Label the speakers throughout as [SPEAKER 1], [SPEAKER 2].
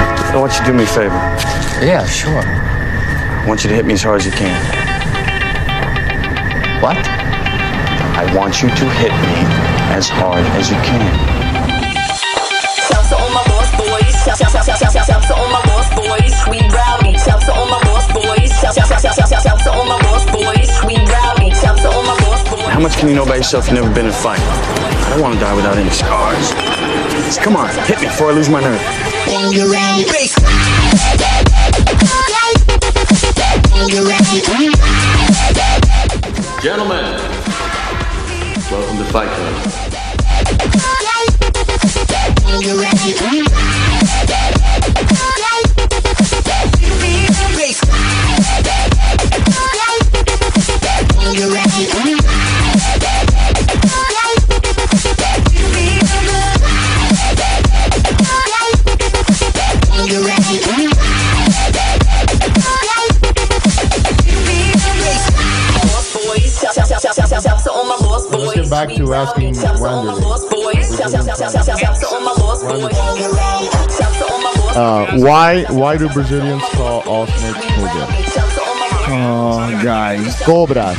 [SPEAKER 1] So why don't you do me a favor? I
[SPEAKER 2] Yeah, sure.
[SPEAKER 1] want you to hit me as hard as you can.
[SPEAKER 2] What?
[SPEAKER 1] I want you to hit me as hard as you can.
[SPEAKER 3] Shouts to all my lost boys. Shouts, shouts, shouts, shouts, shouts, shouts to all my lost boys. We rowdy. Shouts to all my lost boys. Shouts, shouts, shouts, shouts, shouts, shouts to all my lost boys. We rowdy. Shouts to all my lost boys.
[SPEAKER 1] How much can you know about yourself if you've never been in a fight? I don't want to die without any scars. So come on, hit me before I lose my nerve.
[SPEAKER 4] Gentlemen, welcome to Fight Club.
[SPEAKER 3] Lost boys. Shouts, shouts, shouts, shouts, shouts, shouts, shouts to all my lost
[SPEAKER 5] Let's get
[SPEAKER 3] boys.
[SPEAKER 5] back
[SPEAKER 3] We
[SPEAKER 5] to
[SPEAKER 3] rowdy.
[SPEAKER 5] asking
[SPEAKER 3] Shouts to all
[SPEAKER 5] Wendy.
[SPEAKER 3] my lost boys. Shouts, shouts, shouts, shouts, shouts, shouts to all my lost boys. Shouts to all my lost
[SPEAKER 5] Uh, why why do Brazilians call all snakes cobra?
[SPEAKER 3] boys. Shouts to all my lost
[SPEAKER 6] Oh, guys,
[SPEAKER 5] Cobras.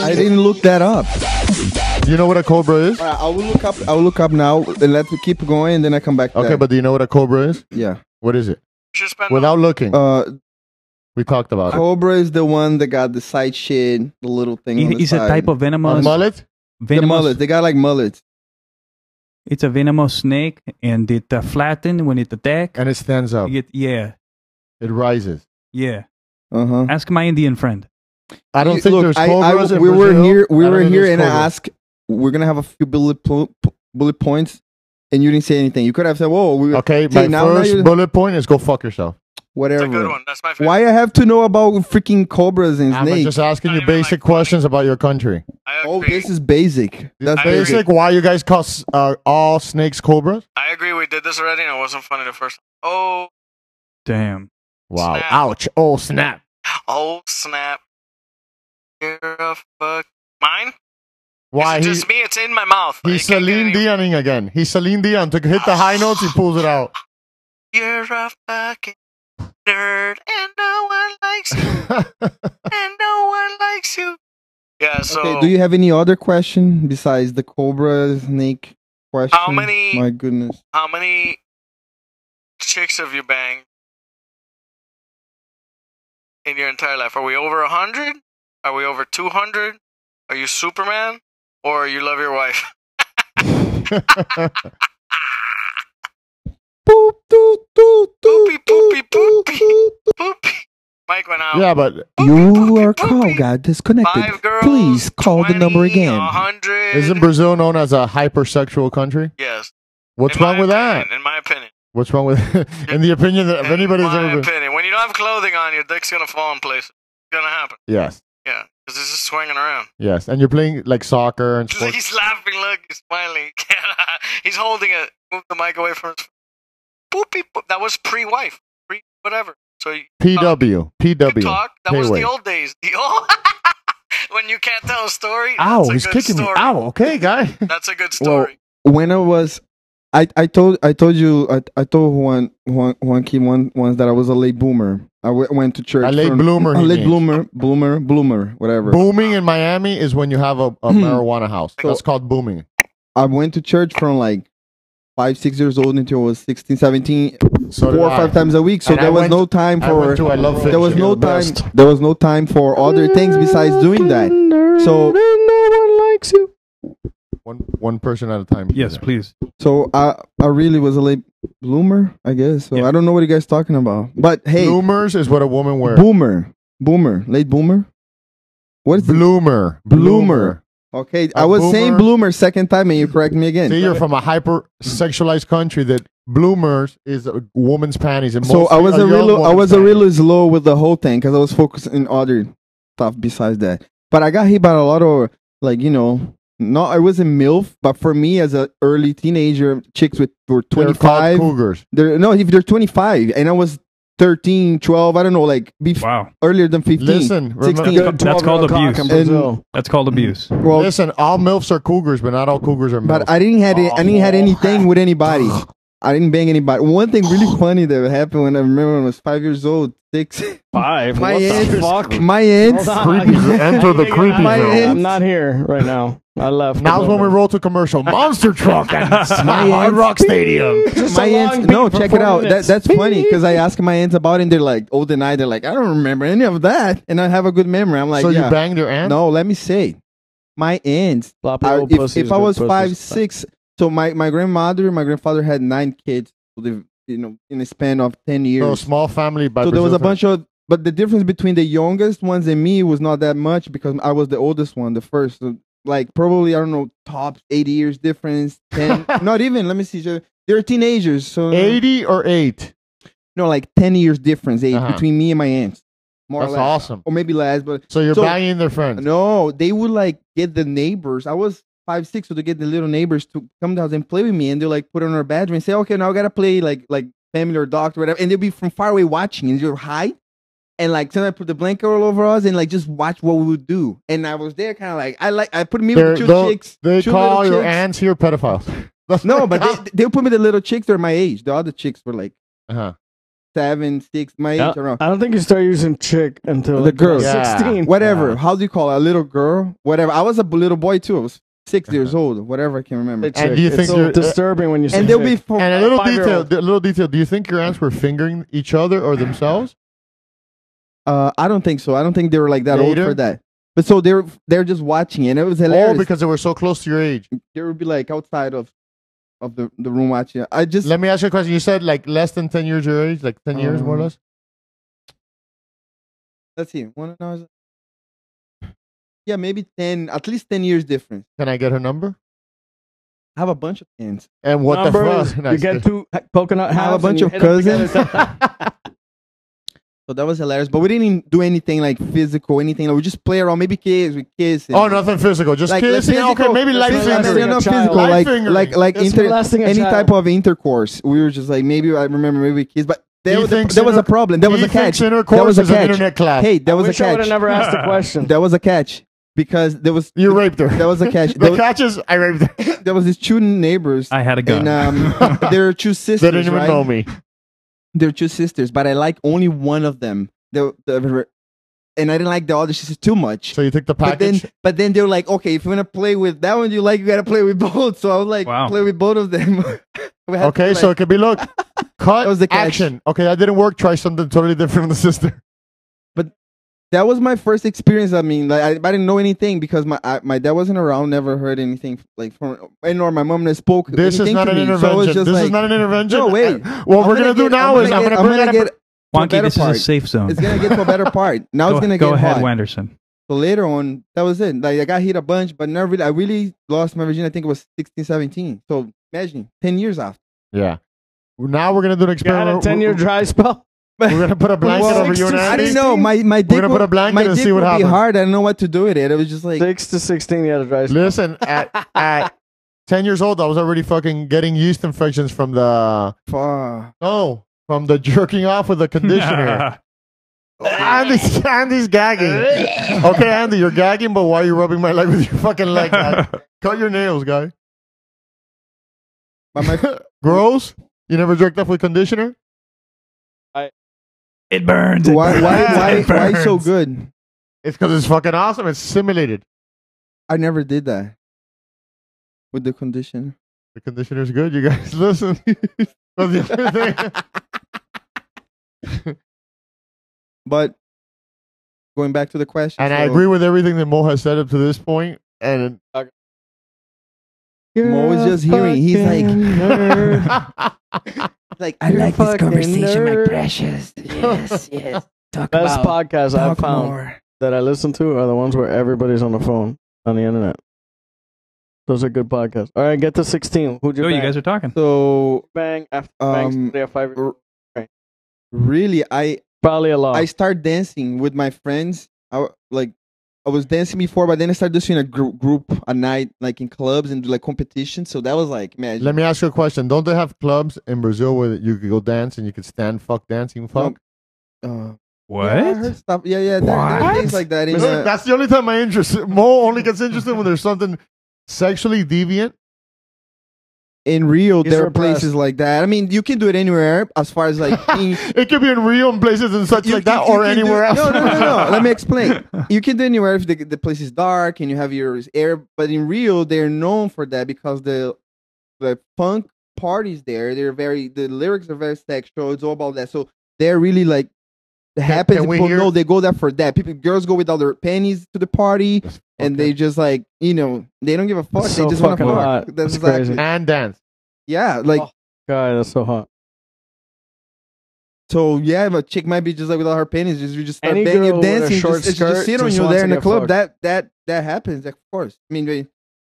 [SPEAKER 6] I didn't look that up.
[SPEAKER 5] You know what a cobra is?
[SPEAKER 6] Uh, I will look up. I will look up now. And let me keep going, and then I come back. to
[SPEAKER 5] Okay,
[SPEAKER 6] that.
[SPEAKER 5] but do you know what a cobra is?
[SPEAKER 6] yeah,
[SPEAKER 5] What is it?
[SPEAKER 7] should spend
[SPEAKER 5] Without looking,
[SPEAKER 6] uh,
[SPEAKER 5] we talked about it.
[SPEAKER 6] cobra is the one that got the side shit, the little thing. on
[SPEAKER 8] It-
[SPEAKER 6] the
[SPEAKER 8] it's a
[SPEAKER 6] side.
[SPEAKER 8] type of
[SPEAKER 5] A
[SPEAKER 8] venomous.
[SPEAKER 5] mullet?
[SPEAKER 6] the
[SPEAKER 8] venomous
[SPEAKER 6] mullet. They got like mullets.
[SPEAKER 8] It's a venomous snake, and it uh, flatten when it attack.
[SPEAKER 5] And it stands up.
[SPEAKER 8] You get- yeah,
[SPEAKER 5] It rises.
[SPEAKER 8] yeah.
[SPEAKER 6] Uh huh.
[SPEAKER 8] Ask my Indian friend.
[SPEAKER 5] I don't
[SPEAKER 6] You-
[SPEAKER 5] think
[SPEAKER 6] look,
[SPEAKER 5] there's
[SPEAKER 6] I- I-
[SPEAKER 5] cobras in
[SPEAKER 6] we were
[SPEAKER 5] Brazil.
[SPEAKER 6] here. We
[SPEAKER 5] I don't
[SPEAKER 6] were
[SPEAKER 5] think
[SPEAKER 6] here,
[SPEAKER 5] there's
[SPEAKER 6] and
[SPEAKER 5] cobras.
[SPEAKER 6] I asked, we're gonna have a few bullet po- po- bullet points, and you didn't say anything. You could have said, "Whoa, we,
[SPEAKER 5] Okay,
[SPEAKER 6] See,
[SPEAKER 5] my
[SPEAKER 6] now- now
[SPEAKER 5] first
[SPEAKER 6] you-
[SPEAKER 5] bullet point is go fuck yourself.
[SPEAKER 7] That's a good
[SPEAKER 6] whatever."
[SPEAKER 7] one. That's my favorite.
[SPEAKER 6] Why I have to know about freaking cobras and
[SPEAKER 5] I'm
[SPEAKER 6] snakes?
[SPEAKER 5] just asking
[SPEAKER 7] Not
[SPEAKER 5] you
[SPEAKER 7] even, like,
[SPEAKER 5] basic
[SPEAKER 7] funny.
[SPEAKER 5] questions about your country.
[SPEAKER 7] I agree.
[SPEAKER 6] Oh, this is basic. That's
[SPEAKER 7] agree.
[SPEAKER 6] basic.
[SPEAKER 5] Basic, why you guys call s- uh, all snakes cobras?
[SPEAKER 7] I agree. We did this already, and it wasn't funny the first. time. Oh,
[SPEAKER 8] Damn.
[SPEAKER 5] Wow.
[SPEAKER 7] Snap.
[SPEAKER 5] Ouch. Oh, snap.
[SPEAKER 7] oh snap! You're a fuck. Mine?
[SPEAKER 5] Why?
[SPEAKER 7] Is it
[SPEAKER 5] He,
[SPEAKER 7] just me? It's in my mouth. You
[SPEAKER 5] he's
[SPEAKER 7] can't get
[SPEAKER 5] Celine
[SPEAKER 7] any-
[SPEAKER 5] Dioning again. He's Celine Dion. To hit the high notes, he pulls it out.
[SPEAKER 7] You're a fucking nerd, and no one likes you, and no one likes you. Yeah. So
[SPEAKER 6] Okay, do you have any other question besides the cobra snake question?
[SPEAKER 7] many-
[SPEAKER 6] My goodness.
[SPEAKER 7] how many chicks have you banged in your entire life? Are we over a hundred? Are we over two hundred? Are you Superman, or you love your wife?
[SPEAKER 6] Boop, doo, doo,
[SPEAKER 7] Poopy,
[SPEAKER 6] doo,
[SPEAKER 7] poopy,
[SPEAKER 6] doo,
[SPEAKER 7] poopy.
[SPEAKER 6] doo, doo.
[SPEAKER 7] Poop. Mike went out.
[SPEAKER 5] yeah, but
[SPEAKER 6] You are
[SPEAKER 7] poopy.
[SPEAKER 6] call got disconnected.
[SPEAKER 7] Five girls.
[SPEAKER 6] Please call the number
[SPEAKER 7] 20,
[SPEAKER 6] again.
[SPEAKER 7] 100.
[SPEAKER 5] isn't Brazil known as a hypersexual country?
[SPEAKER 7] Yes.
[SPEAKER 5] What's
[SPEAKER 7] In my
[SPEAKER 5] wrong with that?
[SPEAKER 7] opinion, In my opinion.
[SPEAKER 5] What's wrong with In the opinion of
[SPEAKER 7] In
[SPEAKER 5] anybody that's
[SPEAKER 7] my
[SPEAKER 5] ever been.
[SPEAKER 7] opinion. When you don't have clothing on, your dick's gonna fall in place. It's gonna happen.
[SPEAKER 5] Yes.
[SPEAKER 7] Yeah, because it's just swinging around.
[SPEAKER 5] Yes. And you're playing like soccer and sports.
[SPEAKER 7] He's laughing. Look, he's smiling. he's holding it. Move the mic away from his. Boopy. Boop. That was pre-wife. Pre whatever. So you
[SPEAKER 5] PW.
[SPEAKER 7] you
[SPEAKER 5] PW.
[SPEAKER 7] talk. That was
[SPEAKER 5] Payway.
[SPEAKER 7] the old days. The old. when you can't tell a story.
[SPEAKER 5] Ow,
[SPEAKER 7] that's a
[SPEAKER 5] he's
[SPEAKER 7] good
[SPEAKER 5] kicking me.
[SPEAKER 7] story.
[SPEAKER 5] Ow, okay, guy.
[SPEAKER 7] That's a good
[SPEAKER 6] Well,
[SPEAKER 7] story.
[SPEAKER 6] when I was, I, I told I told you I, I told Juan Juan Juan Kim one once that I was a late boomer. I w- went to church.
[SPEAKER 5] A late
[SPEAKER 6] from-
[SPEAKER 5] bloomer,
[SPEAKER 6] A
[SPEAKER 5] he
[SPEAKER 6] late
[SPEAKER 5] means.
[SPEAKER 6] bloomer, bloomer, bloomer, whatever.
[SPEAKER 5] Booming in Miami is when you have a,
[SPEAKER 6] Hmm.
[SPEAKER 5] a marijuana house.
[SPEAKER 7] So-
[SPEAKER 5] That's called booming.
[SPEAKER 6] I went to church from like five, six years old until I was 16, 17,
[SPEAKER 5] So did
[SPEAKER 6] four or
[SPEAKER 5] I.
[SPEAKER 6] five times a week. So
[SPEAKER 5] And I
[SPEAKER 6] there was
[SPEAKER 5] went-
[SPEAKER 6] no time
[SPEAKER 5] I
[SPEAKER 6] for
[SPEAKER 5] went to I love
[SPEAKER 6] there was
[SPEAKER 5] Fiction.
[SPEAKER 6] no
[SPEAKER 5] You're the
[SPEAKER 6] time
[SPEAKER 5] best.
[SPEAKER 6] there was no time for other things besides doing that. So
[SPEAKER 5] One one person at a time.
[SPEAKER 8] Yes, please.
[SPEAKER 6] so I I really was a late bloomer, I guess. So
[SPEAKER 8] Yeah.
[SPEAKER 6] I don't know what you guys talking about. But hey,
[SPEAKER 5] Bloomers is what a woman wears.
[SPEAKER 6] boomer, boomer, late boomer. What is the
[SPEAKER 5] Bloomer.
[SPEAKER 6] Bloomer. Okay, I
[SPEAKER 5] A
[SPEAKER 6] was
[SPEAKER 5] boomer.
[SPEAKER 6] saying bloomer second time and you correct me again.
[SPEAKER 5] See, you're from a hyper sexualized country that bloomers is a woman's panties. And
[SPEAKER 6] so I
[SPEAKER 5] mostly
[SPEAKER 6] was
[SPEAKER 5] a
[SPEAKER 6] a
[SPEAKER 5] young
[SPEAKER 6] real I
[SPEAKER 5] woman's
[SPEAKER 6] was a
[SPEAKER 5] panties.
[SPEAKER 6] real slow with the whole thing because I was focused in other stuff besides that. But I got hit by a lot of like you know, no, I wasn't milf, but for me as an early teenager, chicks with were
[SPEAKER 5] They're
[SPEAKER 6] twenty
[SPEAKER 5] called
[SPEAKER 6] five.
[SPEAKER 5] Cougars.
[SPEAKER 6] They're no, if they're twenty five, and I was 13, 12, I don't know, like bef-
[SPEAKER 8] Wow.
[SPEAKER 6] earlier than fifteen.
[SPEAKER 5] Listen, remember-
[SPEAKER 6] 16.
[SPEAKER 8] That's called abuse.
[SPEAKER 6] And-
[SPEAKER 8] That's called abuse.
[SPEAKER 6] well,
[SPEAKER 5] Listen, all milfs are cougars, but not all cougars are milfs. Oh.
[SPEAKER 6] but I didn't had it, I didn't had anything with anybody. I didn't bang anybody. One thing really funny that happened when I remember when I was five years old, six.
[SPEAKER 2] Five.
[SPEAKER 6] My
[SPEAKER 2] what the
[SPEAKER 6] ears.
[SPEAKER 2] fuck?
[SPEAKER 6] My aunts.
[SPEAKER 2] Hold on.
[SPEAKER 5] Creepy. Enter the creepy
[SPEAKER 6] My
[SPEAKER 5] zone.
[SPEAKER 6] aunt-
[SPEAKER 2] I'm not here right now. I left.
[SPEAKER 5] Now's when we roll to commercial. Monster truck at Hard
[SPEAKER 6] aunt's-
[SPEAKER 5] Rock Stadium.
[SPEAKER 2] Just
[SPEAKER 6] my
[SPEAKER 2] a long
[SPEAKER 6] aunts, no,
[SPEAKER 2] beat for
[SPEAKER 6] check it
[SPEAKER 2] four
[SPEAKER 6] out. That,
[SPEAKER 2] minutes.
[SPEAKER 6] that's funny because I ask my aunts about it and they're like, oh, deny. They're like, I don't remember any of that. And I have a good memory. I'm like,
[SPEAKER 5] so
[SPEAKER 6] yeah.
[SPEAKER 5] you banged your aunt?
[SPEAKER 6] no, let me say, my aunts,
[SPEAKER 2] Floppy
[SPEAKER 6] I,
[SPEAKER 2] old
[SPEAKER 6] if,
[SPEAKER 2] pussies,
[SPEAKER 6] if I
[SPEAKER 2] good
[SPEAKER 6] was
[SPEAKER 2] pussies.
[SPEAKER 6] five, six, so my, my grandmother, my grandfather had nine kids, so they- you know, in a span of 10 years.
[SPEAKER 5] So small family by
[SPEAKER 6] so there was a
[SPEAKER 5] Brazil.
[SPEAKER 6] bunch of but the difference between the youngest ones and me was not that much because i was the oldest one the first So, like probably i don't know top 80 years difference 10 not even let me see so they're teenagers so
[SPEAKER 5] 80 or 8.
[SPEAKER 6] no like 10 years difference age
[SPEAKER 5] Uh-huh.
[SPEAKER 6] between me and my aunts more
[SPEAKER 5] That's
[SPEAKER 6] or less
[SPEAKER 5] awesome.
[SPEAKER 6] or maybe less but
[SPEAKER 5] So you're
[SPEAKER 6] So-
[SPEAKER 5] banging their friends.
[SPEAKER 6] no they would like get the neighbors i was five six so to get the little neighbors to come down and play with me and they're like put on our bedroom and say okay now i gotta play like like family or doctor whatever and they'll be from far away watching and you're high and like sometimes put the blanket all over us and like just watch what we would do and i was there kind of like i like i put me
[SPEAKER 5] They're-
[SPEAKER 6] with the two
[SPEAKER 5] they'll-
[SPEAKER 6] chicks
[SPEAKER 5] They
[SPEAKER 6] two
[SPEAKER 5] call
[SPEAKER 6] little
[SPEAKER 5] your
[SPEAKER 6] chicks.
[SPEAKER 5] aunts here pedophiles. That's
[SPEAKER 6] no
[SPEAKER 5] what
[SPEAKER 6] but
[SPEAKER 5] they
[SPEAKER 6] they, they'll put me the little chicks they're my age the other chicks were like
[SPEAKER 5] call- uh-huh.
[SPEAKER 6] seven six my age
[SPEAKER 2] Yeah,
[SPEAKER 6] around
[SPEAKER 2] I don't think you start using chick until
[SPEAKER 6] The
[SPEAKER 2] like
[SPEAKER 6] girl.
[SPEAKER 5] Yeah.
[SPEAKER 2] 16.
[SPEAKER 6] whatever how do you call it a little girl whatever i was a b- little boy too i was six
[SPEAKER 5] Uh-huh.
[SPEAKER 6] years old whatever i can remember
[SPEAKER 2] Chick.
[SPEAKER 5] do you
[SPEAKER 2] it's
[SPEAKER 5] think
[SPEAKER 2] so
[SPEAKER 5] you're- uh,
[SPEAKER 2] disturbing when you say
[SPEAKER 6] and they'll be
[SPEAKER 2] chick.
[SPEAKER 6] for,
[SPEAKER 5] And a little
[SPEAKER 2] Five-year-old.
[SPEAKER 5] detail, a little detail. Do you think your aunts were fingering each other or themselves?
[SPEAKER 6] Uh, I don't think so. I don't think they were like that
[SPEAKER 5] Later?
[SPEAKER 6] old for that. But so they're they're just watching, and it was hilarious.
[SPEAKER 5] Oh, because they were so close to your age.
[SPEAKER 6] they would be like outside of of the, the room watching. I just
[SPEAKER 5] Let me ask you a question. You said like less than 10 years your age, like 10 years more or
[SPEAKER 6] Um,
[SPEAKER 5] less?
[SPEAKER 6] let's see. One hours. Yeah, maybe ten, at least ten years difference.
[SPEAKER 5] Can I get her number?
[SPEAKER 6] I have a bunch of aunts.
[SPEAKER 5] And what
[SPEAKER 2] Number
[SPEAKER 5] the
[SPEAKER 2] is-
[SPEAKER 5] fuck?
[SPEAKER 2] You get two ha- coconut
[SPEAKER 6] have a
[SPEAKER 2] halves
[SPEAKER 6] bunch
[SPEAKER 2] and you
[SPEAKER 6] of
[SPEAKER 2] hit 'em together.
[SPEAKER 6] So that was hilarious. But we didn't do anything like physical, anything. Like, we just play around. Maybe kiss, we kiss. and-
[SPEAKER 5] Oh, nothing physical. Just
[SPEAKER 6] Like,
[SPEAKER 5] kissing. okay,
[SPEAKER 6] physical-
[SPEAKER 5] maybe light
[SPEAKER 2] physical- Molesting
[SPEAKER 5] fingering.
[SPEAKER 6] No, no,
[SPEAKER 2] a
[SPEAKER 6] physical,
[SPEAKER 2] child.
[SPEAKER 6] like,
[SPEAKER 5] Light-fingering.
[SPEAKER 6] like, like,
[SPEAKER 2] That's
[SPEAKER 6] inter-
[SPEAKER 2] molesting a
[SPEAKER 6] any
[SPEAKER 2] child.
[SPEAKER 6] type of intercourse. We were just like, maybe I remember, maybe we kissed, but
[SPEAKER 5] He
[SPEAKER 6] there, was-
[SPEAKER 5] thinks
[SPEAKER 6] there was a
[SPEAKER 5] inter-
[SPEAKER 6] problem. There was
[SPEAKER 5] he
[SPEAKER 6] a catch.
[SPEAKER 5] thinks
[SPEAKER 6] There
[SPEAKER 5] intercourse
[SPEAKER 6] was a
[SPEAKER 5] is an
[SPEAKER 6] catch.
[SPEAKER 5] internet class.
[SPEAKER 6] Hey, there was a
[SPEAKER 2] Wish I would
[SPEAKER 6] catch.
[SPEAKER 2] have never asked the question.
[SPEAKER 6] There was a catch because there was
[SPEAKER 5] You raped her.
[SPEAKER 6] There was a catch. There
[SPEAKER 5] the
[SPEAKER 6] was,
[SPEAKER 5] catch is I raped her.
[SPEAKER 6] there was these two neighbors,
[SPEAKER 8] I had a gun.
[SPEAKER 6] and um, there were two sisters.
[SPEAKER 5] They didn't even
[SPEAKER 6] right?
[SPEAKER 5] know me.
[SPEAKER 6] They're two sisters, but I like only one of them. The, the, and I didn't like the other sister too much.
[SPEAKER 5] So you took the
[SPEAKER 6] But then,
[SPEAKER 5] package.
[SPEAKER 6] but then they were like, okay, if you want to play with that one, you like, you gotta play with both. So I was like,
[SPEAKER 8] Wow.
[SPEAKER 6] play with both of them. We had to
[SPEAKER 5] okay,
[SPEAKER 6] be
[SPEAKER 5] so it
[SPEAKER 6] like-
[SPEAKER 5] could be look. Cut
[SPEAKER 6] That was the catch.
[SPEAKER 5] action. Okay, that didn't work. Try something totally different from the sister.
[SPEAKER 6] that was my first experience. I mean, like, I, I didn't know anything because my I, my dad wasn't around, never heard anything like from, and or my mom never spoke.
[SPEAKER 5] This is
[SPEAKER 6] anything
[SPEAKER 5] not
[SPEAKER 6] to
[SPEAKER 5] an
[SPEAKER 6] me.
[SPEAKER 5] intervention.
[SPEAKER 6] So it's
[SPEAKER 5] this
[SPEAKER 6] just like,
[SPEAKER 5] is not an intervention.
[SPEAKER 6] No, wait.
[SPEAKER 5] What
[SPEAKER 6] I'm
[SPEAKER 5] we're gonna, do
[SPEAKER 6] get-
[SPEAKER 5] now is I'm gonna
[SPEAKER 6] get-
[SPEAKER 5] bring that up.
[SPEAKER 6] get to a
[SPEAKER 8] Wonky,
[SPEAKER 6] better
[SPEAKER 8] this
[SPEAKER 6] part.
[SPEAKER 8] is a safe zone.
[SPEAKER 6] It's gonna get to a better part. Now
[SPEAKER 8] go,
[SPEAKER 6] it's gonna
[SPEAKER 8] go
[SPEAKER 6] get
[SPEAKER 8] ahead,
[SPEAKER 6] hot.
[SPEAKER 8] Wenderson.
[SPEAKER 6] So later on, that was it. Like I got hit a bunch, but never really. I really lost my virginity. I think it was 16, 17. So imagine ten years after.
[SPEAKER 5] Yeah. Now we're gonna do
[SPEAKER 2] You
[SPEAKER 5] an
[SPEAKER 2] had
[SPEAKER 5] experiment.
[SPEAKER 2] a 10 year
[SPEAKER 5] We're-
[SPEAKER 2] dry spell?
[SPEAKER 5] We're gonna put a blanket
[SPEAKER 2] Well,
[SPEAKER 5] over you
[SPEAKER 2] six
[SPEAKER 5] and
[SPEAKER 2] to
[SPEAKER 6] I
[SPEAKER 5] Andy.
[SPEAKER 6] didn't know. My my dick.
[SPEAKER 5] gonna put
[SPEAKER 6] would-
[SPEAKER 5] a blanket
[SPEAKER 6] my
[SPEAKER 5] and
[SPEAKER 6] dick
[SPEAKER 5] see what
[SPEAKER 6] would be
[SPEAKER 5] happens.
[SPEAKER 6] hard. I don't know what to do with it. It was just like
[SPEAKER 2] 6 to 16, you had a dry spell.
[SPEAKER 5] Listen, at, at ten years old, I was already fucking getting yeast infections from the
[SPEAKER 6] fuck.
[SPEAKER 5] oh from the jerking off with the conditioner. Andy's, Andy's gagging. okay, Andy, you're gagging, but why are you rubbing my leg with your fucking leg? guy? Cut your nails, guy.
[SPEAKER 6] But my
[SPEAKER 5] Gross. You never jerked off with conditioner?
[SPEAKER 8] it burns. it
[SPEAKER 6] why why why,
[SPEAKER 8] burns, it
[SPEAKER 6] why so
[SPEAKER 8] burns.
[SPEAKER 6] good?
[SPEAKER 5] It's because it's fucking awesome. It's simulated.
[SPEAKER 6] I never did that with the condition.
[SPEAKER 5] The conditioner's good. You guys listen. But the other thing-
[SPEAKER 6] But going back to the question,
[SPEAKER 5] and I
[SPEAKER 6] so
[SPEAKER 5] agree with everything that Mo has said up to this point. And
[SPEAKER 6] Mo was just hearing. He's like, like I like this conversation, my precious.
[SPEAKER 7] Yes, yes.
[SPEAKER 2] Talk Best podcasts I've found that I listen to are the ones where everybody's on the phone on the internet. Those are good podcasts. All right, get to 16. Who'd you
[SPEAKER 8] Oh,
[SPEAKER 2] bang?
[SPEAKER 8] you guys are talking.
[SPEAKER 6] So
[SPEAKER 2] bang after
[SPEAKER 6] Um,
[SPEAKER 2] bang somebody at five.
[SPEAKER 6] r- really, I
[SPEAKER 2] Probably a
[SPEAKER 5] Oh.
[SPEAKER 2] lot.
[SPEAKER 6] I start dancing with my friends. I w- like I was dancing before, but then I started just doing a gr- group a night, like in clubs and do like competitions. So that was like, man,
[SPEAKER 5] let me ask you a question. Don't they have clubs in Brazil where you could go dance and you could stand fuck dancing fuck?
[SPEAKER 6] uh,
[SPEAKER 8] What?
[SPEAKER 6] Yeah, I heard stuff. yeah, yeah, there, there are things like that. In,
[SPEAKER 5] Look,
[SPEAKER 6] uh,
[SPEAKER 5] that's the only time my interest. Mo only gets interested when there's something sexually deviant
[SPEAKER 6] in Rio,
[SPEAKER 2] He's
[SPEAKER 6] there are
[SPEAKER 2] repressed.
[SPEAKER 6] places like that. I mean, you can do it anywhere as far as like in,
[SPEAKER 5] It could be in Rio and places and such
[SPEAKER 6] you-
[SPEAKER 5] like that,
[SPEAKER 6] you- you
[SPEAKER 5] or
[SPEAKER 6] can do-
[SPEAKER 5] anywhere else.
[SPEAKER 6] No, no, no, no. Let me explain. You can do anywhere if the, the place is dark and you have your air. But in Rio, they're known for that because the the punk parties there, they're very the lyrics are very sexual. It's all about that. So they're really like happen.
[SPEAKER 5] can we
[SPEAKER 6] People
[SPEAKER 5] hear-
[SPEAKER 6] know they go there for that. People, girls go without their panties to the party, and they just like you know they don't give a fuck.
[SPEAKER 2] That's
[SPEAKER 6] they
[SPEAKER 2] so
[SPEAKER 6] just want to
[SPEAKER 2] fucking
[SPEAKER 6] fuck.
[SPEAKER 2] hot.
[SPEAKER 6] That's
[SPEAKER 2] That's crazy.
[SPEAKER 6] exactly
[SPEAKER 5] and dance.
[SPEAKER 6] yeah. Like
[SPEAKER 2] God, that's so hot.
[SPEAKER 6] So yeah, but chick might be just like without her panties, just you just start
[SPEAKER 2] Any
[SPEAKER 6] banging,
[SPEAKER 2] girl
[SPEAKER 6] you
[SPEAKER 2] with a
[SPEAKER 6] dancing,
[SPEAKER 2] short
[SPEAKER 6] just, just
[SPEAKER 2] skirt
[SPEAKER 6] sit on
[SPEAKER 2] just
[SPEAKER 6] you
[SPEAKER 2] wants to
[SPEAKER 6] there in the
[SPEAKER 2] get
[SPEAKER 6] club.
[SPEAKER 2] fucked.
[SPEAKER 6] That that that happens, of course. I mean, they-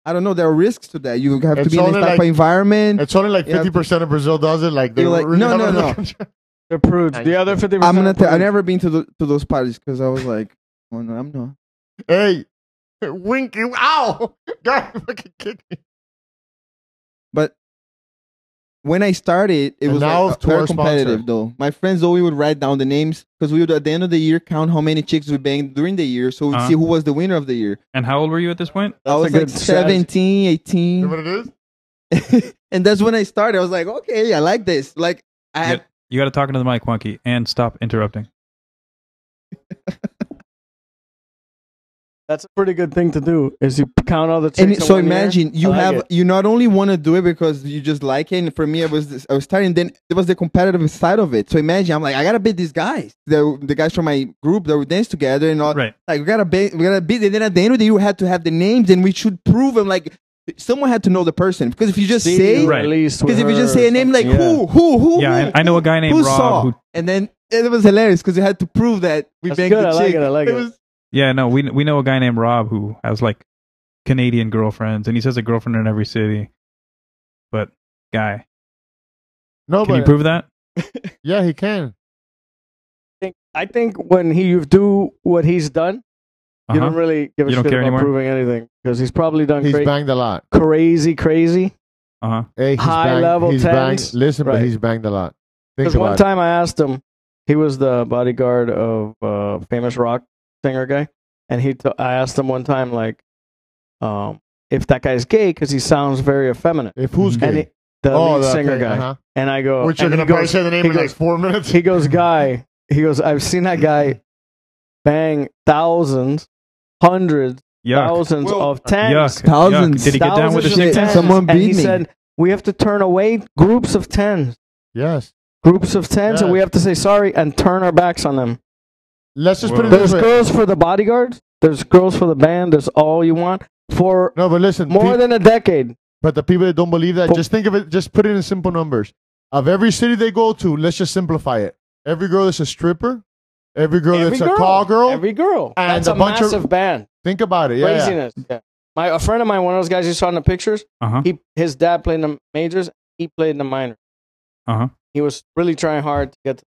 [SPEAKER 6] I don't know. There are risks to that. You have to
[SPEAKER 5] It's
[SPEAKER 6] be in this
[SPEAKER 5] only
[SPEAKER 6] type
[SPEAKER 5] like-
[SPEAKER 6] of environment.
[SPEAKER 5] It's only like
[SPEAKER 6] Yeah.
[SPEAKER 5] fifty percent of Brazil does it. Like they
[SPEAKER 6] You're like,
[SPEAKER 5] really
[SPEAKER 6] no,
[SPEAKER 5] have it
[SPEAKER 6] no,
[SPEAKER 5] under
[SPEAKER 6] no.
[SPEAKER 5] control.
[SPEAKER 2] They're prudes. The other fifty
[SPEAKER 6] I'm
[SPEAKER 2] percent.
[SPEAKER 6] gonna. Tell, I never been to the, to those parties because I was like, oh, no, I'm not.
[SPEAKER 5] Hey, Winky! Ow! God, you fucking kicked me.
[SPEAKER 6] But when I started, it
[SPEAKER 5] And
[SPEAKER 6] was
[SPEAKER 5] now
[SPEAKER 6] like,
[SPEAKER 5] to our
[SPEAKER 6] very
[SPEAKER 5] sponsor.
[SPEAKER 6] competitive though. My friends always would write down the names because we would at the end of the year count how many chicks we banged during the year, so we'd
[SPEAKER 8] Uh-huh.
[SPEAKER 6] see who was the winner of the year.
[SPEAKER 8] And how old were you at this point?
[SPEAKER 6] I was
[SPEAKER 2] a
[SPEAKER 6] like
[SPEAKER 2] good strategy.
[SPEAKER 6] 17, 18.
[SPEAKER 5] You know what it is?
[SPEAKER 6] and that's when I started. I was like, okay, I like this. Like, I
[SPEAKER 8] Yeah. You got to talk into the mic, Wonky, and stop interrupting.
[SPEAKER 2] That's a pretty good thing to do. Is you count all the chicks. in
[SPEAKER 6] and so
[SPEAKER 2] one year.
[SPEAKER 6] imagine you
[SPEAKER 2] I like
[SPEAKER 6] have
[SPEAKER 2] it.
[SPEAKER 6] you not only want to do it because you just like it. And for me, I was this, I was starting. Then there was the competitive side of it. So imagine I'm like, I gotta beat these guys. The the guys from my group that would dance together and all.
[SPEAKER 8] Right.
[SPEAKER 6] Like we gotta be, we gotta beat. And then at the end of the year, we had to have the names, and we should prove them. Like someone had to know the person because if you just
[SPEAKER 2] See,
[SPEAKER 6] say
[SPEAKER 2] you
[SPEAKER 8] Right.
[SPEAKER 2] released
[SPEAKER 6] Because
[SPEAKER 2] with
[SPEAKER 6] if you just
[SPEAKER 2] her
[SPEAKER 6] say
[SPEAKER 2] or
[SPEAKER 6] a name like
[SPEAKER 2] something. Yeah.
[SPEAKER 6] who, who, who,
[SPEAKER 8] Yeah,
[SPEAKER 6] who,
[SPEAKER 8] I, I know a guy named
[SPEAKER 6] who
[SPEAKER 8] Rob.
[SPEAKER 6] saw,
[SPEAKER 8] Who,
[SPEAKER 6] and then it was hilarious because you had to prove that we
[SPEAKER 2] That's
[SPEAKER 6] banged
[SPEAKER 2] good.
[SPEAKER 6] the
[SPEAKER 2] I
[SPEAKER 6] chick.
[SPEAKER 2] like it. I like it.
[SPEAKER 6] was
[SPEAKER 8] yeah, no, we we know a guy named Rob who has like Canadian girlfriends, and he says a girlfriend in every city. But guy,
[SPEAKER 5] No,
[SPEAKER 8] can you
[SPEAKER 5] but
[SPEAKER 8] prove that?
[SPEAKER 5] yeah, he can.
[SPEAKER 2] think- I think when he you do what he's done, you
[SPEAKER 8] Uh-huh.
[SPEAKER 2] don't really give a
[SPEAKER 8] You don't
[SPEAKER 2] shit about
[SPEAKER 8] care anymore?
[SPEAKER 2] proving anything because he's probably done
[SPEAKER 5] He's
[SPEAKER 2] cra-
[SPEAKER 5] banged a lot.
[SPEAKER 2] crazy, crazy.
[SPEAKER 8] Uh-huh.
[SPEAKER 5] Hey, he's
[SPEAKER 2] High
[SPEAKER 5] banged,
[SPEAKER 2] level
[SPEAKER 5] he's
[SPEAKER 2] tens.
[SPEAKER 5] banged. Listen,
[SPEAKER 2] Right.
[SPEAKER 5] but he's banged a lot. Think
[SPEAKER 2] Because one
[SPEAKER 5] about it.
[SPEAKER 2] time I asked him, he was the bodyguard of uh, famous rock singer guy, and he t- I asked him one time like, um, if that guy's gay because he sounds very effeminate.
[SPEAKER 5] If who's
[SPEAKER 2] And
[SPEAKER 5] gay?
[SPEAKER 2] he, the uh,
[SPEAKER 5] oh,
[SPEAKER 2] lead
[SPEAKER 5] the-
[SPEAKER 2] singer
[SPEAKER 5] okay,
[SPEAKER 2] guy,
[SPEAKER 5] uh-huh.
[SPEAKER 2] and I go,
[SPEAKER 5] Which you're
[SPEAKER 2] and
[SPEAKER 5] gonna
[SPEAKER 2] he
[SPEAKER 5] probably
[SPEAKER 2] goes-
[SPEAKER 5] say the name
[SPEAKER 2] he
[SPEAKER 5] in like
[SPEAKER 2] goes-
[SPEAKER 5] four minutes.
[SPEAKER 2] he goes, guy. He goes, I've seen that guy bang thousands, hundreds,
[SPEAKER 8] Yuck.
[SPEAKER 2] thousands
[SPEAKER 6] Well,
[SPEAKER 2] of tens.
[SPEAKER 8] Yuck.
[SPEAKER 6] Thousands.
[SPEAKER 8] Yuck. Did he get down with the
[SPEAKER 2] Thousands
[SPEAKER 8] chick?
[SPEAKER 2] of
[SPEAKER 6] tens?
[SPEAKER 2] tens.
[SPEAKER 6] Someone
[SPEAKER 2] and
[SPEAKER 6] beat
[SPEAKER 2] he
[SPEAKER 6] me.
[SPEAKER 2] said, we have to turn away groups of tens,
[SPEAKER 5] yes.
[SPEAKER 2] groups of tens, and
[SPEAKER 5] Yeah.
[SPEAKER 2] we have to say sorry and turn our backs on them.
[SPEAKER 5] Let's just put it
[SPEAKER 8] Whoa.
[SPEAKER 5] this
[SPEAKER 2] There's
[SPEAKER 5] way.
[SPEAKER 2] girls for the bodyguards. There's girls for the band. There's all you want for
[SPEAKER 5] No, but listen.
[SPEAKER 2] more
[SPEAKER 5] peop-
[SPEAKER 2] than a decade.
[SPEAKER 5] but the people that don't believe that,
[SPEAKER 2] But-
[SPEAKER 5] just think of it. Just put it in simple numbers. Of every city they go to, let's just simplify it. Every girl that's a stripper, every girl
[SPEAKER 2] Every
[SPEAKER 5] that's Oh, a call girl.
[SPEAKER 2] Every girl.
[SPEAKER 5] and
[SPEAKER 2] That's
[SPEAKER 5] a
[SPEAKER 2] a,
[SPEAKER 5] bunch of-
[SPEAKER 2] massive band.
[SPEAKER 5] think about it. Yeah.
[SPEAKER 2] Craziness. Yeah. My a friend of mine, one of those guys you saw in the pictures.
[SPEAKER 8] Uh-huh.
[SPEAKER 2] He his dad played in the majors. He played in the minors.
[SPEAKER 8] Uh-huh.
[SPEAKER 2] He was really trying hard to get. To,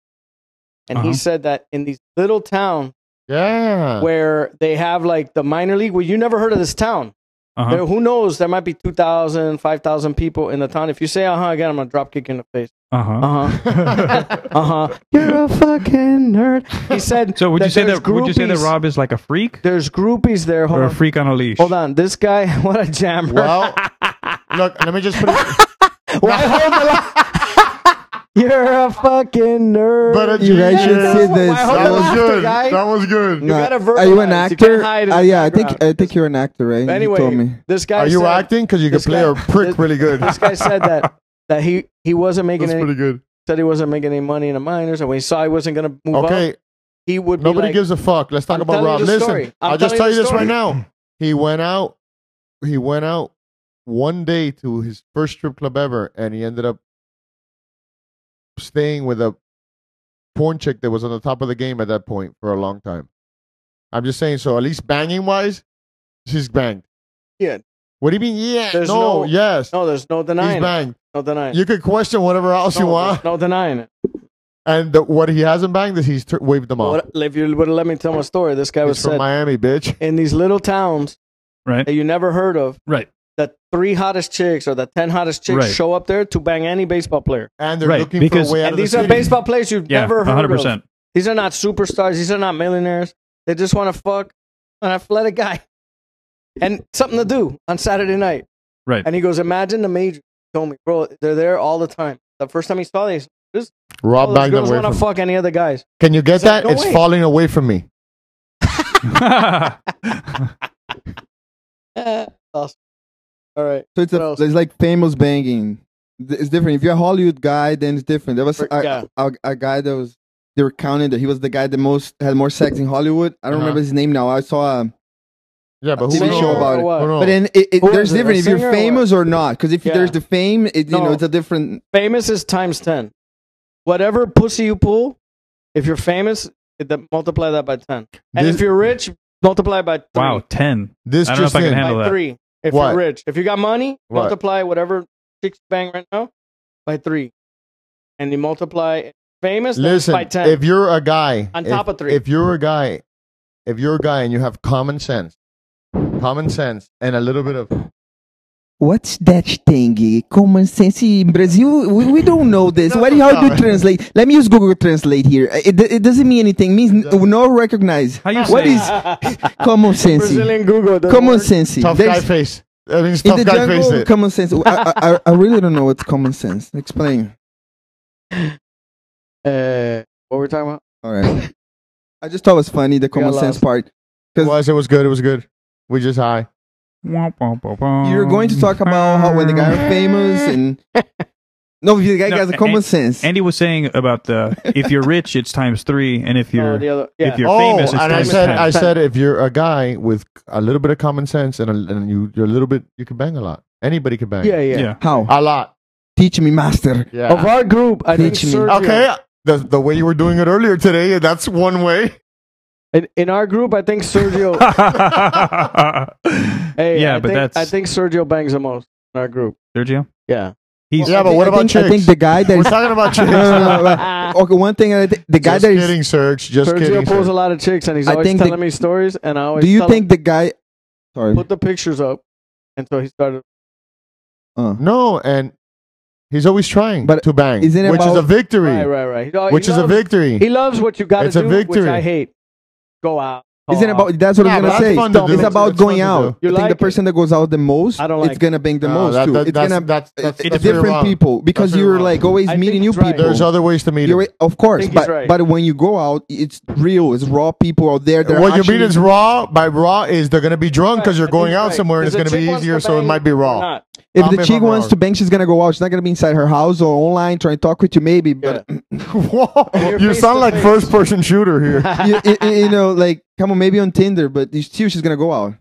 [SPEAKER 2] and he
[SPEAKER 8] Uh-huh.
[SPEAKER 2] said that in these little towns.
[SPEAKER 5] Yeah.
[SPEAKER 2] where they have like the minor league where you never heard of this town.
[SPEAKER 8] Uh-huh.
[SPEAKER 2] There, who knows? There might be 2,000, 5,000 people in the town. If you say, uh huh, again, I'm going to drop kick you in the face.
[SPEAKER 8] Uh-huh.
[SPEAKER 2] Uh huh. Uh huh. You're a fucking nerd. He said,
[SPEAKER 8] So would you say
[SPEAKER 2] there's
[SPEAKER 8] that would you say that
[SPEAKER 2] groupies-
[SPEAKER 8] Rob is like a freak
[SPEAKER 2] There's groupies there. Hold
[SPEAKER 8] or a
[SPEAKER 2] on.
[SPEAKER 8] freak on a leash?
[SPEAKER 2] Hold on. This guy, what a jammer.
[SPEAKER 5] well, look. Let me just put it.
[SPEAKER 2] Why hold the line? You're a fucking nerd.
[SPEAKER 5] But a
[SPEAKER 6] You
[SPEAKER 5] genius.
[SPEAKER 6] guys should
[SPEAKER 2] Yeah,
[SPEAKER 6] see
[SPEAKER 2] that's
[SPEAKER 6] this.
[SPEAKER 2] why I hold the
[SPEAKER 5] That
[SPEAKER 6] That
[SPEAKER 5] was
[SPEAKER 2] laughter,
[SPEAKER 5] good.
[SPEAKER 2] guy.
[SPEAKER 5] That was good.
[SPEAKER 6] No.
[SPEAKER 2] gotta
[SPEAKER 6] Are you an
[SPEAKER 2] verbalize. You
[SPEAKER 6] actor?
[SPEAKER 2] can't hide in
[SPEAKER 6] Ah,
[SPEAKER 2] the
[SPEAKER 6] yeah, I think
[SPEAKER 2] background.
[SPEAKER 6] I think you're an actor, right? you told me.
[SPEAKER 2] anyway, this guy
[SPEAKER 5] Are you
[SPEAKER 2] said,
[SPEAKER 5] acting? Because you can
[SPEAKER 2] this
[SPEAKER 5] play
[SPEAKER 2] guy-
[SPEAKER 5] a prick
[SPEAKER 2] this-
[SPEAKER 5] really good.
[SPEAKER 2] This guy said that, that he, he wasn't making
[SPEAKER 5] That's
[SPEAKER 2] any
[SPEAKER 5] pretty good.
[SPEAKER 2] said he wasn't making any money in the minors, and when he saw he wasn't going to move
[SPEAKER 5] Okay.
[SPEAKER 2] up, he would be
[SPEAKER 5] Nobody
[SPEAKER 2] like,
[SPEAKER 5] gives a fuck. Let's talk
[SPEAKER 2] I'm
[SPEAKER 5] about
[SPEAKER 2] telling you
[SPEAKER 5] Rob.
[SPEAKER 2] the
[SPEAKER 5] Listen,
[SPEAKER 2] story. I'm
[SPEAKER 5] I'll just tell
[SPEAKER 2] telling
[SPEAKER 5] you
[SPEAKER 2] you the
[SPEAKER 5] this right
[SPEAKER 2] story.
[SPEAKER 5] now. He went out. He went out one day to his first strip club ever, and he ended up staying with a porn chick that was on the top of the game at that point for a long time. I'm just saying. So at least banging wise, she's banged.
[SPEAKER 2] Yeah.
[SPEAKER 5] What do you mean? Yeah.
[SPEAKER 2] There's
[SPEAKER 5] no,
[SPEAKER 2] no-
[SPEAKER 5] Yes.
[SPEAKER 2] "No, there's no
[SPEAKER 5] he's
[SPEAKER 2] denying, it.
[SPEAKER 5] banged.
[SPEAKER 2] no denying." it.
[SPEAKER 5] You could question whatever else you
[SPEAKER 2] no,
[SPEAKER 5] want,
[SPEAKER 2] there's no denying it.
[SPEAKER 5] and the, what he hasn't banged is he's tur waved them off.
[SPEAKER 2] What, if you would have let me tell my story, this guy was
[SPEAKER 5] He's from
[SPEAKER 2] said
[SPEAKER 5] Miami, bitch.
[SPEAKER 2] in these little towns
[SPEAKER 8] Right.
[SPEAKER 2] that you never heard of,
[SPEAKER 8] Right.
[SPEAKER 2] the three hottest chicks or the ten hottest chicks
[SPEAKER 8] Right.
[SPEAKER 2] show up there to bang any baseball player,
[SPEAKER 5] and they're
[SPEAKER 8] Right,
[SPEAKER 5] looking
[SPEAKER 8] because-
[SPEAKER 5] for a way out
[SPEAKER 2] and
[SPEAKER 5] of the
[SPEAKER 2] these are
[SPEAKER 5] city.
[SPEAKER 2] baseball players you've
[SPEAKER 8] Yeah.
[SPEAKER 2] never heard
[SPEAKER 8] hundred
[SPEAKER 2] of.
[SPEAKER 8] percent.
[SPEAKER 2] These are not superstars. These are not millionaires. They just want to fuck an athletic guy and something to do on Saturday night.
[SPEAKER 8] Right.
[SPEAKER 2] And he goes, imagine the major. told me, bro, they're there all the time. The first time he saw these, all
[SPEAKER 5] Rob
[SPEAKER 2] those
[SPEAKER 5] backed
[SPEAKER 2] girls
[SPEAKER 5] away
[SPEAKER 2] want
[SPEAKER 5] from
[SPEAKER 2] to fuck any other guys.
[SPEAKER 5] Can you get
[SPEAKER 2] It's like,
[SPEAKER 5] that?
[SPEAKER 2] no
[SPEAKER 5] it's
[SPEAKER 2] way.
[SPEAKER 5] falling away from me.
[SPEAKER 2] Awesome. All right.
[SPEAKER 6] So it's
[SPEAKER 2] What
[SPEAKER 6] a,
[SPEAKER 2] else?
[SPEAKER 6] it's like famous banging. Th- It's different. If you're a Hollywood guy, then it's different. There was
[SPEAKER 2] For-
[SPEAKER 6] a, a-
[SPEAKER 2] yeah.
[SPEAKER 6] a, a guy that was they were counting that he was the guy that most had more sex in Hollywood. I don't
[SPEAKER 8] Uh-huh.
[SPEAKER 6] remember his name now. I saw, um,
[SPEAKER 5] Yeah, but who
[SPEAKER 6] TV
[SPEAKER 5] knows?
[SPEAKER 6] show about it.
[SPEAKER 5] Who
[SPEAKER 2] What?
[SPEAKER 5] knows?
[SPEAKER 6] but then it, it,
[SPEAKER 2] Oh. Who
[SPEAKER 6] there's
[SPEAKER 2] is it, a
[SPEAKER 6] different if
[SPEAKER 2] singer
[SPEAKER 6] you're
[SPEAKER 2] or
[SPEAKER 6] famous or not. Because if
[SPEAKER 2] Yeah.
[SPEAKER 6] there's the fame, it, you
[SPEAKER 2] No.
[SPEAKER 6] know it's a different.
[SPEAKER 2] Famous is times ten. Whatever pussy you pull, if you're famous, it, then multiply that by ten. And
[SPEAKER 5] This-
[SPEAKER 2] if you're rich, multiply by three.
[SPEAKER 8] wow, ten.
[SPEAKER 5] this
[SPEAKER 8] I don't know
[SPEAKER 5] just
[SPEAKER 8] if I
[SPEAKER 5] in.
[SPEAKER 8] can handle-
[SPEAKER 2] by
[SPEAKER 8] that.
[SPEAKER 2] three. If
[SPEAKER 5] What?
[SPEAKER 2] you're rich, if you got money,
[SPEAKER 5] What?
[SPEAKER 2] multiply whatever chicks you bang right now by three, and you multiply famous then
[SPEAKER 5] Listen,
[SPEAKER 2] by ten.
[SPEAKER 5] if you're a guy,
[SPEAKER 2] On
[SPEAKER 5] if-
[SPEAKER 2] top of three.
[SPEAKER 5] if you're a guy, if you're a guy and you have common sense, common sense, and a little bit of
[SPEAKER 6] What's that thingy? Common sense in Brazil, we, we don't know this. What how do you translate? Let me use Google Translate here. It, it doesn't mean anything. means no recognize.
[SPEAKER 8] How you
[SPEAKER 6] What
[SPEAKER 8] say?
[SPEAKER 6] is- Common sense.
[SPEAKER 2] Brazilian Google? doesn't
[SPEAKER 6] Common
[SPEAKER 2] work.
[SPEAKER 6] sense.
[SPEAKER 5] tough
[SPEAKER 6] There's-
[SPEAKER 5] guy face. I mean, it's
[SPEAKER 6] in
[SPEAKER 5] tough
[SPEAKER 6] the
[SPEAKER 5] guy face.
[SPEAKER 6] jungle,
[SPEAKER 5] It.
[SPEAKER 6] common sense. I, I, I- I really don't know what's common sense. Explain.
[SPEAKER 2] Uh, what we're talking about?
[SPEAKER 6] All right. I just thought it was funny the common
[SPEAKER 2] got
[SPEAKER 6] sense
[SPEAKER 2] lost.
[SPEAKER 6] part.
[SPEAKER 5] It was. It was good. It was good. We just high.
[SPEAKER 6] You're going to talk about how when the guy are famous and no, if the guy
[SPEAKER 8] No,
[SPEAKER 6] has a
[SPEAKER 8] and-
[SPEAKER 6] common sense.
[SPEAKER 8] Andy was saying about the if you're rich, it's times three, and if
[SPEAKER 2] No,
[SPEAKER 8] you're
[SPEAKER 2] the other. Yeah.
[SPEAKER 8] if you're
[SPEAKER 5] oh,
[SPEAKER 8] famous,
[SPEAKER 5] and
[SPEAKER 8] it's
[SPEAKER 5] I
[SPEAKER 8] times
[SPEAKER 5] said,
[SPEAKER 8] ten.
[SPEAKER 5] I said, if you're a guy with a little bit of common sense and, a, and you, you're a little bit, you can bang a lot. Anybody can bang.
[SPEAKER 2] yeah, yeah,
[SPEAKER 8] yeah.
[SPEAKER 6] how?
[SPEAKER 5] a lot.
[SPEAKER 6] Teach me, master.
[SPEAKER 5] Yeah.
[SPEAKER 2] Of our group, I think
[SPEAKER 6] Teach me.
[SPEAKER 2] Sergio,
[SPEAKER 5] Okay. The, the way you were doing it earlier today, that's one way.
[SPEAKER 2] In, in our group, I think Sergio. hey,
[SPEAKER 8] yeah,
[SPEAKER 2] I
[SPEAKER 8] but
[SPEAKER 2] think,
[SPEAKER 8] that's
[SPEAKER 2] I think Sergio bangs the most in our group.
[SPEAKER 8] Sergio.
[SPEAKER 2] Yeah.
[SPEAKER 8] He's
[SPEAKER 5] Yeah,
[SPEAKER 6] I
[SPEAKER 5] but
[SPEAKER 6] think-
[SPEAKER 5] what
[SPEAKER 6] I
[SPEAKER 5] about
[SPEAKER 6] think, I think
[SPEAKER 5] chicks?
[SPEAKER 6] the guy that
[SPEAKER 5] We're
[SPEAKER 6] is.
[SPEAKER 5] talking about
[SPEAKER 6] No,
[SPEAKER 5] chicks.
[SPEAKER 6] no, no, no, no. Okay, one thing. I thi- The guy
[SPEAKER 5] Just
[SPEAKER 6] that is.
[SPEAKER 5] kidding, Serge. Just
[SPEAKER 2] Sergio
[SPEAKER 5] kidding.
[SPEAKER 2] pulls
[SPEAKER 5] Serge.
[SPEAKER 2] a lot of chicks, and he's
[SPEAKER 6] I
[SPEAKER 2] always
[SPEAKER 6] think the-
[SPEAKER 2] telling me stories. And I always
[SPEAKER 6] Do you
[SPEAKER 2] tell
[SPEAKER 6] think
[SPEAKER 2] him,
[SPEAKER 6] the guy? Sorry.
[SPEAKER 2] put the pictures up? And so he started.
[SPEAKER 6] Uh,
[SPEAKER 5] No, and he's always trying
[SPEAKER 6] But
[SPEAKER 5] to bang, which
[SPEAKER 6] isn't it
[SPEAKER 5] is
[SPEAKER 6] about-
[SPEAKER 5] a victory.
[SPEAKER 2] Right, right, right. He- he
[SPEAKER 5] Which is a
[SPEAKER 2] loves-
[SPEAKER 5] victory.
[SPEAKER 2] He loves what you got to
[SPEAKER 5] It's a
[SPEAKER 2] do,
[SPEAKER 5] victory.
[SPEAKER 2] which I hate. Go out. call
[SPEAKER 6] Isn't
[SPEAKER 2] out.
[SPEAKER 6] about that's what
[SPEAKER 5] Yeah,
[SPEAKER 6] I'm
[SPEAKER 5] but
[SPEAKER 6] gonna
[SPEAKER 5] that's
[SPEAKER 6] say.
[SPEAKER 5] fun to do.
[SPEAKER 6] it's
[SPEAKER 5] It's-
[SPEAKER 6] about
[SPEAKER 5] it's fun
[SPEAKER 6] going
[SPEAKER 5] to
[SPEAKER 6] out.
[SPEAKER 2] do.
[SPEAKER 6] I
[SPEAKER 2] You
[SPEAKER 6] think
[SPEAKER 2] like
[SPEAKER 6] the
[SPEAKER 2] it?
[SPEAKER 6] person that goes out the most,
[SPEAKER 2] I don't
[SPEAKER 6] it's
[SPEAKER 2] like
[SPEAKER 6] gonna bang the
[SPEAKER 5] No,
[SPEAKER 6] most
[SPEAKER 5] that-
[SPEAKER 6] too.
[SPEAKER 5] that-
[SPEAKER 6] it's
[SPEAKER 5] that's-
[SPEAKER 6] gonna
[SPEAKER 5] that's- that's-
[SPEAKER 6] it's
[SPEAKER 5] that's
[SPEAKER 6] different
[SPEAKER 5] very wrong.
[SPEAKER 6] people
[SPEAKER 5] That's
[SPEAKER 6] because
[SPEAKER 5] very
[SPEAKER 6] you're
[SPEAKER 5] wrong.
[SPEAKER 6] like always
[SPEAKER 2] I think
[SPEAKER 6] meeting new
[SPEAKER 2] he's right.
[SPEAKER 6] people.
[SPEAKER 5] There's other ways to meet
[SPEAKER 6] You're
[SPEAKER 5] him.
[SPEAKER 6] right- of course,
[SPEAKER 2] think he's
[SPEAKER 6] but
[SPEAKER 2] right.
[SPEAKER 6] but when you go out, it's real. It's raw people out there. They're
[SPEAKER 5] What you
[SPEAKER 6] actually-
[SPEAKER 5] mean is raw. By raw is they're gonna be drunk because you're
[SPEAKER 2] I think
[SPEAKER 5] going
[SPEAKER 2] he's
[SPEAKER 5] out
[SPEAKER 2] right.
[SPEAKER 5] somewhere and it's
[SPEAKER 2] Because
[SPEAKER 5] gonna
[SPEAKER 2] the chick wants
[SPEAKER 5] be
[SPEAKER 2] to
[SPEAKER 5] easier, so it
[SPEAKER 2] bang
[SPEAKER 5] might be
[SPEAKER 2] or
[SPEAKER 5] raw.
[SPEAKER 2] not.
[SPEAKER 6] If
[SPEAKER 5] I'm
[SPEAKER 6] the
[SPEAKER 5] if
[SPEAKER 6] chick
[SPEAKER 5] I'm
[SPEAKER 6] wants
[SPEAKER 5] wrong.
[SPEAKER 6] to bang, she's gonna go out. She's not gonna be inside her house or online trying to talk with you, maybe. But
[SPEAKER 5] Whoa,
[SPEAKER 2] You're
[SPEAKER 5] you
[SPEAKER 2] face
[SPEAKER 5] sound
[SPEAKER 2] to
[SPEAKER 5] like
[SPEAKER 2] face.
[SPEAKER 5] first person shooter here.
[SPEAKER 6] you, you- you know, like come on, maybe on Tinder, but you still she's gonna go out.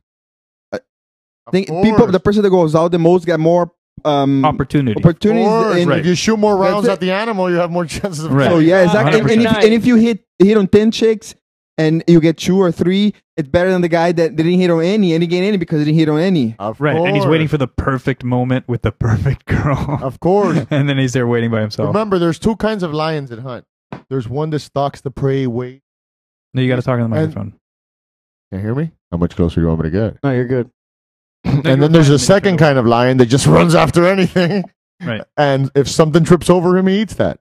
[SPEAKER 6] Think people, the person that goes out the most got more um,
[SPEAKER 8] opportunity.
[SPEAKER 6] opportunities.
[SPEAKER 5] Or
[SPEAKER 6] in-
[SPEAKER 5] if you shoot more rounds
[SPEAKER 6] That's it.
[SPEAKER 5] at the animal, you have more chances of
[SPEAKER 8] Right.
[SPEAKER 6] So
[SPEAKER 5] killing.
[SPEAKER 6] yeah, exactly. And, and if,
[SPEAKER 2] 100%.
[SPEAKER 6] and if you hit hit on ten chicks and you get two or three, it's better than the guy that didn't hit on any and he gained any because he didn't hit on any.
[SPEAKER 5] Of
[SPEAKER 8] right, and he's
[SPEAKER 5] course.
[SPEAKER 8] waiting for the perfect moment with the perfect girl,
[SPEAKER 5] Of course.
[SPEAKER 8] and then he's there waiting by himself.
[SPEAKER 5] Remember, there's two kinds of lions that hunt. There's one that stalks the prey. Wait,
[SPEAKER 8] No, you got to talk on the
[SPEAKER 5] And-
[SPEAKER 8] microphone.
[SPEAKER 5] can you hear me? How much closer do you want me to get?
[SPEAKER 2] No, you're good.
[SPEAKER 5] and then there's a second kind of lion that just runs after anything.
[SPEAKER 8] Right.
[SPEAKER 5] And if something trips over him, he eats that.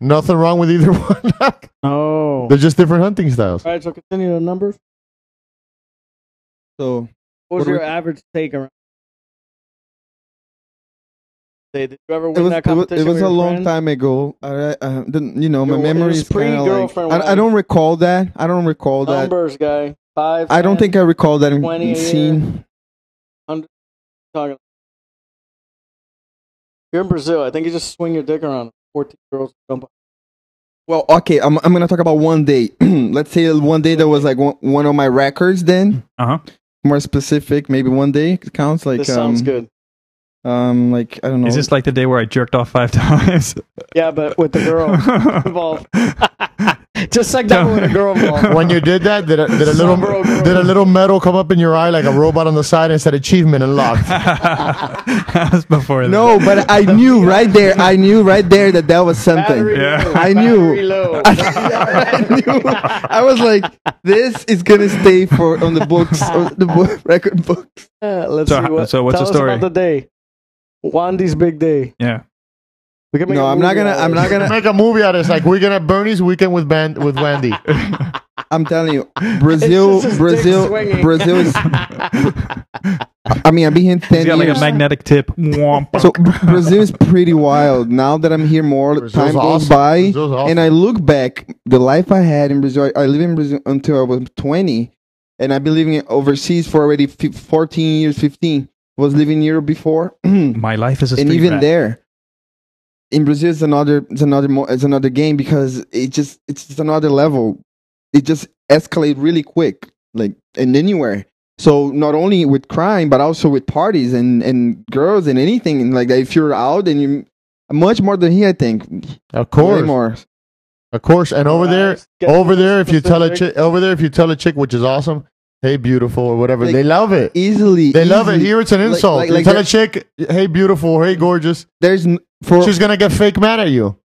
[SPEAKER 5] Nothing wrong with either one.
[SPEAKER 2] Oh.
[SPEAKER 5] They're just different hunting styles.
[SPEAKER 2] All right, so continue the numbers.
[SPEAKER 6] So
[SPEAKER 2] What was
[SPEAKER 6] What do
[SPEAKER 2] your
[SPEAKER 6] we-
[SPEAKER 2] average take around? Say, did you ever
[SPEAKER 6] it
[SPEAKER 2] win
[SPEAKER 6] was
[SPEAKER 2] that
[SPEAKER 6] it was,
[SPEAKER 2] competition?
[SPEAKER 6] it was
[SPEAKER 2] with
[SPEAKER 6] a
[SPEAKER 2] your
[SPEAKER 6] long
[SPEAKER 2] friends?
[SPEAKER 6] time ago. I, uh, didn't- you know, my
[SPEAKER 2] Your- it
[SPEAKER 6] memory
[SPEAKER 2] was
[SPEAKER 6] is kind of
[SPEAKER 2] pre-girlfriend
[SPEAKER 6] like I, I don't recall that. I don't recall that.
[SPEAKER 2] Numbers, guy. Five.
[SPEAKER 6] I don't
[SPEAKER 2] 10,
[SPEAKER 6] think I recall that
[SPEAKER 2] 20 a year.
[SPEAKER 6] scene.
[SPEAKER 2] talking. You're in Brazil. I think you just swing your dick around. 14 girls jump.
[SPEAKER 6] Well, okay, I'm I'm gonna talk about one day. Let's say one day that was like one, one of my records. Then
[SPEAKER 8] Uh huh.
[SPEAKER 6] more specific, maybe one day it counts. Like
[SPEAKER 2] This sounds
[SPEAKER 6] um,
[SPEAKER 2] good.
[SPEAKER 6] Um, like I don't know.
[SPEAKER 8] Is this like the day where I jerked off five times?
[SPEAKER 2] Yeah, but with the girl involved. just like that one with a girl involved.
[SPEAKER 5] When you did that, did a, did a little
[SPEAKER 2] Somber old girl.
[SPEAKER 5] did a little metal come up in your eye like a robot on the side and said achievement unlocked?
[SPEAKER 8] that was before.
[SPEAKER 6] No, but I knew right there. I knew right there that that was something.
[SPEAKER 2] Battery
[SPEAKER 8] Yeah.
[SPEAKER 2] low.
[SPEAKER 6] I knew.
[SPEAKER 2] Battery low.
[SPEAKER 6] I knew. I was like, this is gonna stay for on the books, on the book, record books.
[SPEAKER 2] Yeah, let's
[SPEAKER 8] So
[SPEAKER 2] see
[SPEAKER 8] ho-
[SPEAKER 2] what.
[SPEAKER 8] so what's
[SPEAKER 2] tell
[SPEAKER 8] the
[SPEAKER 2] Us
[SPEAKER 8] story?
[SPEAKER 2] about the day, Wandy's big day.
[SPEAKER 8] that. Yeah.
[SPEAKER 2] We can make
[SPEAKER 6] No,
[SPEAKER 2] a
[SPEAKER 6] I'm not
[SPEAKER 2] movie
[SPEAKER 6] gonna.
[SPEAKER 2] out of
[SPEAKER 6] I'm
[SPEAKER 2] it.
[SPEAKER 6] not gonna.
[SPEAKER 5] Make a movie out of it. It's like weekend at Bernie's, weekend with Band with Wendy.
[SPEAKER 6] I'm telling you, Brazil,
[SPEAKER 2] It's just his dick
[SPEAKER 6] Brazil,
[SPEAKER 2] swinging.
[SPEAKER 6] Brazil is. I mean, I've been here
[SPEAKER 8] He's
[SPEAKER 6] ten
[SPEAKER 8] got like a
[SPEAKER 6] years.
[SPEAKER 8] magnetic tip. Womp.
[SPEAKER 6] so Brazil is pretty wild. Now that I'm here, more
[SPEAKER 5] Brazil's
[SPEAKER 6] time goes
[SPEAKER 5] awesome.
[SPEAKER 6] by,
[SPEAKER 5] Brazil's awesome.
[SPEAKER 6] and I look back the life I had in Brazil. I lived in Brazil until I was 20, and I've been living overseas for already fi 14 years, 15. Was living in Europe before, and
[SPEAKER 8] My life is a street
[SPEAKER 6] even
[SPEAKER 8] rat.
[SPEAKER 6] there, in Brazil, it's another, it's another, mo- it's another game because it just, it's just another level. It just escalate really quick, like and anywhere. So not only with crime, but also with parties and and girls and anything. And like if you're out and you, much more than here, I think.
[SPEAKER 5] Of
[SPEAKER 6] Way
[SPEAKER 5] course,
[SPEAKER 6] more.
[SPEAKER 5] of course. And over there,
[SPEAKER 2] Let's get
[SPEAKER 5] over there, if you tell a
[SPEAKER 2] specific.
[SPEAKER 5] chick, over there, if you tell a chick, which is awesome, hey, beautiful, or whatever,
[SPEAKER 6] Like,
[SPEAKER 5] they love
[SPEAKER 2] e-,
[SPEAKER 5] it.
[SPEAKER 6] easily.
[SPEAKER 5] They love it.
[SPEAKER 6] easily-
[SPEAKER 5] Here it's an
[SPEAKER 6] like-
[SPEAKER 5] insult.
[SPEAKER 6] like-
[SPEAKER 5] You
[SPEAKER 6] like
[SPEAKER 5] tell
[SPEAKER 6] that-
[SPEAKER 5] a chick, hey, beautiful, hey, gorgeous,
[SPEAKER 6] There's n- for
[SPEAKER 5] she's gonna get fake mad at you.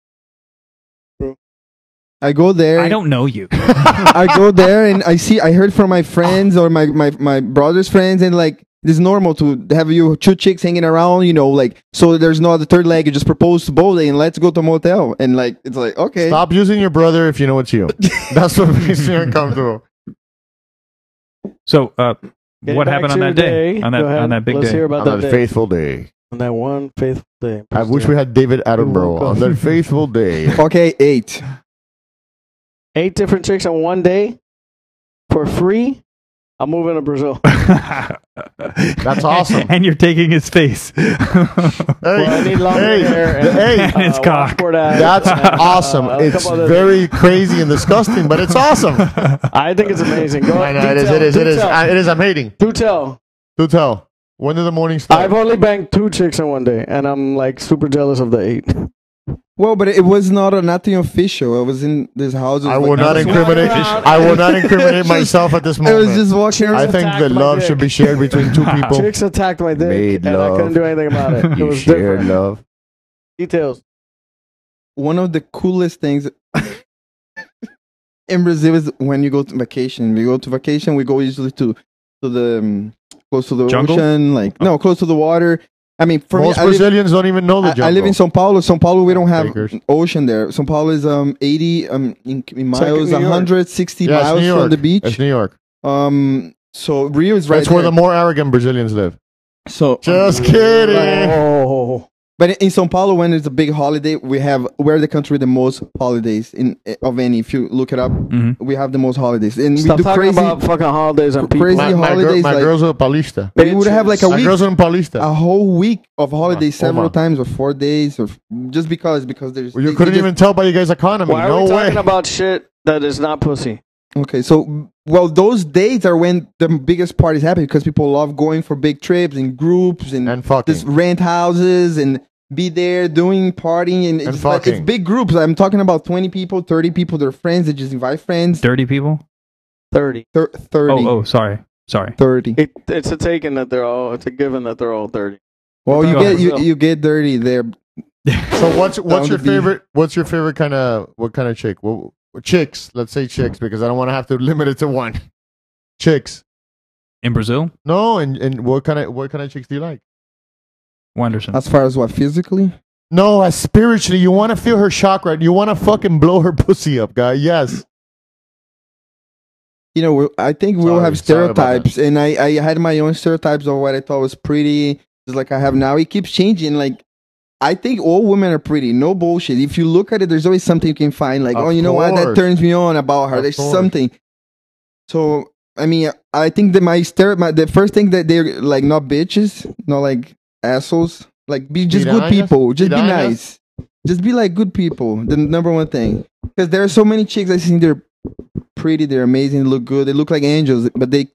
[SPEAKER 6] I go there.
[SPEAKER 8] I don't know you.
[SPEAKER 6] I go there and I see. I heard from my friends or my my my brother's friends and like. It's normal to have you two chicks hanging around, you know, like so. There's no other third leg. You just propose to both, and let's go to a motel. And like, it's like okay,
[SPEAKER 5] Stop using your brother if you know it's you. That's what makes me uncomfortable.
[SPEAKER 8] So, uh,
[SPEAKER 2] Getting
[SPEAKER 8] what
[SPEAKER 2] back
[SPEAKER 8] happened
[SPEAKER 2] to
[SPEAKER 8] on
[SPEAKER 2] your
[SPEAKER 8] that day? On that
[SPEAKER 2] Go ahead.
[SPEAKER 8] on that big
[SPEAKER 2] Let's
[SPEAKER 8] day.
[SPEAKER 2] hear about that day.
[SPEAKER 5] faithful day,
[SPEAKER 2] on that one faithful day.
[SPEAKER 5] I wish we had David Attenborough
[SPEAKER 2] woke up.
[SPEAKER 5] on that faithful day.
[SPEAKER 6] okay, eight.
[SPEAKER 2] eight different chicks on one day for free. I'm moving to Brazil.
[SPEAKER 5] That's awesome.
[SPEAKER 8] And you're taking his face.
[SPEAKER 2] Well, I need longer
[SPEAKER 5] hey,
[SPEAKER 2] hair and-
[SPEAKER 5] hey,
[SPEAKER 8] And it's cock.
[SPEAKER 2] washboard ass
[SPEAKER 5] that's
[SPEAKER 2] and, uh,
[SPEAKER 5] awesome.
[SPEAKER 2] a
[SPEAKER 5] it's
[SPEAKER 2] couple other-
[SPEAKER 5] very crazy and disgusting, but it's awesome.
[SPEAKER 2] I think it's amazing. Go
[SPEAKER 5] I know it is.
[SPEAKER 2] do
[SPEAKER 5] It is.
[SPEAKER 2] tell,
[SPEAKER 5] It
[SPEAKER 2] do
[SPEAKER 5] is.
[SPEAKER 2] tell.
[SPEAKER 5] I, it is. I'm hating.
[SPEAKER 2] Do tell.
[SPEAKER 5] Do tell. When did the morning
[SPEAKER 2] I've
[SPEAKER 5] start?
[SPEAKER 2] only banged two chicks in one day, and I'm like super jealous of the eight.
[SPEAKER 5] Oh.
[SPEAKER 6] Well, but it was not a, nothing official. It was in this house. It was
[SPEAKER 5] I
[SPEAKER 6] like-
[SPEAKER 5] will not
[SPEAKER 8] That's
[SPEAKER 5] incriminate.
[SPEAKER 2] walking around.
[SPEAKER 5] I will not incriminate
[SPEAKER 6] Just-
[SPEAKER 5] myself at this
[SPEAKER 6] It
[SPEAKER 5] moment.
[SPEAKER 6] was just walking around.
[SPEAKER 5] I think
[SPEAKER 2] attacked
[SPEAKER 5] that
[SPEAKER 2] my
[SPEAKER 5] love
[SPEAKER 2] dick.
[SPEAKER 5] should be shared between two people.
[SPEAKER 2] Chicks attacked my dick,
[SPEAKER 5] Made
[SPEAKER 2] and I couldn't
[SPEAKER 5] love.
[SPEAKER 2] do anything about it. It was
[SPEAKER 5] shared
[SPEAKER 2] different.
[SPEAKER 5] love.
[SPEAKER 2] Details.
[SPEAKER 6] one of the coolest things in Brazil is when you go to vacation. We go to vacation. We go usually to to the um, close to the
[SPEAKER 8] Jungle?
[SPEAKER 6] ocean, like no, close to the water. I mean, for
[SPEAKER 5] Most
[SPEAKER 6] me, I live,
[SPEAKER 5] Brazilians don't even know the
[SPEAKER 6] I,
[SPEAKER 5] jungle.
[SPEAKER 6] I live in São Paulo. São Paulo, we don't have
[SPEAKER 5] Bakers.
[SPEAKER 6] ocean there. São Paulo is um eighty um in, in
[SPEAKER 2] It's like
[SPEAKER 6] miles,
[SPEAKER 2] New York.
[SPEAKER 6] hundred sixty
[SPEAKER 5] Yeah, it's
[SPEAKER 6] miles
[SPEAKER 5] New
[SPEAKER 6] from
[SPEAKER 5] York.
[SPEAKER 6] the beach.
[SPEAKER 5] It's New York.
[SPEAKER 6] Um, so Rio is right Oh,
[SPEAKER 5] That's where
[SPEAKER 6] there.
[SPEAKER 5] the more arrogant Brazilians live.
[SPEAKER 6] so
[SPEAKER 5] Just kidding.
[SPEAKER 2] Oh,
[SPEAKER 6] But in São Paulo, when it's a big holiday, we have we're the country with the most holidays in of any. If you look it up,
[SPEAKER 2] Mm-hmm.
[SPEAKER 8] Mhm.
[SPEAKER 6] we have the most holidays, and
[SPEAKER 2] stop
[SPEAKER 6] we do
[SPEAKER 2] talking
[SPEAKER 6] crazy.
[SPEAKER 2] about fucking holidays and people.
[SPEAKER 6] Crazy
[SPEAKER 5] My, my, girl-
[SPEAKER 6] holidays,
[SPEAKER 5] my
[SPEAKER 6] like- Oh,
[SPEAKER 5] girls are Paulista.
[SPEAKER 6] we would have like a
[SPEAKER 5] My
[SPEAKER 6] week,
[SPEAKER 5] girls are in Paulista.
[SPEAKER 6] a whole week of holidays,
[SPEAKER 5] Omar.
[SPEAKER 6] several times, or four days, or f- just because because there's
[SPEAKER 5] Well, you
[SPEAKER 6] they-
[SPEAKER 5] couldn't
[SPEAKER 6] they
[SPEAKER 5] even tell by you guys' economy.
[SPEAKER 2] Why are
[SPEAKER 5] no
[SPEAKER 2] we
[SPEAKER 5] way.
[SPEAKER 2] talking about shit that is not pussy?
[SPEAKER 6] just- okay. So well, those days are when the biggest parties happen because people love going for big trips in groups and,
[SPEAKER 5] and fucking.
[SPEAKER 6] just rent houses and be there doing partying and, it's,
[SPEAKER 5] And
[SPEAKER 6] like, it's
[SPEAKER 5] fucking.
[SPEAKER 6] big groups. I'm talking about twenty people, thirty people, their friends. They just invite friends.
[SPEAKER 8] Dirty people.
[SPEAKER 2] Thirty.
[SPEAKER 6] Thir- 30.
[SPEAKER 8] Oh, oh, sorry, sorry.
[SPEAKER 6] 30.
[SPEAKER 2] It, it's a taken that they're all. It's a given that they're all thirty.
[SPEAKER 6] Well, you
[SPEAKER 8] Go
[SPEAKER 6] get
[SPEAKER 2] ahead.
[SPEAKER 6] you, you get dirty there.
[SPEAKER 5] so what's what's
[SPEAKER 6] Down
[SPEAKER 5] your
[SPEAKER 6] the beach.
[SPEAKER 5] favorite? What's your favorite kind of what kind of chick? Well, chicks. Let's say chicks because I don't want to have to limit it to one. Chicks.
[SPEAKER 8] In Brazil,
[SPEAKER 5] No, and, and what kind of what kind of chicks do you like?
[SPEAKER 8] Wanderson.
[SPEAKER 6] As far as what physically,
[SPEAKER 5] No, uh, spiritually, you want to feel her chakra. You want to fucking blow her pussy up, guy. Yes.
[SPEAKER 6] you know, we- I think we'll
[SPEAKER 5] Sorry,
[SPEAKER 6] have
[SPEAKER 5] sorry about
[SPEAKER 6] stereotypes, and I I had my own stereotypes of what I thought was pretty, just like I have now. It keeps changing. Like I think all women are pretty. No bullshit. If you look at it, there's always something you can find. Like
[SPEAKER 5] Of
[SPEAKER 6] oh, you know what? That
[SPEAKER 5] course.
[SPEAKER 6] turns me on about her.
[SPEAKER 5] Of
[SPEAKER 6] there's
[SPEAKER 5] course.
[SPEAKER 6] something. So I mean, I think that my stere my, the first thing that they're like not bitches, not like assholes. Like be just good
[SPEAKER 5] Piranhas?
[SPEAKER 6] people. Just be
[SPEAKER 5] Piranhas?
[SPEAKER 6] nice. just be like good people. The number one thing, because there are so many chicks I think they're pretty, they're amazing, look good, they look like angels, but they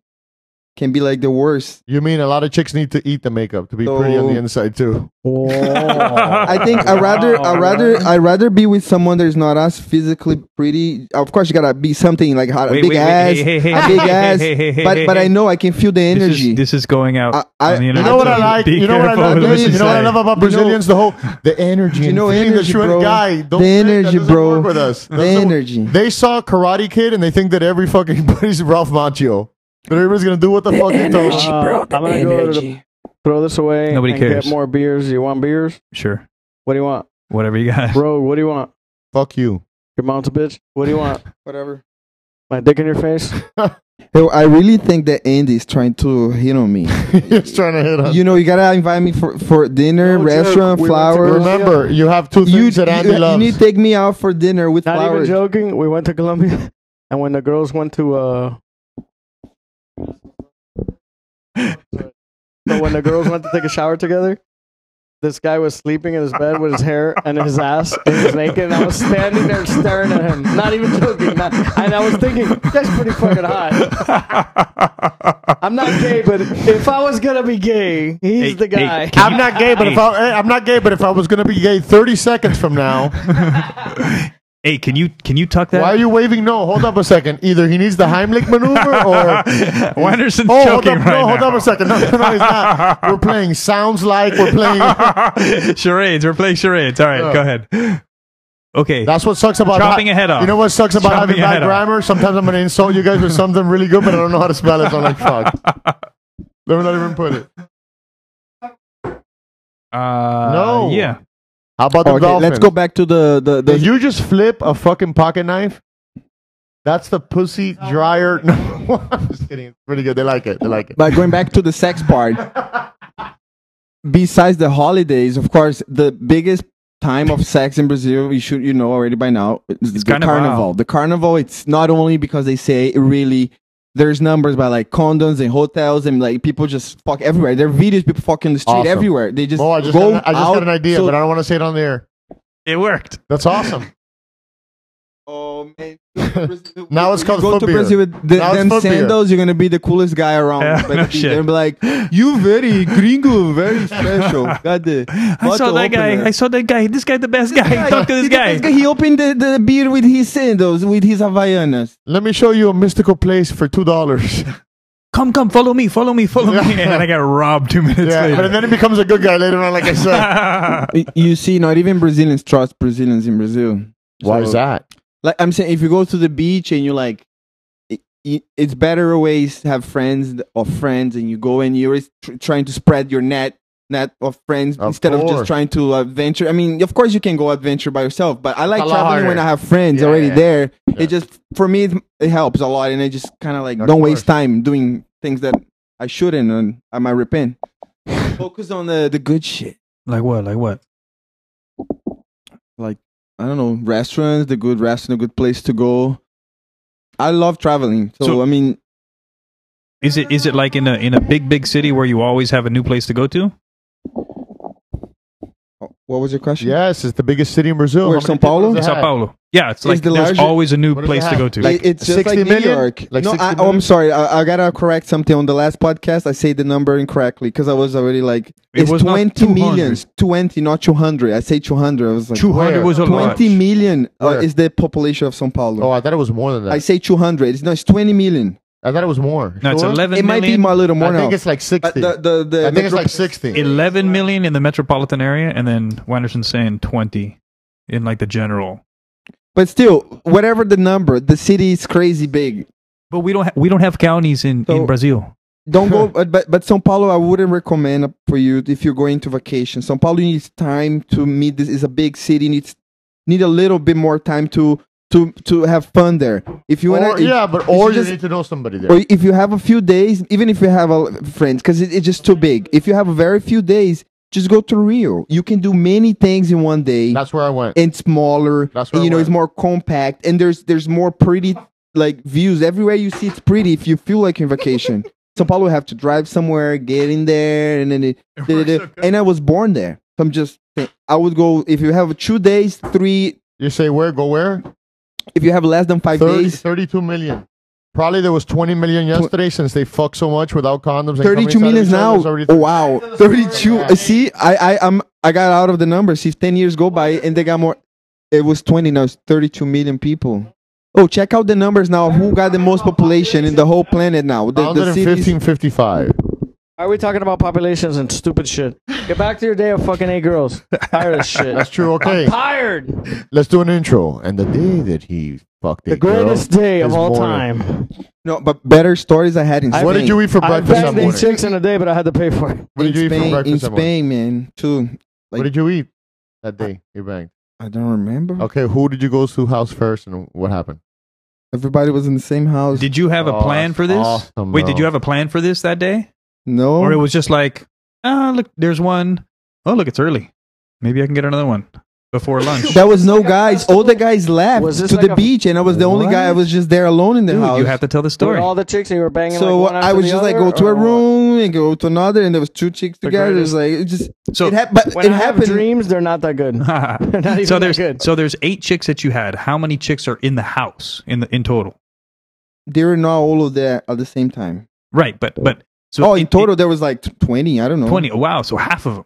[SPEAKER 6] can be like the worst.
[SPEAKER 5] You mean a lot of chicks need to eat the makeup to be
[SPEAKER 6] So-
[SPEAKER 5] pretty on the inside too?
[SPEAKER 6] I think I rather I rather I rather be with someone that is not as physically pretty. Of course, you gotta be something like a big ass,
[SPEAKER 8] hey, hey, hey,
[SPEAKER 6] a big
[SPEAKER 8] hey,
[SPEAKER 6] ass.
[SPEAKER 8] hey, hey, hey, hey,
[SPEAKER 6] But but I
[SPEAKER 8] hey.
[SPEAKER 6] know I can feel the
[SPEAKER 8] This is-
[SPEAKER 6] energy.
[SPEAKER 8] This is, going out.
[SPEAKER 6] I- I-
[SPEAKER 8] on
[SPEAKER 6] You
[SPEAKER 8] the
[SPEAKER 5] You
[SPEAKER 8] internet.
[SPEAKER 5] know what I
[SPEAKER 8] Be
[SPEAKER 5] like. You know what I
[SPEAKER 8] careful
[SPEAKER 5] love.
[SPEAKER 8] with
[SPEAKER 5] You,
[SPEAKER 8] what
[SPEAKER 5] you know what I love about
[SPEAKER 6] You know-
[SPEAKER 5] Brazilians? the whole the energy.
[SPEAKER 6] You
[SPEAKER 5] and
[SPEAKER 6] know
[SPEAKER 5] feeling
[SPEAKER 6] energy,
[SPEAKER 5] that you're
[SPEAKER 6] bro.
[SPEAKER 5] a guy. Don't
[SPEAKER 6] The
[SPEAKER 5] think that
[SPEAKER 6] energy,
[SPEAKER 5] doesn't
[SPEAKER 6] bro.
[SPEAKER 5] Work with us.
[SPEAKER 6] the
[SPEAKER 5] Doesn't-
[SPEAKER 6] energy.
[SPEAKER 5] They saw Karate Kid and they think that every fucking buddy's Ralph Macchio. That everybody's gonna do what the, fuck they told. them.
[SPEAKER 2] bro, I'm gonna go to the, throw this away.
[SPEAKER 8] Nobody
[SPEAKER 2] and
[SPEAKER 8] cares.
[SPEAKER 2] Get more beers. You want beers?
[SPEAKER 8] Sure.
[SPEAKER 2] What do you want,
[SPEAKER 8] Whatever you got.
[SPEAKER 2] bro? What do you want?
[SPEAKER 5] Fuck you.
[SPEAKER 2] Your mom's a bitch. What do you want?
[SPEAKER 6] Whatever.
[SPEAKER 2] My dick in your face.
[SPEAKER 6] Yo, I really think that Andy's trying to hit on me.
[SPEAKER 5] He's trying to hit us.
[SPEAKER 6] you know, you gotta invite me for, for dinner,
[SPEAKER 2] No joke,
[SPEAKER 6] restaurant,
[SPEAKER 2] we went to
[SPEAKER 6] flowers.
[SPEAKER 2] Colombia.
[SPEAKER 5] Remember, you have two things
[SPEAKER 6] You,
[SPEAKER 5] that Andy
[SPEAKER 6] you, you
[SPEAKER 5] loves.
[SPEAKER 6] need to take me out for dinner with
[SPEAKER 2] Not even
[SPEAKER 6] flowers.
[SPEAKER 2] joking. We went to Colombia, and when the girls went to uh, but when the girls went to take a shower together, this guy was sleeping in his bed with his hair and his ass, and he was naked. And I was standing there staring at him, not even joking. Not, and I was thinking, that's pretty fucking hot. I'm not gay, but if I was gonna be gay, he's
[SPEAKER 8] Hey,
[SPEAKER 2] the guy.
[SPEAKER 8] hey, can
[SPEAKER 5] I'm not gay, but if I, eh, I'm not gay, but if I was gonna be gay 30 seconds from now,
[SPEAKER 8] hey, can you can you tuck that?
[SPEAKER 5] why are you waving? No, hold up a second. Either he needs the Heimlich maneuver, or
[SPEAKER 8] Wenderson's
[SPEAKER 5] oh, hold
[SPEAKER 8] choking
[SPEAKER 5] up,
[SPEAKER 8] right
[SPEAKER 5] no, hold
[SPEAKER 8] now.
[SPEAKER 5] up a second. No, no, no, he's not. We're playing sounds like we're playing.
[SPEAKER 8] charades. We're playing charades. All right,
[SPEAKER 5] Yeah.
[SPEAKER 8] go ahead. Okay.
[SPEAKER 5] That's what sucks about
[SPEAKER 8] Chopping a head off.
[SPEAKER 5] You know what sucks about
[SPEAKER 8] Chopping
[SPEAKER 5] having
[SPEAKER 8] a
[SPEAKER 5] bad
[SPEAKER 8] head off.
[SPEAKER 5] grammar? Sometimes I'm gonna insult you guys with something really good, but I don't know how to spell it. So I'm like, fuck. Let me not even put it.
[SPEAKER 8] Uh,
[SPEAKER 5] No.
[SPEAKER 8] Yeah.
[SPEAKER 5] How about the
[SPEAKER 6] Okay,
[SPEAKER 5] dolphins?
[SPEAKER 6] let's go back to the the, the
[SPEAKER 5] Did you just flip a fucking pocket knife? That's the pussy dryer. No, I'm just kidding. It's pretty good. They like it. They like it.
[SPEAKER 6] but going back to the sex part besides the holidays of course the biggest time of sex in brazil you should you know already by now is the
[SPEAKER 8] carnival.
[SPEAKER 6] carnival the carnival it's not only because they say it really there's numbers by like condoms and hotels and like people just fuck everywhere there are videos people fuck in the street
[SPEAKER 5] Awesome.
[SPEAKER 6] everywhere they just
[SPEAKER 5] Oh, I just,
[SPEAKER 6] go
[SPEAKER 5] got, I just
[SPEAKER 6] out.
[SPEAKER 5] got an idea,
[SPEAKER 6] So-
[SPEAKER 5] but I don't want to say it on the air.
[SPEAKER 8] It worked.
[SPEAKER 5] That's awesome.
[SPEAKER 6] oh man
[SPEAKER 5] Now it's called
[SPEAKER 6] You go
[SPEAKER 5] foot
[SPEAKER 6] to
[SPEAKER 5] beer.
[SPEAKER 6] Brazil with the,
[SPEAKER 5] Now it's
[SPEAKER 6] them
[SPEAKER 5] foot beer.
[SPEAKER 6] sandals, you're gonna be the coolest guy around.
[SPEAKER 8] Yeah,
[SPEAKER 6] but
[SPEAKER 8] no
[SPEAKER 6] they're
[SPEAKER 8] shit.
[SPEAKER 6] gonna be like, you very gringo, very special. Got the
[SPEAKER 8] I saw
[SPEAKER 6] bottle
[SPEAKER 8] that guy.
[SPEAKER 6] opener."
[SPEAKER 8] I saw that guy. This guy, the best guy.
[SPEAKER 6] Yeah,
[SPEAKER 8] Talk to
[SPEAKER 6] he-
[SPEAKER 8] this
[SPEAKER 6] the
[SPEAKER 8] guy.
[SPEAKER 6] best He opened the, the beer with his sandals, with his Havaianas.
[SPEAKER 5] Let me show you a mystical place for two dollars.
[SPEAKER 8] Come, come, follow me, follow me, follow me. And I got robbed two minutes
[SPEAKER 5] yeah,
[SPEAKER 8] later.
[SPEAKER 5] but then it becomes a good guy later on, like I said.
[SPEAKER 6] Y- You see, not even Brazilians trust Brazilians in Brazil. So,
[SPEAKER 5] that?
[SPEAKER 6] Like I'm saying, if you go to the beach and you like, i- i- it's better always to have friends or friends, and you go and you're always tr- trying to spread your net net of friends
[SPEAKER 5] Of
[SPEAKER 6] instead of
[SPEAKER 5] course.
[SPEAKER 6] just trying to adventure. I mean, of course you can go adventure by yourself, but I like
[SPEAKER 5] a lot
[SPEAKER 6] traveling
[SPEAKER 5] harder.
[SPEAKER 6] when I have friends
[SPEAKER 5] Yeah,
[SPEAKER 6] already
[SPEAKER 5] yeah,
[SPEAKER 6] there.
[SPEAKER 5] Yeah.
[SPEAKER 6] It just for me it, it helps a lot, and I just kind of like
[SPEAKER 5] Of
[SPEAKER 6] don't
[SPEAKER 5] course.
[SPEAKER 6] waste time doing things that I shouldn't, and I might repent. Focus on the the good shit.
[SPEAKER 8] like what? Like what?
[SPEAKER 6] I don't know, restaurants, the good restaurant, a good place to go. I love traveling. So,
[SPEAKER 8] So-
[SPEAKER 6] I mean,
[SPEAKER 8] Is it is it like in a in a big big city where you always have a new place to go to?
[SPEAKER 6] what was your question?
[SPEAKER 5] Yes, it's the biggest city in Brazil.
[SPEAKER 6] Where,
[SPEAKER 5] How many
[SPEAKER 6] São Paulo?
[SPEAKER 5] people does it
[SPEAKER 8] Sao
[SPEAKER 5] have?
[SPEAKER 8] Paulo. Yeah, it's
[SPEAKER 6] Is
[SPEAKER 8] like
[SPEAKER 6] the
[SPEAKER 8] there's
[SPEAKER 6] larger-
[SPEAKER 8] always a new
[SPEAKER 5] What does
[SPEAKER 8] place
[SPEAKER 5] it
[SPEAKER 8] to go
[SPEAKER 5] have?
[SPEAKER 8] to.
[SPEAKER 6] Like, it's just
[SPEAKER 5] 60
[SPEAKER 6] like New
[SPEAKER 5] million?
[SPEAKER 6] York.
[SPEAKER 5] Like
[SPEAKER 6] no,
[SPEAKER 5] 60
[SPEAKER 6] I, oh,
[SPEAKER 5] million?
[SPEAKER 6] I'm sorry. I, I gotta correct something on the last podcast. I say the number incorrectly because I was already like,
[SPEAKER 8] It
[SPEAKER 6] it's
[SPEAKER 8] was not
[SPEAKER 6] 20
[SPEAKER 8] 200.
[SPEAKER 6] millions, 20, not 200. I say 200. I was like,
[SPEAKER 8] Two hundred was a lot.
[SPEAKER 6] 20 million uh,
[SPEAKER 5] Where?
[SPEAKER 6] is the population of Sao Paulo.
[SPEAKER 5] Oh, I thought it was more than that.
[SPEAKER 6] I say 200. It's, no, it's 20 million.
[SPEAKER 5] I thought it was more.
[SPEAKER 8] No, it's
[SPEAKER 5] Sure?
[SPEAKER 8] eleven
[SPEAKER 6] It might be
[SPEAKER 8] million.
[SPEAKER 6] more, a little more
[SPEAKER 5] I
[SPEAKER 6] now.
[SPEAKER 5] think it's like
[SPEAKER 6] But
[SPEAKER 5] sixty.
[SPEAKER 6] the, the, the,
[SPEAKER 5] I think it's
[SPEAKER 6] metro-
[SPEAKER 5] like sixty.
[SPEAKER 8] 11 million in the metropolitan area and then Wenderson's saying 20 in like the general
[SPEAKER 6] But still, whatever the number, the city is crazy big.
[SPEAKER 8] but we don't ha- we don't have counties in, in
[SPEAKER 6] So-
[SPEAKER 8] brazil
[SPEAKER 6] Don't go, but but but São Paulo, I wouldn't recommend for you if you're going to vacation. São Paulo needs time to meet. This is a big city. Needs need a little bit more time to to to have fun there. If you
[SPEAKER 5] Or-
[SPEAKER 6] want,
[SPEAKER 5] yeah, but or you
[SPEAKER 6] just-
[SPEAKER 5] need to know somebody there.
[SPEAKER 6] or if you have a few days, even if you have a friends, because it, it's just too big. If you have very few days, just go to Rio. You can do many things in one day
[SPEAKER 5] That's where I went.
[SPEAKER 6] and smaller.
[SPEAKER 5] That's
[SPEAKER 6] and,
[SPEAKER 5] where
[SPEAKER 6] you
[SPEAKER 5] I
[SPEAKER 6] know,
[SPEAKER 5] went.
[SPEAKER 6] it's more compact and there's there's more pretty like views everywhere you see. It's pretty if you feel like you're on vacation. Sao Paulo have to drive somewhere, get in there, and then it, and I was born there. So I'm just saying, I would go if you have two days, three.
[SPEAKER 5] You say where? Go where?
[SPEAKER 6] If you have less than five
[SPEAKER 5] 30,
[SPEAKER 6] days,
[SPEAKER 5] 32 million. Probably there was 20 million yesterday since they fucked so much without condoms. And
[SPEAKER 6] 32
[SPEAKER 5] coming
[SPEAKER 6] millions
[SPEAKER 5] inside
[SPEAKER 6] now.
[SPEAKER 5] each other, it's
[SPEAKER 6] Oh,
[SPEAKER 5] already
[SPEAKER 6] wow, 32. Uh, See, I I I'm I got out of the numbers. If 10 years go by and they got more, it was 20 now. It's 32 million people. Oh, check out the numbers now. of Who got the most population in the whole planet now? The, the cities.
[SPEAKER 5] 115.55.
[SPEAKER 2] Why Are we talking about populations and stupid shit? Get back to your day of fucking eight girls. Tired of
[SPEAKER 5] That's
[SPEAKER 2] shit.
[SPEAKER 5] true. Okay,
[SPEAKER 2] Tired.
[SPEAKER 5] let's do an intro. And the day that he fucked
[SPEAKER 2] The
[SPEAKER 5] a girl
[SPEAKER 2] greatest day of
[SPEAKER 5] is
[SPEAKER 2] all
[SPEAKER 5] morning.
[SPEAKER 2] time.
[SPEAKER 6] No, but better stories I had in Spain.
[SPEAKER 5] What did you eat for
[SPEAKER 2] I
[SPEAKER 5] breakfast that
[SPEAKER 2] bagged eight
[SPEAKER 5] morning?
[SPEAKER 2] chicks in a day, but I had to pay for it.
[SPEAKER 5] What
[SPEAKER 6] in
[SPEAKER 5] did you eat
[SPEAKER 6] Spain,
[SPEAKER 5] for breakfast
[SPEAKER 6] in
[SPEAKER 5] that morning?
[SPEAKER 6] Spain, man? Too.
[SPEAKER 5] What did you eat that day you banged?
[SPEAKER 6] I don't remember.
[SPEAKER 5] Okay, who did you go to house first and what happened?
[SPEAKER 6] Everybody was in the same house.
[SPEAKER 8] Did you have a
[SPEAKER 5] Oh,
[SPEAKER 8] plan
[SPEAKER 5] that's
[SPEAKER 8] for this?
[SPEAKER 5] awesome,
[SPEAKER 8] Wait,
[SPEAKER 5] bro.
[SPEAKER 8] did you have a plan for this that day,
[SPEAKER 6] no.
[SPEAKER 8] or it was just like, ah, look, there's one. Oh, look, it's early. Maybe I can get another one before lunch.
[SPEAKER 6] There was no guys. All the guys left
[SPEAKER 2] Was this
[SPEAKER 6] to
[SPEAKER 2] like
[SPEAKER 6] the
[SPEAKER 2] a-
[SPEAKER 6] beach, and I was the only guy. I was just there alone in the
[SPEAKER 8] Dude,
[SPEAKER 6] house.
[SPEAKER 8] you have to tell the
[SPEAKER 2] Were
[SPEAKER 8] story.
[SPEAKER 2] all the chicks and you were banging.
[SPEAKER 6] so
[SPEAKER 2] like, one
[SPEAKER 6] I
[SPEAKER 2] after
[SPEAKER 6] was
[SPEAKER 2] the
[SPEAKER 6] just like,
[SPEAKER 2] other,
[SPEAKER 6] go to
[SPEAKER 2] or
[SPEAKER 6] a
[SPEAKER 2] what?
[SPEAKER 6] room and go to another, and there was two chicks together. It was like it just
[SPEAKER 8] so
[SPEAKER 6] it happened, but
[SPEAKER 2] When
[SPEAKER 6] it
[SPEAKER 2] I
[SPEAKER 6] happened.
[SPEAKER 2] have dreams, they're not that good. not even
[SPEAKER 8] so
[SPEAKER 2] that
[SPEAKER 8] there's
[SPEAKER 2] good.
[SPEAKER 8] so there's eight chicks that you had. How many chicks are in the house in the in total?
[SPEAKER 6] They were not all of that at the same time.
[SPEAKER 8] Right, but but so
[SPEAKER 6] Oh,
[SPEAKER 8] it-
[SPEAKER 6] in total there was like t- twenty. I don't know.
[SPEAKER 8] it- twenty. Oh, Wow, so half of them.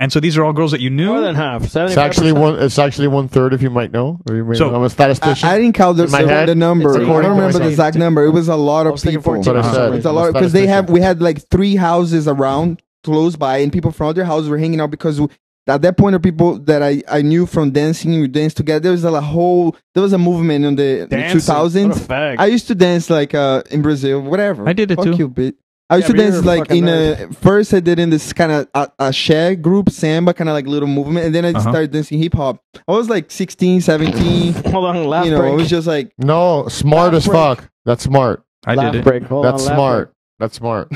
[SPEAKER 8] And so these are all girls that you knew.
[SPEAKER 2] More than half.
[SPEAKER 5] It's actually one. It's actually one third. If you might know, or you may
[SPEAKER 8] So-
[SPEAKER 5] know. I'm a
[SPEAKER 6] I,
[SPEAKER 5] statistician.
[SPEAKER 6] I didn't count the,
[SPEAKER 5] In my
[SPEAKER 6] the,
[SPEAKER 5] head,
[SPEAKER 6] the number. I
[SPEAKER 5] it's
[SPEAKER 6] don't
[SPEAKER 5] according to
[SPEAKER 6] remember the
[SPEAKER 5] myself.
[SPEAKER 6] exact number. It was a lot
[SPEAKER 2] I
[SPEAKER 6] of
[SPEAKER 2] was thinking
[SPEAKER 6] people.
[SPEAKER 2] 14.
[SPEAKER 5] That's what I
[SPEAKER 8] Uh-huh.
[SPEAKER 5] said.
[SPEAKER 6] It's a
[SPEAKER 5] I'm
[SPEAKER 6] lot because they have
[SPEAKER 5] statistician.
[SPEAKER 6] we had like three houses around close by, and people from other houses were hanging out because we- at that point, the people that I, I knew from dancing, we danced together. There was a whole there was a movement in the two thousands. I used to dance like uh in Brazil, whatever.
[SPEAKER 8] I did it
[SPEAKER 6] Fuck
[SPEAKER 8] too.
[SPEAKER 6] You, bitch. I
[SPEAKER 2] Yeah,
[SPEAKER 6] used to
[SPEAKER 2] but you're
[SPEAKER 6] dance
[SPEAKER 2] a
[SPEAKER 6] like
[SPEAKER 2] fucking
[SPEAKER 6] in a first I did in this kind of a, a share group samba kind of like little movement, and then I
[SPEAKER 8] Uh-huh.
[SPEAKER 6] started dancing hip hop. I was like 16, 17.
[SPEAKER 2] Hold on, laugh
[SPEAKER 6] you know,
[SPEAKER 2] break.
[SPEAKER 6] I was just like
[SPEAKER 5] No, smart as
[SPEAKER 2] break.
[SPEAKER 5] fuck. That's smart.
[SPEAKER 8] I
[SPEAKER 2] laugh
[SPEAKER 8] did it.
[SPEAKER 2] break.
[SPEAKER 6] Oh,
[SPEAKER 2] Hold
[SPEAKER 5] That's
[SPEAKER 2] on, laugh
[SPEAKER 5] smart.
[SPEAKER 2] break.
[SPEAKER 5] That's smart.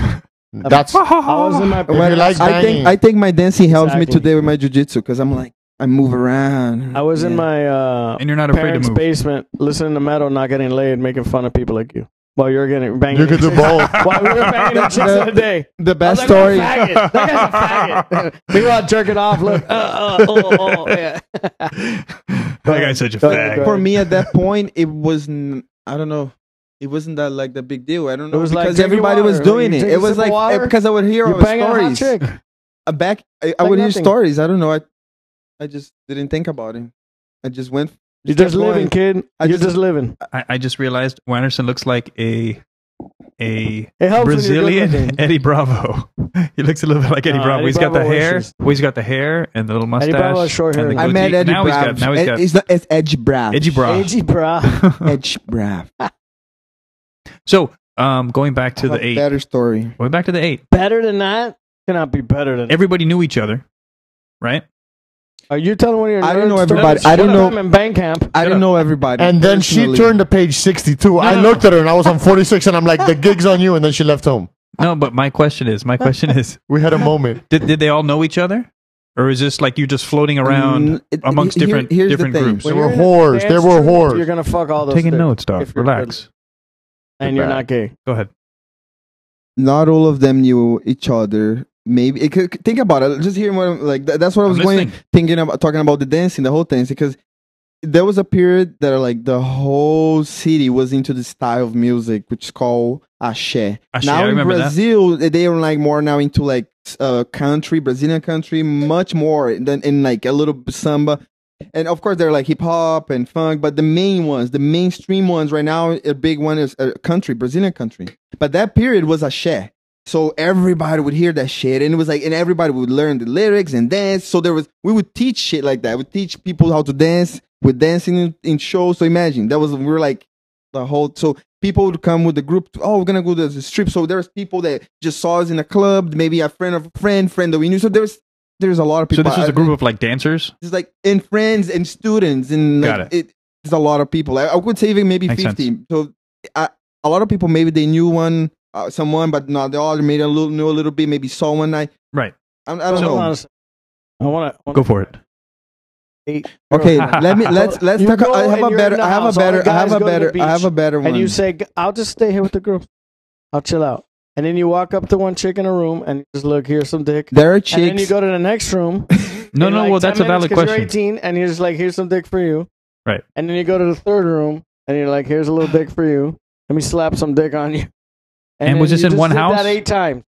[SPEAKER 5] That's
[SPEAKER 2] I was in my.
[SPEAKER 5] If
[SPEAKER 6] Well,
[SPEAKER 5] you like
[SPEAKER 6] I
[SPEAKER 5] banging.
[SPEAKER 6] think I think my dancing helps me
[SPEAKER 2] Exactly.
[SPEAKER 6] today with my jujitsu because I'm like I move around.
[SPEAKER 2] I was in
[SPEAKER 6] Yeah.
[SPEAKER 2] my uh,
[SPEAKER 8] And you're not afraid to
[SPEAKER 2] parents'
[SPEAKER 8] move.
[SPEAKER 2] basement listening to metal, not getting laid, making fun of people like you. While you're getting banging.
[SPEAKER 5] you could do both.
[SPEAKER 2] While we were banging the chicks in the day. I
[SPEAKER 6] the
[SPEAKER 2] was
[SPEAKER 6] best
[SPEAKER 2] like,
[SPEAKER 6] story.
[SPEAKER 2] "That faggot. That guy's a faggot. Meanwhile, jerking off. Look. Uh, uh, oh, oh, yeah.
[SPEAKER 8] that guy's such a
[SPEAKER 2] Go ahead,
[SPEAKER 8] fag.
[SPEAKER 2] go
[SPEAKER 6] For me at that point, it wasn't. I don't know. It wasn't that like the big deal. I don't know
[SPEAKER 2] was like
[SPEAKER 6] because
[SPEAKER 2] drinking
[SPEAKER 6] everybody was
[SPEAKER 2] water.
[SPEAKER 6] doing
[SPEAKER 2] You
[SPEAKER 6] it.
[SPEAKER 2] take a
[SPEAKER 6] It was
[SPEAKER 2] sip of
[SPEAKER 6] like
[SPEAKER 2] water,
[SPEAKER 6] because I would hear all
[SPEAKER 2] You're
[SPEAKER 6] the
[SPEAKER 2] banging a hot
[SPEAKER 6] stories.
[SPEAKER 2] chick.
[SPEAKER 6] Uh, Back, I, I
[SPEAKER 2] Like
[SPEAKER 6] would hear
[SPEAKER 2] nothing.
[SPEAKER 6] stories. I don't know. I, I just didn't think about it. I just went.
[SPEAKER 2] You're just
[SPEAKER 6] kept going.
[SPEAKER 2] living, kid.
[SPEAKER 6] I
[SPEAKER 2] You're
[SPEAKER 6] just-
[SPEAKER 2] just living.
[SPEAKER 8] I, I just realized Wanderson looks like a a
[SPEAKER 2] It helps when you're good
[SPEAKER 8] Brazilian
[SPEAKER 2] looking.
[SPEAKER 8] Eddie Bravo. he looks a little bit like Eddie
[SPEAKER 2] No,
[SPEAKER 8] Bravo.
[SPEAKER 2] Eddie
[SPEAKER 8] He's got the
[SPEAKER 2] Bravo wears
[SPEAKER 8] hair.
[SPEAKER 2] his-
[SPEAKER 8] Well, he's got the hair and the little mustache.
[SPEAKER 2] Bravo has short
[SPEAKER 8] and
[SPEAKER 2] hair.
[SPEAKER 8] the
[SPEAKER 6] I met
[SPEAKER 8] goatee.
[SPEAKER 6] Eddie
[SPEAKER 8] now
[SPEAKER 6] Bravo.
[SPEAKER 8] He's got, now he's
[SPEAKER 6] Ed-
[SPEAKER 8] got
[SPEAKER 6] it's not it's Edge Brav.
[SPEAKER 8] edgy bra.
[SPEAKER 2] Edgy bra.
[SPEAKER 6] Edge Brav.
[SPEAKER 8] so um, going back to
[SPEAKER 6] Have
[SPEAKER 8] the
[SPEAKER 6] a
[SPEAKER 8] eight.
[SPEAKER 6] Better story.
[SPEAKER 8] Going back to the eight.
[SPEAKER 2] Better than that? Cannot be better than
[SPEAKER 8] Everybody knew each other, right?
[SPEAKER 2] Are you telling one of your
[SPEAKER 6] I
[SPEAKER 2] do
[SPEAKER 6] don't know everybody. I don't know-
[SPEAKER 2] I'm in bank camp.
[SPEAKER 6] I
[SPEAKER 8] up.
[SPEAKER 6] don't know everybody.
[SPEAKER 5] And then she
[SPEAKER 6] personally.
[SPEAKER 5] turned to page 62. I looked at her and I was on 46 and I'm like, the gig's on you. And then she left home.
[SPEAKER 8] No, but my question is, my question is,
[SPEAKER 5] We had a moment.
[SPEAKER 8] did, did they all know each other, or is this like you just floating around
[SPEAKER 6] Mm, it-
[SPEAKER 8] amongst
[SPEAKER 6] here-
[SPEAKER 8] different
[SPEAKER 6] here's the
[SPEAKER 8] different
[SPEAKER 6] thing.
[SPEAKER 8] groups?
[SPEAKER 5] They
[SPEAKER 2] When
[SPEAKER 5] were
[SPEAKER 2] you're in a
[SPEAKER 5] whores.
[SPEAKER 2] dance
[SPEAKER 5] They were
[SPEAKER 2] troupe,
[SPEAKER 5] whores.
[SPEAKER 2] You're gonna fuck all those.
[SPEAKER 8] Taking
[SPEAKER 2] dicks
[SPEAKER 8] notes,
[SPEAKER 2] if
[SPEAKER 8] Doc.
[SPEAKER 2] you're
[SPEAKER 8] Relax.
[SPEAKER 2] good, And you're not gay.
[SPEAKER 8] Go ahead.
[SPEAKER 6] not all of them knew each other. Maybe it could, think about it. Just hearing what I'm, like tha- that's what I
[SPEAKER 8] I'm
[SPEAKER 6] was going
[SPEAKER 8] listening.
[SPEAKER 6] thinking about talking about the dancing, the whole thing, because there was a period that like the whole city was into this style of music which is called ashe.
[SPEAKER 8] Ashe, I
[SPEAKER 6] now in
[SPEAKER 8] remember that.
[SPEAKER 6] Brazil, they are like more now into like s- uh, country, Brazilian country, much more than in like a little samba. And of course, they're like hip hop and funk, but the main ones, the mainstream ones right now, a big one is uh, country, Brazilian country. But that period was ashe. So everybody would hear that shit, and it was like, and everybody would learn the lyrics and dance. So there was, we would teach shit like that. We teach people how to dance. We're dancing in, in shows. So imagine that was we were like the whole. So people would come with the group. To, oh, we're gonna go to the strip. So there's people that just saw us in a club, maybe a friend of a friend, friend that we knew. So there's there's a lot of
[SPEAKER 8] So
[SPEAKER 6] people.
[SPEAKER 8] this was
[SPEAKER 6] I-
[SPEAKER 8] a group of like dancers.
[SPEAKER 6] it's like and friends and students and like,
[SPEAKER 8] Got
[SPEAKER 6] it. It's a lot of people. I, I would say even maybe
[SPEAKER 8] Makes sense.
[SPEAKER 6] fifty. So I, a lot of people maybe they knew one uh, someone, but not the other. Maybe a little knew a little bit. Maybe saw one night.
[SPEAKER 8] Right.
[SPEAKER 6] I, I don't
[SPEAKER 2] Hold on
[SPEAKER 6] know.
[SPEAKER 2] a second. I want to
[SPEAKER 8] Go for it.
[SPEAKER 6] Okay, let me let's let's
[SPEAKER 2] You
[SPEAKER 6] talk.
[SPEAKER 2] go
[SPEAKER 6] I have
[SPEAKER 2] and
[SPEAKER 6] a
[SPEAKER 2] you're
[SPEAKER 6] better.
[SPEAKER 2] in the
[SPEAKER 6] I have a
[SPEAKER 2] house. All the
[SPEAKER 6] better. I have
[SPEAKER 2] guys go to
[SPEAKER 6] a
[SPEAKER 2] the
[SPEAKER 6] better. I have a
[SPEAKER 2] beach.
[SPEAKER 6] better one.
[SPEAKER 2] And you say, "G- "I'll just stay here with the group. I'll chill out." And then you walk up to one chick in a room and you just look, here's some dick.
[SPEAKER 6] there are
[SPEAKER 2] And then you
[SPEAKER 6] chicks.
[SPEAKER 2] go to the next room.
[SPEAKER 8] No,
[SPEAKER 2] in,
[SPEAKER 8] no.
[SPEAKER 2] like, 10
[SPEAKER 8] well, that's a
[SPEAKER 2] minutes
[SPEAKER 8] valid
[SPEAKER 2] 'cause
[SPEAKER 8] question.
[SPEAKER 2] You're 18, and he's like, "Here's some dick for you."
[SPEAKER 8] Right.
[SPEAKER 2] And then you go to the third room, and you're like, "Here's a little dick for you. Let me slap some dick on you."
[SPEAKER 8] And was
[SPEAKER 2] then
[SPEAKER 8] this
[SPEAKER 2] you
[SPEAKER 8] in
[SPEAKER 2] just
[SPEAKER 8] one
[SPEAKER 2] did
[SPEAKER 8] house?
[SPEAKER 2] That eight times.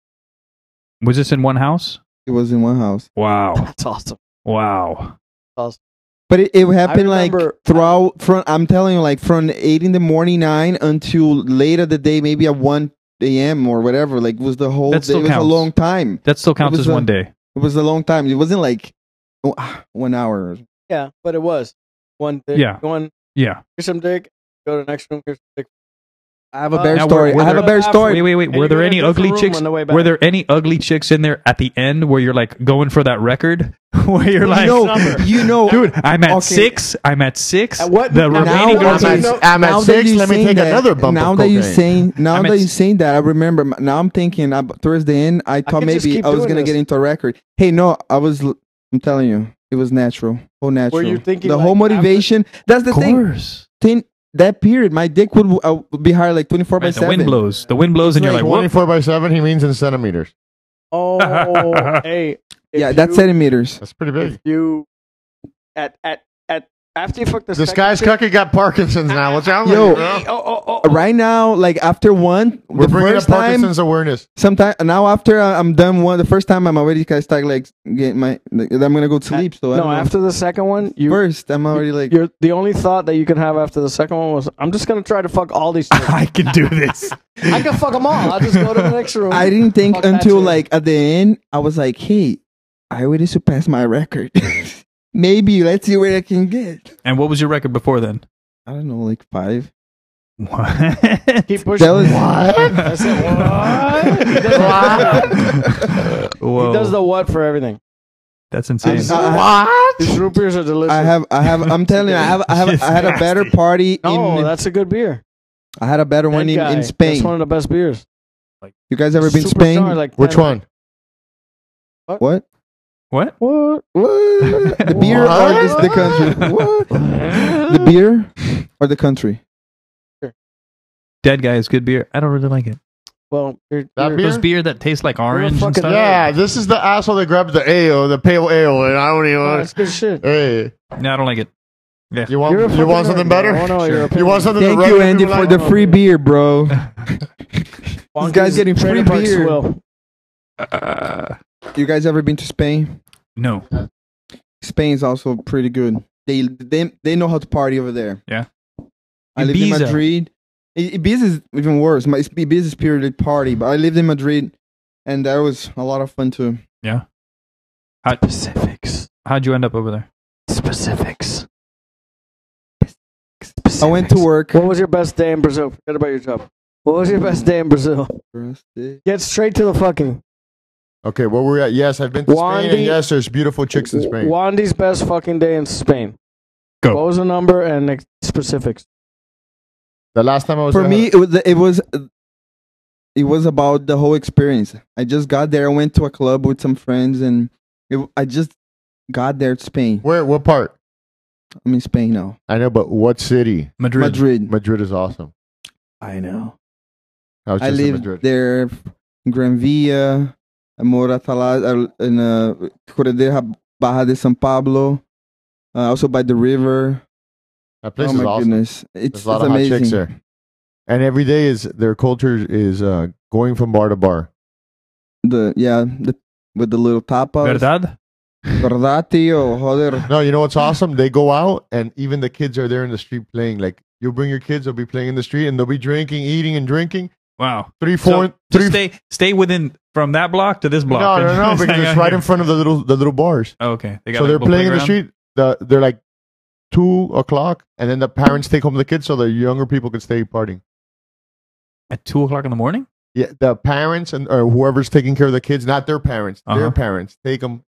[SPEAKER 8] Was this in one house?
[SPEAKER 6] it was in one house,
[SPEAKER 8] Wow.
[SPEAKER 2] That's awesome.
[SPEAKER 8] Wow.
[SPEAKER 6] but it, it happened like
[SPEAKER 2] remember-
[SPEAKER 6] throughout. From I'm telling you, like from eight in the morning, nine until later the day, maybe at one a.m. or whatever. Like was the whole.
[SPEAKER 8] That
[SPEAKER 6] Day.
[SPEAKER 8] still
[SPEAKER 6] It was a
[SPEAKER 8] counts.
[SPEAKER 6] long time.
[SPEAKER 8] That still counts
[SPEAKER 6] was
[SPEAKER 8] as
[SPEAKER 6] a-
[SPEAKER 8] one day.
[SPEAKER 6] It was a long time. It wasn't like oh, ah, one hour.
[SPEAKER 2] Yeah, but it was one dick.
[SPEAKER 8] Yeah.
[SPEAKER 2] One
[SPEAKER 8] Yeah.
[SPEAKER 2] here's some dick. Go to the next room. Here's some dick.
[SPEAKER 6] I have a
[SPEAKER 2] Uh,
[SPEAKER 6] bear
[SPEAKER 2] now
[SPEAKER 8] were-
[SPEAKER 6] story.
[SPEAKER 8] were
[SPEAKER 6] I have a
[SPEAKER 8] there-
[SPEAKER 6] bear
[SPEAKER 8] Wait,
[SPEAKER 6] story.
[SPEAKER 8] wait, wait.
[SPEAKER 2] And
[SPEAKER 8] Were
[SPEAKER 2] you
[SPEAKER 8] there
[SPEAKER 2] go to a
[SPEAKER 8] any
[SPEAKER 2] different
[SPEAKER 8] ugly
[SPEAKER 2] room
[SPEAKER 8] chicks?
[SPEAKER 2] on the way back.
[SPEAKER 8] Were there any ugly chicks in there at the end where you're like going for that record? where you're like,
[SPEAKER 6] you know,
[SPEAKER 2] summer.
[SPEAKER 6] you know,
[SPEAKER 8] dude, I'm at
[SPEAKER 6] Okay.
[SPEAKER 8] six. I'm at six.
[SPEAKER 2] At what-
[SPEAKER 8] The
[SPEAKER 2] now
[SPEAKER 8] remaining
[SPEAKER 2] what
[SPEAKER 8] girls.
[SPEAKER 2] do
[SPEAKER 5] I'm
[SPEAKER 2] you
[SPEAKER 8] are-
[SPEAKER 2] know-
[SPEAKER 5] at, I'm at
[SPEAKER 6] now that
[SPEAKER 5] six.
[SPEAKER 6] you
[SPEAKER 5] Let me
[SPEAKER 6] saying
[SPEAKER 5] take
[SPEAKER 6] that-
[SPEAKER 5] another bump.
[SPEAKER 6] Now
[SPEAKER 5] of
[SPEAKER 6] that you're
[SPEAKER 5] cocaine.
[SPEAKER 6] saying, now
[SPEAKER 8] I'm
[SPEAKER 6] that
[SPEAKER 8] at
[SPEAKER 6] you're
[SPEAKER 8] s-
[SPEAKER 6] saying that, I remember. m- Now I'm thinking about, towards the end. I thought
[SPEAKER 2] could just
[SPEAKER 6] maybe
[SPEAKER 2] keep
[SPEAKER 6] I was
[SPEAKER 2] doing
[SPEAKER 6] gonna
[SPEAKER 2] this.
[SPEAKER 6] get into a record. Hey, no, I was. l- I'm telling you, it was natural. Whole natural.
[SPEAKER 2] you thinking,
[SPEAKER 6] the
[SPEAKER 2] like,
[SPEAKER 6] whole
[SPEAKER 2] after-
[SPEAKER 6] motivation? that's the
[SPEAKER 8] Of
[SPEAKER 6] thing.
[SPEAKER 8] course.
[SPEAKER 6] Thing- that period, my dick would uh, be hard like 24 by
[SPEAKER 8] Man, the wind
[SPEAKER 6] 7.
[SPEAKER 8] blows. The wind blows, and you're like, what?
[SPEAKER 5] 24 by 7, he means in centimeters.
[SPEAKER 2] Oh, hey. if
[SPEAKER 6] Yeah, that's
[SPEAKER 2] you-
[SPEAKER 6] centimeters.
[SPEAKER 5] That's pretty big.
[SPEAKER 2] If you at at at after you fuck the
[SPEAKER 5] This
[SPEAKER 2] second
[SPEAKER 5] guy's
[SPEAKER 2] chick-
[SPEAKER 5] cucky got Parkinson's now. What's wrong with
[SPEAKER 6] Yo.
[SPEAKER 5] you?
[SPEAKER 2] Hey,
[SPEAKER 5] bro?
[SPEAKER 2] Oh, oh, oh, oh.
[SPEAKER 6] Right now, like after one,
[SPEAKER 5] We're
[SPEAKER 6] the
[SPEAKER 5] bringing up
[SPEAKER 6] first time,
[SPEAKER 5] Parkinson's awareness.
[SPEAKER 6] Sometimes now after I- I'm done one, the first time I'm already kind of start like getting my. like, I'm gonna go to
[SPEAKER 2] At-
[SPEAKER 6] sleep. So I
[SPEAKER 2] no,
[SPEAKER 6] don't know.
[SPEAKER 2] after the second one, you
[SPEAKER 6] first I'm already like.
[SPEAKER 2] You're, the only thought that you could have after the second one was, I'm just gonna try to fuck all these. Chicks.
[SPEAKER 8] I can do this.
[SPEAKER 2] I can fuck them all. I'll just go to the next room.
[SPEAKER 6] I didn't think
[SPEAKER 2] Fuck that
[SPEAKER 6] until
[SPEAKER 2] shit.
[SPEAKER 6] like at the end I was like, hey, I already surpassed my record. Maybe let's see where I can get.
[SPEAKER 8] and what was your record before then?
[SPEAKER 6] I don't know, like five.
[SPEAKER 8] What?
[SPEAKER 2] keep pushing.
[SPEAKER 6] That was
[SPEAKER 2] I said, what? He does, he
[SPEAKER 8] Whoa.
[SPEAKER 2] does the what for everything.
[SPEAKER 8] That's insane.
[SPEAKER 6] I'm- I-
[SPEAKER 2] These root beers are delicious.
[SPEAKER 6] I have, I have. I'm telling you, I have, I have, I had a better party
[SPEAKER 2] No,
[SPEAKER 6] in.
[SPEAKER 2] that's a good beer.
[SPEAKER 6] I had a better one
[SPEAKER 2] That
[SPEAKER 6] in,
[SPEAKER 2] guy,
[SPEAKER 6] in
[SPEAKER 2] That's one
[SPEAKER 6] Spain.
[SPEAKER 2] of the best beers.
[SPEAKER 6] You guys ever been
[SPEAKER 2] Super
[SPEAKER 6] Spain?
[SPEAKER 2] strong, like
[SPEAKER 5] Which
[SPEAKER 2] 10.
[SPEAKER 5] one?
[SPEAKER 6] what?
[SPEAKER 8] what?
[SPEAKER 2] What?
[SPEAKER 6] The beer or this, the country?
[SPEAKER 5] What?
[SPEAKER 6] the beer or the country?
[SPEAKER 8] Dead guy is good beer. I don't really like it.
[SPEAKER 2] Well, you're,
[SPEAKER 5] That
[SPEAKER 2] you're-
[SPEAKER 5] beer?
[SPEAKER 8] Those beer that taste like orange and
[SPEAKER 2] fucking-
[SPEAKER 8] stuff.
[SPEAKER 5] Yeah, this is the asshole that grabs the ale, the pale ale, and I don't even
[SPEAKER 2] Oh,
[SPEAKER 5] want
[SPEAKER 2] that's good shit.
[SPEAKER 5] Hey,
[SPEAKER 8] No, I don't like it.
[SPEAKER 5] you
[SPEAKER 2] You're a
[SPEAKER 5] want, you
[SPEAKER 2] fucking
[SPEAKER 5] want something
[SPEAKER 2] nerd,
[SPEAKER 5] better?
[SPEAKER 2] man. I wanna know your
[SPEAKER 5] You want something
[SPEAKER 6] Thank
[SPEAKER 5] to
[SPEAKER 6] you, Andy, for the
[SPEAKER 2] like-
[SPEAKER 6] free beer, bro.
[SPEAKER 2] Wonky's
[SPEAKER 6] guy's getting
[SPEAKER 2] Trailer
[SPEAKER 6] free
[SPEAKER 2] Park
[SPEAKER 6] beer.
[SPEAKER 2] Swill.
[SPEAKER 8] Uh,
[SPEAKER 6] You guys ever been to Spain?
[SPEAKER 8] no.
[SPEAKER 6] Spain's also pretty good. They they they know how to party over there.
[SPEAKER 8] Yeah.
[SPEAKER 6] I lived in
[SPEAKER 8] Ibiza.
[SPEAKER 6] Madrid. I- Ibiza is even worse. My Ibiza is purely party, but I lived in Madrid, and that was a lot of fun too.
[SPEAKER 2] Specifics.
[SPEAKER 8] How'd you end up over there?
[SPEAKER 2] Specifics.
[SPEAKER 6] I went to work.
[SPEAKER 2] What was your best day in Brazil? Forget about your job. What was your best day in Brazil? Get straight to the fucking.
[SPEAKER 5] Okay, well, we're at yes, I've been to Spain, and
[SPEAKER 2] Wandy-
[SPEAKER 5] yes, there's beautiful chicks in Spain.
[SPEAKER 2] Wandy's best fucking day in Spain.
[SPEAKER 8] Go.
[SPEAKER 2] What was the number and ex- specifics?
[SPEAKER 5] The last time I was
[SPEAKER 6] For
[SPEAKER 5] there-
[SPEAKER 6] me, it was it was it was about the whole experience. I just got there. I went to a club with some friends, and it, I just got there to Spain.
[SPEAKER 5] where? What part?
[SPEAKER 6] I'm in Spain now.
[SPEAKER 5] I know, but what city?
[SPEAKER 8] Madrid.
[SPEAKER 6] Madrid.
[SPEAKER 5] Madrid is awesome.
[SPEAKER 6] I know.
[SPEAKER 5] I was
[SPEAKER 6] I
[SPEAKER 5] just in
[SPEAKER 6] lived
[SPEAKER 5] Madrid.
[SPEAKER 6] there, in Gran Via, Moratala, in uh, Corredera Baja de San Pablo, uh, also by the river.
[SPEAKER 5] That place
[SPEAKER 6] oh
[SPEAKER 5] is
[SPEAKER 6] my
[SPEAKER 5] awesome.
[SPEAKER 6] goodness, it's,
[SPEAKER 5] There's a lot
[SPEAKER 6] it's
[SPEAKER 5] of
[SPEAKER 6] amazing.
[SPEAKER 5] hot chicks there, and every day is their culture is uh, going from bar to bar.
[SPEAKER 6] The yeah, the with the little tapas,
[SPEAKER 8] Verdad?
[SPEAKER 6] verdad, or joder.
[SPEAKER 5] No, you know what's awesome? They go out, and even the kids are there in the street playing. Like you'll bring your kids, they'll be playing in the street, and they'll be drinking, eating, and drinking.
[SPEAKER 8] Wow.
[SPEAKER 5] Three,
[SPEAKER 8] So
[SPEAKER 5] four,
[SPEAKER 8] just
[SPEAKER 5] three.
[SPEAKER 8] stay stay within from that block to this block.
[SPEAKER 5] no, no, no, because it's right in front of the little the little bars.
[SPEAKER 8] Oh, okay. They got
[SPEAKER 5] so
[SPEAKER 8] a
[SPEAKER 5] they're
[SPEAKER 8] little
[SPEAKER 5] playing in the
[SPEAKER 8] playground.
[SPEAKER 5] street. The, they're like two o'clock, and then the parents take home the kids, so the younger people can stay partying.
[SPEAKER 8] at two o'clock in the morning.
[SPEAKER 5] Yeah, the parents and or whoever's taking care of the kids, not their parents,
[SPEAKER 8] Uh-huh.
[SPEAKER 5] their parents take them.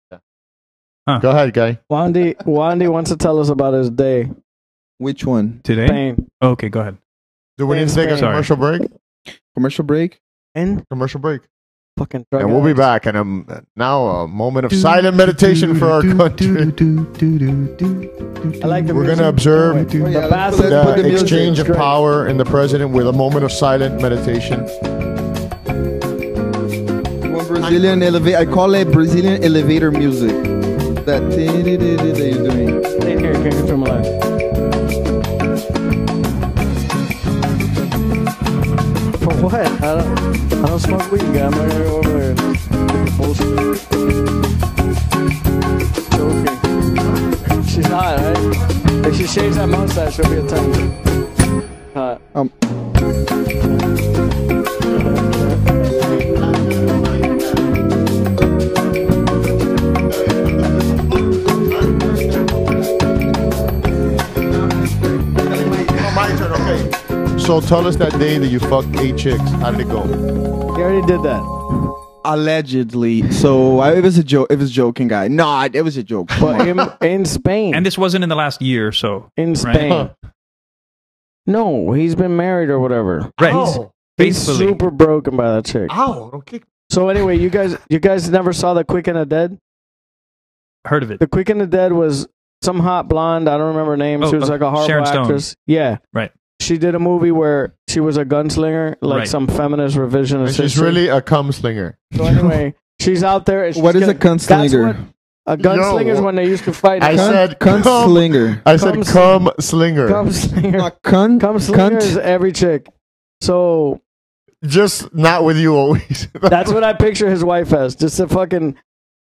[SPEAKER 8] Huh.
[SPEAKER 5] Go ahead, guy.
[SPEAKER 2] Wandy, Wandy wants to tell us about his day.
[SPEAKER 6] Which one?
[SPEAKER 5] Eh?
[SPEAKER 8] Today.
[SPEAKER 2] Spain.
[SPEAKER 8] Okay, go ahead.
[SPEAKER 5] Do we
[SPEAKER 2] Stay
[SPEAKER 5] need
[SPEAKER 2] in
[SPEAKER 5] to take a
[SPEAKER 2] Spain.
[SPEAKER 5] commercial break?
[SPEAKER 6] Commercial break.
[SPEAKER 2] And
[SPEAKER 5] Commercial break,
[SPEAKER 2] fucking drug
[SPEAKER 5] and we'll be
[SPEAKER 2] addicts.
[SPEAKER 5] back. And um, now a moment of silent meditation for our country.
[SPEAKER 2] I like the
[SPEAKER 5] We're
[SPEAKER 2] music.
[SPEAKER 5] gonna observe
[SPEAKER 2] The
[SPEAKER 6] Oh, yeah, let's
[SPEAKER 2] bastards
[SPEAKER 6] put
[SPEAKER 2] put
[SPEAKER 5] the
[SPEAKER 2] the music
[SPEAKER 5] exchange of
[SPEAKER 2] straight.
[SPEAKER 5] power and the president with a moment of silent meditation.
[SPEAKER 6] One Brazilian elevator. I call it Brazilian elevator music. That that you're doing.
[SPEAKER 2] Take care, take care from alive. For what? I don't, I don't smoke weed, guy. I'm right here over there. Bullshit. Joking. She's hot, right? If she shaves that mustache, she'll be a ten. Hot.
[SPEAKER 6] Um.
[SPEAKER 5] Oh, my turn. Okay. So tell us that day that you fucked eight chicks. How did it go?
[SPEAKER 2] He already did that.
[SPEAKER 6] Allegedly. So I, it was a joke. It was joking, guy. No, it was a joke.
[SPEAKER 2] But in, in Spain.
[SPEAKER 8] And this wasn't in the last year or so.
[SPEAKER 2] in Spain. No, he's been married or whatever.
[SPEAKER 8] Right.
[SPEAKER 5] Ow.
[SPEAKER 2] He's
[SPEAKER 8] Faithfully.
[SPEAKER 2] super broken by that chick.
[SPEAKER 5] Ow. Don't kick.
[SPEAKER 2] So anyway, you guys, you guys never saw the Quick and the Dead.
[SPEAKER 8] Heard of it.
[SPEAKER 2] The Quick and the Dead was some hot blonde. I don't remember her name. she
[SPEAKER 8] Oh,
[SPEAKER 2] was
[SPEAKER 8] uh,
[SPEAKER 2] like a horrible
[SPEAKER 8] Sharon Stone.
[SPEAKER 2] actress. Yeah,
[SPEAKER 8] Right.
[SPEAKER 2] She did a movie where she was a gunslinger, like
[SPEAKER 8] Right.
[SPEAKER 2] some feminist revisionist.
[SPEAKER 5] And she's
[SPEAKER 2] history.
[SPEAKER 5] really a cum slinger.
[SPEAKER 2] So anyway, she's out there. And she's
[SPEAKER 6] what is a
[SPEAKER 2] getting- That's what-
[SPEAKER 6] gunslinger?
[SPEAKER 2] A gunslinger is when they used to fight.
[SPEAKER 5] I
[SPEAKER 2] Gun-
[SPEAKER 5] said
[SPEAKER 6] Cunt
[SPEAKER 5] cum.
[SPEAKER 6] slinger.
[SPEAKER 5] I said
[SPEAKER 2] Cum-
[SPEAKER 5] cum slinger.
[SPEAKER 2] gunslinger.
[SPEAKER 6] Not cunt.
[SPEAKER 2] Gunslinger is
[SPEAKER 6] Cunt.
[SPEAKER 2] every chick. So
[SPEAKER 5] Just not with you always.
[SPEAKER 2] That's what I picture his wife as. Just a fucking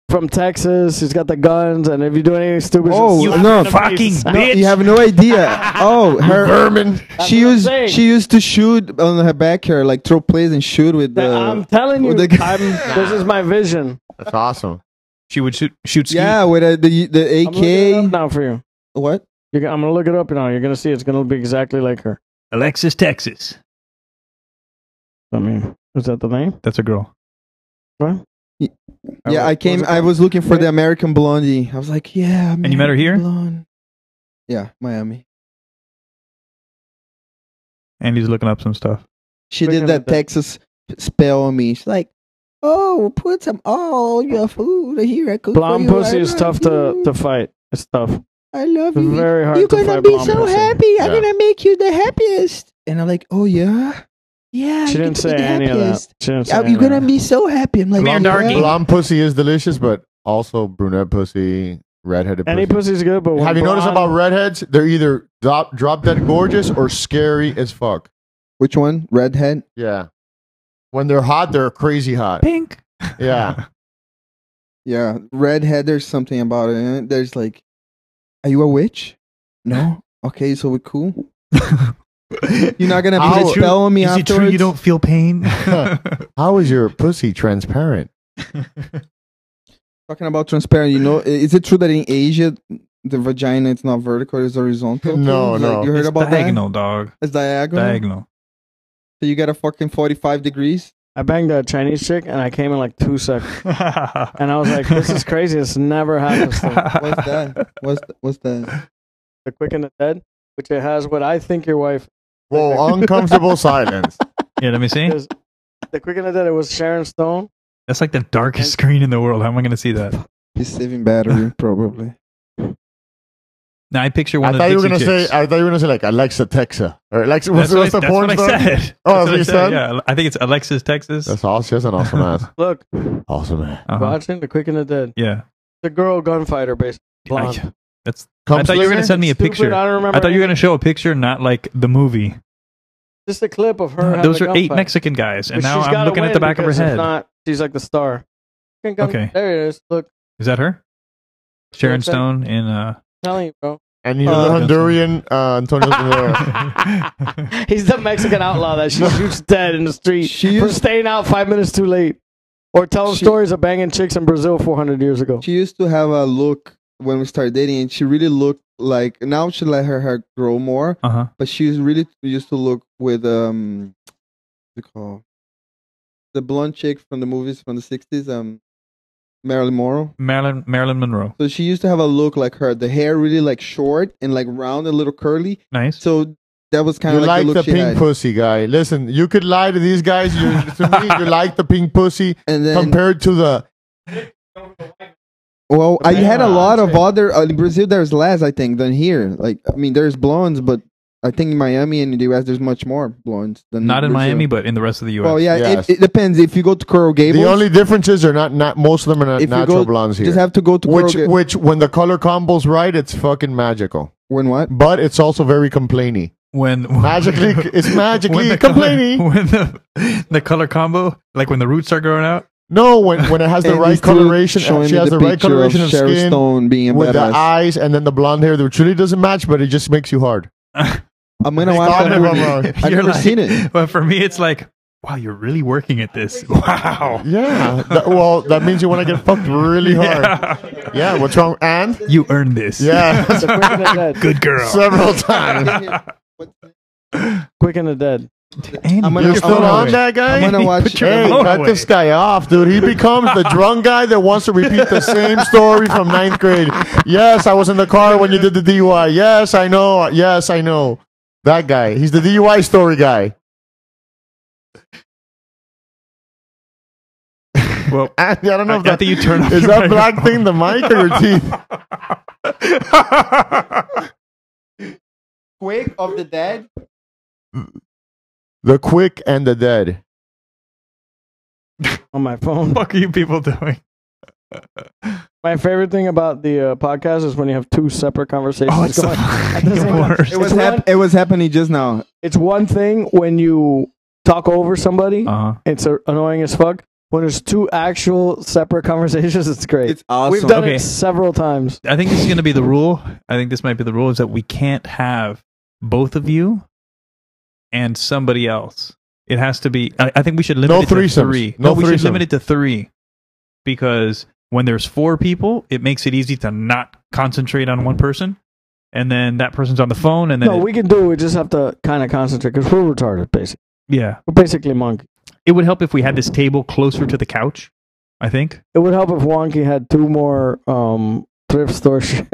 [SPEAKER 2] from Texas. He's got the guns, and if you do anything stupid,
[SPEAKER 6] Oh,
[SPEAKER 2] she'll-
[SPEAKER 6] You no, have
[SPEAKER 8] Fucking
[SPEAKER 6] No,
[SPEAKER 8] bitch.
[SPEAKER 6] you have no idea. Oh, her.
[SPEAKER 5] Vermin.
[SPEAKER 6] She
[SPEAKER 2] what I'm
[SPEAKER 6] used
[SPEAKER 2] saying.
[SPEAKER 6] she used to shoot on her back here, like throw plays and shoot with the. oh,
[SPEAKER 2] I'm telling you,
[SPEAKER 6] the-
[SPEAKER 2] I'm, this is my vision.
[SPEAKER 5] That's awesome.
[SPEAKER 8] she would shoot, shoot skeet.
[SPEAKER 6] yeah, with uh,
[SPEAKER 2] I'm looking it
[SPEAKER 6] the
[SPEAKER 2] up
[SPEAKER 6] the AK.
[SPEAKER 2] now for you.
[SPEAKER 6] What?
[SPEAKER 2] You're, gonna- I'm gonna look it up now. You're gonna see it's gonna be exactly like her.
[SPEAKER 8] Alexis, Texas.
[SPEAKER 2] I mean, is that the name?
[SPEAKER 8] That's a girl.
[SPEAKER 2] What?
[SPEAKER 6] Yeah,
[SPEAKER 8] what
[SPEAKER 6] I
[SPEAKER 8] was
[SPEAKER 6] came.
[SPEAKER 8] it
[SPEAKER 6] I
[SPEAKER 8] called?
[SPEAKER 6] was looking for the American Blondie. I was like, yeah.
[SPEAKER 8] And you met her
[SPEAKER 6] American
[SPEAKER 8] here?
[SPEAKER 6] Blonde. Yeah, Miami.
[SPEAKER 8] And he's looking up some stuff.
[SPEAKER 6] She
[SPEAKER 2] Speaking
[SPEAKER 6] did
[SPEAKER 2] of
[SPEAKER 6] that
[SPEAKER 2] the-
[SPEAKER 6] Texas spell on me. She's like, "Oh, put some all your food here. I cook for
[SPEAKER 2] Blonde
[SPEAKER 6] you.
[SPEAKER 2] pussy
[SPEAKER 6] I
[SPEAKER 2] is
[SPEAKER 6] love
[SPEAKER 2] tough to,
[SPEAKER 6] you.
[SPEAKER 2] to fight. It's tough.
[SPEAKER 6] I love
[SPEAKER 2] It's
[SPEAKER 6] you.
[SPEAKER 2] very hard
[SPEAKER 6] You're
[SPEAKER 2] to
[SPEAKER 6] gonna
[SPEAKER 2] fight
[SPEAKER 6] be
[SPEAKER 2] blonde
[SPEAKER 6] so
[SPEAKER 2] pussy.
[SPEAKER 6] happy. I'm
[SPEAKER 5] Yeah.
[SPEAKER 6] gonna make you the happiest." And I'm like, "Oh yeah, yeah."
[SPEAKER 2] She
[SPEAKER 6] you
[SPEAKER 2] didn't
[SPEAKER 6] get to
[SPEAKER 2] say
[SPEAKER 6] be the
[SPEAKER 2] any of that.
[SPEAKER 6] happiest.
[SPEAKER 2] She didn't say
[SPEAKER 6] Uh,
[SPEAKER 2] any
[SPEAKER 6] You're
[SPEAKER 2] of
[SPEAKER 6] gonna
[SPEAKER 2] that.
[SPEAKER 6] be so happy. I'm like,
[SPEAKER 8] Come here,
[SPEAKER 6] "Yeah."
[SPEAKER 8] darky.
[SPEAKER 5] Blonde pussy is delicious, but also brunette pussy, redheaded
[SPEAKER 2] Any
[SPEAKER 5] pussy.
[SPEAKER 2] pussy's good, but when
[SPEAKER 5] Have you noticed
[SPEAKER 2] blonde-
[SPEAKER 5] about redheads? They're either drop, drop dead gorgeous or scary as fuck.
[SPEAKER 6] Which one? Redhead.
[SPEAKER 5] Yeah. When they're hot, they're crazy hot.
[SPEAKER 8] Pink.
[SPEAKER 5] Yeah.
[SPEAKER 6] Yeah, redhead. There's something about it. There's like, are you a witch? No. Okay, so we're cool. You're not gonna
[SPEAKER 5] Is
[SPEAKER 6] put
[SPEAKER 5] it
[SPEAKER 6] a
[SPEAKER 5] true-
[SPEAKER 6] spell on me
[SPEAKER 8] Is it
[SPEAKER 6] afterwards.
[SPEAKER 8] true you don't feel pain?
[SPEAKER 5] How is your pussy transparent?
[SPEAKER 6] Talking about transparent, you know, i- is it true that in Asia the vagina it's not vertical, it's horizontal?
[SPEAKER 5] No,
[SPEAKER 6] Like,
[SPEAKER 5] no.
[SPEAKER 6] you heard
[SPEAKER 8] It's
[SPEAKER 6] about
[SPEAKER 8] diagonal, dog.
[SPEAKER 6] that? It's diagonal.
[SPEAKER 8] Diagonal.
[SPEAKER 6] So you got a fucking forty-five degrees.
[SPEAKER 2] I banged a Chinese chick and I came in like two seconds. And I was like, this is crazy. This never happens. to me.
[SPEAKER 6] What's that? what's th- what's that?
[SPEAKER 2] The Quick and the Dead, which it has what I think your wife
[SPEAKER 5] Whoa, uncomfortable silence.
[SPEAKER 8] Yeah, let me see.
[SPEAKER 2] is. The Quick and the Dead, it was Sharon Stone.
[SPEAKER 8] That's like the darkest screen in the world. How am I going to see that?
[SPEAKER 6] He's saving battery, probably.
[SPEAKER 8] Now I picture
[SPEAKER 5] I
[SPEAKER 8] one of
[SPEAKER 5] thought
[SPEAKER 8] the
[SPEAKER 5] you were
[SPEAKER 8] Dixie
[SPEAKER 5] gonna say. uh,
[SPEAKER 8] Chicks.
[SPEAKER 5] I thought you were gonna say like Alexa Texa or Alexa. What's,
[SPEAKER 8] that's what,
[SPEAKER 5] what's
[SPEAKER 8] I,
[SPEAKER 5] the
[SPEAKER 8] that's
[SPEAKER 5] porn
[SPEAKER 8] what I
[SPEAKER 5] star?
[SPEAKER 8] said.
[SPEAKER 5] Oh,
[SPEAKER 8] that's what I
[SPEAKER 5] that's what
[SPEAKER 8] said.
[SPEAKER 5] you said?
[SPEAKER 8] Yeah, I think it's Alexis, Texas.
[SPEAKER 5] That's all. She has an awesome ass.
[SPEAKER 2] Look,
[SPEAKER 5] Awesome ass.
[SPEAKER 8] Uh-huh.
[SPEAKER 2] watching The Quick and the Dead.
[SPEAKER 8] Yeah.
[SPEAKER 2] The girl gunfighter, basically. Blonde.
[SPEAKER 8] I, that's,
[SPEAKER 5] Cum
[SPEAKER 8] I thought you were
[SPEAKER 5] slinger?
[SPEAKER 8] going to send me a
[SPEAKER 2] Stupid,
[SPEAKER 8] picture.
[SPEAKER 2] I
[SPEAKER 8] I,
[SPEAKER 2] don't remember.
[SPEAKER 8] thought you were
[SPEAKER 2] any-
[SPEAKER 8] going to show a picture, not like the movie.
[SPEAKER 2] Just a clip of her.
[SPEAKER 8] Those
[SPEAKER 2] having
[SPEAKER 8] are
[SPEAKER 2] a
[SPEAKER 8] eight
[SPEAKER 2] gunfight.
[SPEAKER 8] Mexican guys, and
[SPEAKER 2] But
[SPEAKER 8] now
[SPEAKER 2] she's
[SPEAKER 8] I'm
[SPEAKER 2] gotta
[SPEAKER 8] looking at
[SPEAKER 2] win
[SPEAKER 8] the back of her
[SPEAKER 2] because if
[SPEAKER 8] head.
[SPEAKER 2] Not, she's like the star. Fucking gun-
[SPEAKER 8] Okay.
[SPEAKER 2] There it is. Look,
[SPEAKER 8] Is that her? Sharon
[SPEAKER 2] That's it.
[SPEAKER 8] Stone in uh,
[SPEAKER 2] I'm telling you, bro.
[SPEAKER 5] And you know
[SPEAKER 6] Uh,
[SPEAKER 5] the Honduran uh, Antonio Rivera.
[SPEAKER 8] uh
[SPEAKER 2] He's the Mexican outlaw that she shoots dead in the street
[SPEAKER 6] She
[SPEAKER 2] for
[SPEAKER 6] used-
[SPEAKER 2] staying out five minutes too late. Or telling
[SPEAKER 6] She-
[SPEAKER 2] stories of banging chicks in Brazil 400 years ago.
[SPEAKER 6] She used to have a look when we started dating, and she really looked like now she let her hair grow more,
[SPEAKER 8] huh.
[SPEAKER 6] but she was really used to look with um, what's it called? The blonde chick from the movies from the '60s, um, Marilyn Monroe.
[SPEAKER 8] Marilyn Marilyn Monroe.
[SPEAKER 6] So she used to have a look like her. The hair really like short and like round, a little curly.
[SPEAKER 8] Nice.
[SPEAKER 6] So that was kind
[SPEAKER 5] You
[SPEAKER 6] of
[SPEAKER 5] like
[SPEAKER 6] like, the
[SPEAKER 5] the
[SPEAKER 6] look she
[SPEAKER 5] pink
[SPEAKER 6] had.
[SPEAKER 5] pussy guy. Listen, you could lie to these guys. You, to me, you like the pink pussy
[SPEAKER 6] And then,
[SPEAKER 5] compared to the.
[SPEAKER 6] well, I had a
[SPEAKER 5] Yeah.
[SPEAKER 6] lot of other uh, in Brazil. There's less, I think, than here. Like, I mean, there's blondes, but I think in Miami and in the U.S. there's much more blondes than
[SPEAKER 8] Not in
[SPEAKER 6] Brazil.
[SPEAKER 8] Miami, but in the rest of the U.S.
[SPEAKER 6] Well, yeah,
[SPEAKER 5] Yes.
[SPEAKER 6] it, it depends. If you go to Coral Gables,
[SPEAKER 5] The only differences are not not most of them are not
[SPEAKER 6] If you
[SPEAKER 5] natural
[SPEAKER 6] go-
[SPEAKER 5] blondes
[SPEAKER 6] you
[SPEAKER 5] here.
[SPEAKER 6] just have to go to
[SPEAKER 5] which
[SPEAKER 6] Coral Gables.
[SPEAKER 5] which when the color combo's right, it's fucking magical.
[SPEAKER 6] When what?
[SPEAKER 5] But it's also very complainy.
[SPEAKER 8] when
[SPEAKER 5] Magically- it's magically
[SPEAKER 8] when the
[SPEAKER 5] complaining.
[SPEAKER 8] Color, when the the color combo, like when the roots start growing out.
[SPEAKER 5] No, when when it has the
[SPEAKER 6] And
[SPEAKER 5] right
[SPEAKER 6] he's still
[SPEAKER 5] coloration,
[SPEAKER 6] showing
[SPEAKER 5] she
[SPEAKER 6] me
[SPEAKER 5] has the, right
[SPEAKER 6] picture
[SPEAKER 5] coloration of,
[SPEAKER 6] Sharon
[SPEAKER 5] skin
[SPEAKER 6] Stone being a
[SPEAKER 5] with the
[SPEAKER 6] badass.
[SPEAKER 5] eyes and then the blonde hair, which really doesn't match, but it just makes you hard.
[SPEAKER 6] I'm gonna
[SPEAKER 5] Stop
[SPEAKER 6] watch that
[SPEAKER 5] it,
[SPEAKER 6] movie.
[SPEAKER 5] Ramon.
[SPEAKER 6] I've never seen it.
[SPEAKER 8] But for me, it's like, wow, you're really working at this. Wow.
[SPEAKER 5] Yeah. That- well, that means you want to get fucked really hard. Yeah.
[SPEAKER 8] Yeah.
[SPEAKER 5] What's wrong? And
[SPEAKER 8] You earned this.
[SPEAKER 5] yeah,
[SPEAKER 2] The Quick and the Dead.
[SPEAKER 8] Good girl.
[SPEAKER 5] several times.
[SPEAKER 2] Quick and the Dead.
[SPEAKER 8] Andy,
[SPEAKER 6] I'm
[SPEAKER 5] You're
[SPEAKER 6] gonna-
[SPEAKER 8] put your
[SPEAKER 5] still
[SPEAKER 8] phone
[SPEAKER 5] on
[SPEAKER 8] away.
[SPEAKER 5] that guy?
[SPEAKER 6] I'm gonna watch.
[SPEAKER 8] Put your
[SPEAKER 5] Hey,
[SPEAKER 8] phone
[SPEAKER 5] cut
[SPEAKER 8] away.
[SPEAKER 5] this guy off, dude. He becomes the drunk guy that wants to repeat the same story from ninth grade. Yes, I was in the car when you did the DUI. Yes, I know. Yes, I know. That guy. He's the DUI story guy.
[SPEAKER 8] Well,
[SPEAKER 5] Andy, I don't know
[SPEAKER 8] I,
[SPEAKER 5] if
[SPEAKER 8] I
[SPEAKER 5] that,
[SPEAKER 8] think you turn off
[SPEAKER 5] is
[SPEAKER 8] your
[SPEAKER 5] that
[SPEAKER 8] microphone.
[SPEAKER 5] black thing the mic or your teeth?
[SPEAKER 6] Quake of the Dead.
[SPEAKER 5] The quick and the dead.
[SPEAKER 2] on my phone.
[SPEAKER 8] fuck are you people doing?
[SPEAKER 2] My favorite thing about the uh, podcast is when you have two separate conversations
[SPEAKER 8] Oh, it's the
[SPEAKER 2] going.
[SPEAKER 8] fucking
[SPEAKER 2] one.
[SPEAKER 8] worst.
[SPEAKER 6] It was
[SPEAKER 2] It's
[SPEAKER 6] hap-
[SPEAKER 2] one-
[SPEAKER 6] it was happening just now.
[SPEAKER 2] It's one thing when you talk over somebody.
[SPEAKER 8] Uh-huh.
[SPEAKER 2] it's uh, annoying as fuck. When there's two actual separate conversations, it's great.
[SPEAKER 6] It's awesome.
[SPEAKER 2] We've done
[SPEAKER 8] Okay.
[SPEAKER 2] it several times.
[SPEAKER 8] I think this is going to be the rule. I think this might be the rule is that we can't have both of you and somebody else. It has to be. I, I think we should limit
[SPEAKER 5] No
[SPEAKER 8] it to
[SPEAKER 5] threesomes.
[SPEAKER 8] three.
[SPEAKER 5] No
[SPEAKER 8] we
[SPEAKER 5] threesomes.
[SPEAKER 8] should limit it to three because when there's four people, it makes it easy to not concentrate on one person, and then that person's on the phone, and then
[SPEAKER 2] No,
[SPEAKER 8] it-
[SPEAKER 2] we can do it. We just have to kind of concentrate because we're retarded, basically.
[SPEAKER 8] yeah,
[SPEAKER 2] We're basically monkeys.
[SPEAKER 8] it would help if we had this table closer to the couch. I think.
[SPEAKER 2] It would help if Wonky had two more um, thrift store shares.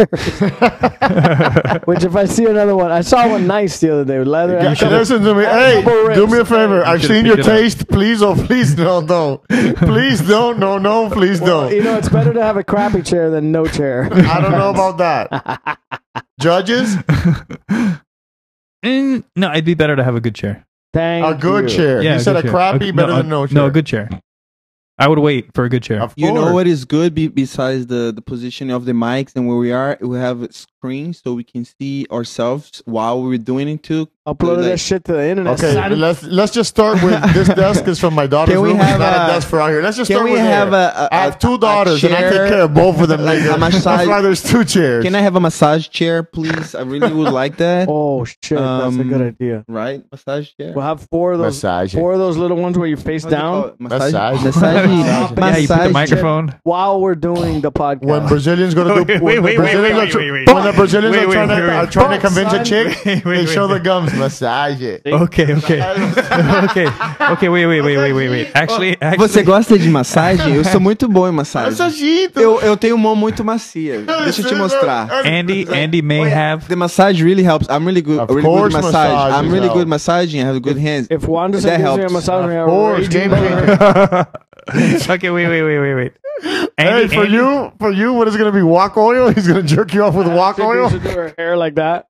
[SPEAKER 2] Which, if I see another one, I saw one nice the other day with leather.
[SPEAKER 5] Yeah,
[SPEAKER 2] and leather.
[SPEAKER 5] listen to me. Hey,
[SPEAKER 2] Double
[SPEAKER 5] do
[SPEAKER 2] rips.
[SPEAKER 5] me a favor.
[SPEAKER 2] You
[SPEAKER 5] I've
[SPEAKER 8] should've
[SPEAKER 5] seen your
[SPEAKER 8] picked it up.
[SPEAKER 5] taste. Please, oh, please, no, no. Please don't, no, no, please
[SPEAKER 2] Well,
[SPEAKER 5] don't.
[SPEAKER 2] you know, it's better to have a crappy chair than no chair.
[SPEAKER 5] I don't know about that. Judges,
[SPEAKER 8] Mm, no, it'd be better to have a good chair.
[SPEAKER 2] Thank
[SPEAKER 5] a good
[SPEAKER 2] you.
[SPEAKER 5] chair. you
[SPEAKER 8] a
[SPEAKER 5] said
[SPEAKER 8] good
[SPEAKER 5] a
[SPEAKER 8] chair.
[SPEAKER 5] crappy better
[SPEAKER 8] no,
[SPEAKER 5] than
[SPEAKER 8] a-
[SPEAKER 5] no chair.
[SPEAKER 8] No, a good chair. I would wait for a good chair.
[SPEAKER 5] Of
[SPEAKER 6] You know
[SPEAKER 5] course.
[SPEAKER 6] what is good be- besides the, the position of the mics and where we are? We have a screen so we can see ourselves while we're doing it too.
[SPEAKER 2] Uploaded
[SPEAKER 6] Like-
[SPEAKER 2] that shit to the internet.
[SPEAKER 5] Okay,
[SPEAKER 2] son.
[SPEAKER 5] let's let's just start with this desk is from my daughter's
[SPEAKER 6] Can we
[SPEAKER 5] room. It's
[SPEAKER 6] have
[SPEAKER 5] not a,
[SPEAKER 6] a-
[SPEAKER 5] desk for out here. Let's just
[SPEAKER 6] Can
[SPEAKER 5] start
[SPEAKER 6] we
[SPEAKER 5] with
[SPEAKER 6] have
[SPEAKER 5] there.
[SPEAKER 6] a, a-
[SPEAKER 5] I have
[SPEAKER 6] a-
[SPEAKER 5] two
[SPEAKER 6] a
[SPEAKER 5] daughters and I
[SPEAKER 6] chair?
[SPEAKER 5] take care of both of them.
[SPEAKER 6] Like,
[SPEAKER 5] later.
[SPEAKER 6] a massage-
[SPEAKER 5] That's why there's two chairs.
[SPEAKER 6] Can I have a massage chair, please? I really would like that.
[SPEAKER 2] Oh shit, that's a
[SPEAKER 6] Um,
[SPEAKER 2] good idea.
[SPEAKER 6] Right? Massage chair.
[SPEAKER 2] We'll have four of those
[SPEAKER 5] massage?
[SPEAKER 2] four of those little ones where you face
[SPEAKER 6] How's it
[SPEAKER 2] down
[SPEAKER 6] called? Massage.
[SPEAKER 5] Massage.
[SPEAKER 6] Massage.
[SPEAKER 2] Massage.
[SPEAKER 8] yeah, you put the
[SPEAKER 6] Massage
[SPEAKER 8] microphone.
[SPEAKER 2] while we're doing the podcast.
[SPEAKER 5] When Brazilians go to do
[SPEAKER 8] Wait,
[SPEAKER 5] when the
[SPEAKER 8] wait, wait, wait,
[SPEAKER 5] Brazilians
[SPEAKER 8] wait,
[SPEAKER 5] are
[SPEAKER 8] wait, wait,
[SPEAKER 5] tr-
[SPEAKER 8] wait.
[SPEAKER 5] when the Brazilians
[SPEAKER 8] Wait,
[SPEAKER 5] are
[SPEAKER 8] wait,
[SPEAKER 5] trying to
[SPEAKER 8] wait,
[SPEAKER 5] are
[SPEAKER 8] wait.
[SPEAKER 5] trying to convince a
[SPEAKER 2] Fuck,
[SPEAKER 5] chick,
[SPEAKER 8] Wait,
[SPEAKER 5] they
[SPEAKER 8] wait,
[SPEAKER 5] show the
[SPEAKER 8] wait.
[SPEAKER 5] gums, massage it.
[SPEAKER 8] Okay, okay, okay, okay. Wait, wait, wait, wait, wait, wait.
[SPEAKER 5] Oh,
[SPEAKER 8] Actually,
[SPEAKER 6] chair. Você
[SPEAKER 8] actually,
[SPEAKER 6] gosta de massagem? Eu sou muito bom em massagem.
[SPEAKER 5] Massagito.
[SPEAKER 6] Eu, eu tenho mão muito macia. Deixa
[SPEAKER 5] é
[SPEAKER 6] eu te mostrar.
[SPEAKER 8] Andy, Andy may have.
[SPEAKER 6] The massage really helps. I'm really good.
[SPEAKER 5] Of
[SPEAKER 6] really good
[SPEAKER 5] course
[SPEAKER 6] massage.
[SPEAKER 5] massages
[SPEAKER 6] I'm really
[SPEAKER 5] help.
[SPEAKER 6] good massaging. I have good hands.
[SPEAKER 2] if Juan doesn't
[SPEAKER 6] That
[SPEAKER 2] give me a
[SPEAKER 6] helps.
[SPEAKER 2] massage,
[SPEAKER 5] Of course, game changer.
[SPEAKER 8] okay, wait, wait, wait, wait, wait.
[SPEAKER 5] Hey,
[SPEAKER 8] Andy,
[SPEAKER 5] for
[SPEAKER 8] Andy-
[SPEAKER 5] you, for you, what is it gonna be? Walk oil? He's gonna jerk you off with walk
[SPEAKER 2] I'm
[SPEAKER 5] oil?
[SPEAKER 2] going to do her hair like that.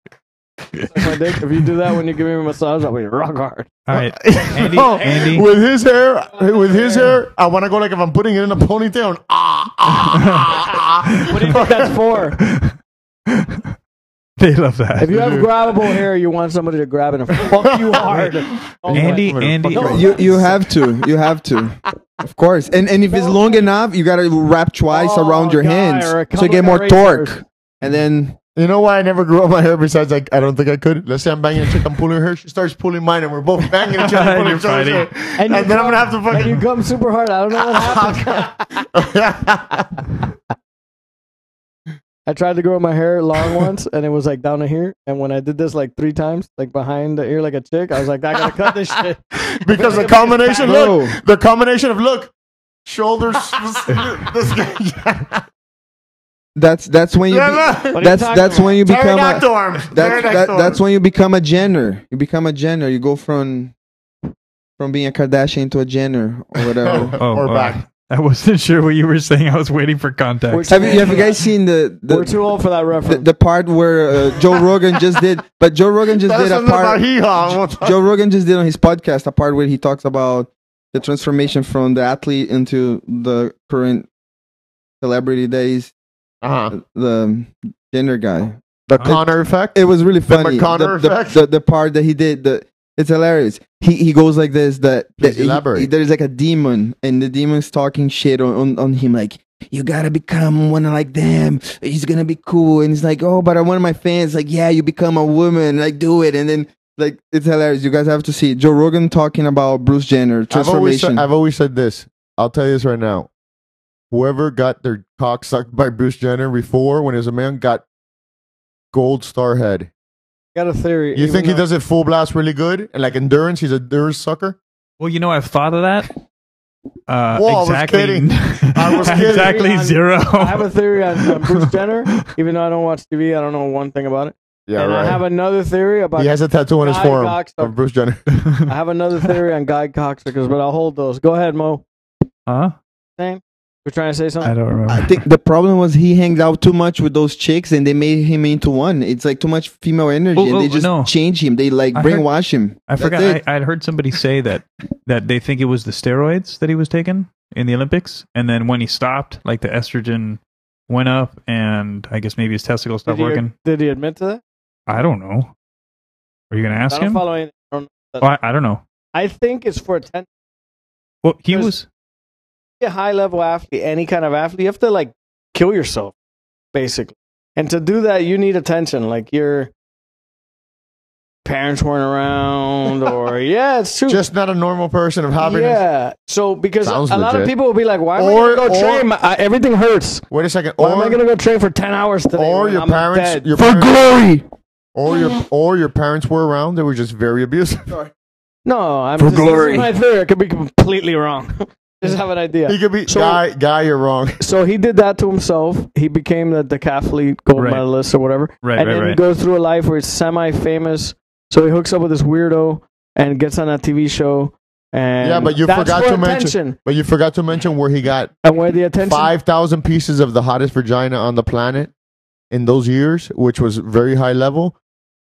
[SPEAKER 2] That's my dick. If you do that when you give me a massage, I'll be rock hard.
[SPEAKER 8] All right, Andy,
[SPEAKER 5] No,
[SPEAKER 8] Andy.
[SPEAKER 5] with his hair, with his hair, I want to go like if I'm putting it in a ponytail. and Ah, ah,
[SPEAKER 2] What do you think that's for?
[SPEAKER 8] They love that.
[SPEAKER 2] If you have grabbable hair, you want somebody to grab it and fuck you hard. Oh my-
[SPEAKER 8] Andy,
[SPEAKER 5] I'm gonna
[SPEAKER 8] Andy,
[SPEAKER 5] fucking-
[SPEAKER 6] You you have to. You have to. Of course. And and if it's long enough, you gotta wrap twice
[SPEAKER 2] Oh,
[SPEAKER 6] around your
[SPEAKER 2] guy,
[SPEAKER 6] hands
[SPEAKER 2] or a
[SPEAKER 6] so you
[SPEAKER 2] couple
[SPEAKER 6] get more
[SPEAKER 2] erasers.
[SPEAKER 6] torque. And then
[SPEAKER 5] ah. You know why I never grew up my hair? Besides, like I don't think I could. Let's say I'm banging a chick, I'm pulling her, she starts pulling mine, and we're both banging each other, pulling
[SPEAKER 8] You're
[SPEAKER 5] each other's hair.
[SPEAKER 8] fighting.
[SPEAKER 5] and,
[SPEAKER 2] you
[SPEAKER 5] then I'm gonna have
[SPEAKER 2] come-
[SPEAKER 5] to
[SPEAKER 2] And you
[SPEAKER 5] fucking.
[SPEAKER 2] come super hard. I don't know what happened. I tried to grow my hair long once, and it was like down to here. And when I did this like three times, like behind the ear, like a chick, I was like, I gotta cut this shit.
[SPEAKER 5] because the combination,
[SPEAKER 6] Bro.
[SPEAKER 5] look, the combination of look, shoulders, this guy,
[SPEAKER 6] that's that's when you
[SPEAKER 5] yeah,
[SPEAKER 6] be,
[SPEAKER 5] look,
[SPEAKER 6] that's that's when you become
[SPEAKER 5] pterodactyl
[SPEAKER 6] a,
[SPEAKER 5] arms,
[SPEAKER 6] that's that,
[SPEAKER 5] pterodactyl
[SPEAKER 6] that's
[SPEAKER 5] arms.
[SPEAKER 6] when you become a Jenner. You become a Jenner. You go from from being a Kardashian to a Jenner or whatever.
[SPEAKER 8] Oh,
[SPEAKER 5] or
[SPEAKER 8] all
[SPEAKER 5] back.
[SPEAKER 8] right. I wasn't sure what you were saying. I was waiting for context.
[SPEAKER 2] We're too
[SPEAKER 6] have you
[SPEAKER 2] old
[SPEAKER 6] have you
[SPEAKER 2] for that.
[SPEAKER 6] guys seen the
[SPEAKER 2] We're
[SPEAKER 6] the,
[SPEAKER 2] too old for that
[SPEAKER 6] the,
[SPEAKER 2] reference.
[SPEAKER 6] the part where uh, Joe Rogan just did? But Joe Rogan just
[SPEAKER 5] That's
[SPEAKER 6] did a
[SPEAKER 5] something
[SPEAKER 6] part.
[SPEAKER 5] about hee-haw. We'll talk-
[SPEAKER 6] Joe Rogan just did on his podcast a part where he talks about the transformation from the athlete into the current celebrity that is
[SPEAKER 5] Uh-huh.
[SPEAKER 6] the gender guy.
[SPEAKER 5] The Connor effect.
[SPEAKER 6] It was really funny.
[SPEAKER 5] McConnor
[SPEAKER 6] the,
[SPEAKER 5] effect?
[SPEAKER 6] the, the, the part that he did, the, it's hilarious. He he goes like this that, that
[SPEAKER 5] Please
[SPEAKER 6] he-
[SPEAKER 5] elaborate.
[SPEAKER 6] he- there's like a demon and the demon's talking shit on, on, on him like you gotta become one like them. He's gonna be cool and he's like, Oh, but I'm one of my fans, like, yeah, you become a woman, like do it and then like it's hilarious. You guys have to see it. Joe Rogan talking about Bruce Jenner
[SPEAKER 5] I've always, said,
[SPEAKER 6] transformation.
[SPEAKER 5] I've always said this. I'll tell you this right now. Whoever got their cock sucked by Bruce Jenner before, when he was a man, got gold star head.
[SPEAKER 2] got a theory.
[SPEAKER 5] You
[SPEAKER 2] even
[SPEAKER 5] think he
[SPEAKER 2] though-
[SPEAKER 5] does it full blast really good? And like endurance, he's a endurance sucker?
[SPEAKER 8] Well, you know, I've thought of that. Uh,
[SPEAKER 5] Whoa, I was
[SPEAKER 8] exactly.
[SPEAKER 5] kidding. I was kidding.
[SPEAKER 8] exactly
[SPEAKER 2] On-
[SPEAKER 8] zero.
[SPEAKER 2] I have a theory on, on Bruce Jenner. Even though I don't watch TV, I don't know one thing about it.
[SPEAKER 5] Yeah,
[SPEAKER 2] and I have
[SPEAKER 5] right.
[SPEAKER 2] another theory about.
[SPEAKER 5] He has a tattoo on his
[SPEAKER 2] Guy
[SPEAKER 5] forearm
[SPEAKER 2] Cox-
[SPEAKER 5] of Bruce Jenner.
[SPEAKER 2] I have another theory on Guy cocksuckers, but I'll hold those. Go ahead, Mo.
[SPEAKER 8] huh?
[SPEAKER 2] You're trying to say something.
[SPEAKER 8] I don't remember.
[SPEAKER 6] I think the problem was he hangs out too much with those chicks, and they made him into one. It's like too much female energy,
[SPEAKER 8] Oh,
[SPEAKER 6] and
[SPEAKER 8] oh,
[SPEAKER 6] they just
[SPEAKER 8] no.
[SPEAKER 6] change him. They like
[SPEAKER 8] I heard-
[SPEAKER 6] brainwash him.
[SPEAKER 8] I
[SPEAKER 6] That's
[SPEAKER 8] forgot. I,
[SPEAKER 6] it.
[SPEAKER 8] I'd heard somebody say that that they think it was the steroids that he was taking in the Olympics, and then when he stopped, like the estrogen went up, and I guess maybe his testicles
[SPEAKER 2] did,
[SPEAKER 8] stopped
[SPEAKER 2] he,
[SPEAKER 8] working.
[SPEAKER 2] did he admit to that?
[SPEAKER 8] I don't know. Are you gonna
[SPEAKER 2] I
[SPEAKER 8] ask
[SPEAKER 2] don't
[SPEAKER 8] him?
[SPEAKER 2] follow any. I, don't-
[SPEAKER 8] Oh, I, I don't know.
[SPEAKER 2] I think it's for attention.
[SPEAKER 8] Well, he
[SPEAKER 2] There's-
[SPEAKER 8] was.
[SPEAKER 2] a high level athlete, any kind of athlete, you have to like kill yourself, basically. And to do that, you need attention. Like your parents weren't around, or yeah, it's true.
[SPEAKER 5] Just not a normal person of happiness.
[SPEAKER 2] yeah. So because
[SPEAKER 5] Sounds
[SPEAKER 2] a lot of
[SPEAKER 5] legit.
[SPEAKER 2] people will be like, "Why am
[SPEAKER 5] Or-
[SPEAKER 2] I gonna go
[SPEAKER 5] or-
[SPEAKER 2] train? My- I, everything hurts.
[SPEAKER 5] Wait a second.
[SPEAKER 2] Why am I
[SPEAKER 5] Or,
[SPEAKER 2] gonna go train for ten hours today?
[SPEAKER 5] or
[SPEAKER 2] when
[SPEAKER 5] your
[SPEAKER 2] I'm
[SPEAKER 5] parents,
[SPEAKER 2] dead?"
[SPEAKER 5] your
[SPEAKER 6] For
[SPEAKER 5] parents,
[SPEAKER 6] glory,
[SPEAKER 5] or your or your parents were around. They were just very abusive.
[SPEAKER 2] no, I'm
[SPEAKER 6] For
[SPEAKER 2] just,
[SPEAKER 6] glory.
[SPEAKER 2] This is my theory. I could be completely wrong. just have an idea.
[SPEAKER 5] He could be
[SPEAKER 2] So-
[SPEAKER 5] guy. Guy, you're wrong.
[SPEAKER 2] so he did that to himself. He became the decathlete gold
[SPEAKER 8] Right.
[SPEAKER 2] medalist or whatever.
[SPEAKER 8] Right,
[SPEAKER 2] and
[SPEAKER 8] right,
[SPEAKER 2] then
[SPEAKER 8] right.
[SPEAKER 2] he goes through a life where he's semi-famous. So he hooks up with this weirdo and gets on a TV show. And
[SPEAKER 5] Yeah, but you
[SPEAKER 2] that's
[SPEAKER 5] forgot
[SPEAKER 2] for
[SPEAKER 5] to mention-
[SPEAKER 2] attention.
[SPEAKER 5] But you forgot to mention where he got
[SPEAKER 2] and where the attention.
[SPEAKER 5] five thousand pieces of the hottest vagina on the planet in those years, which was very high level.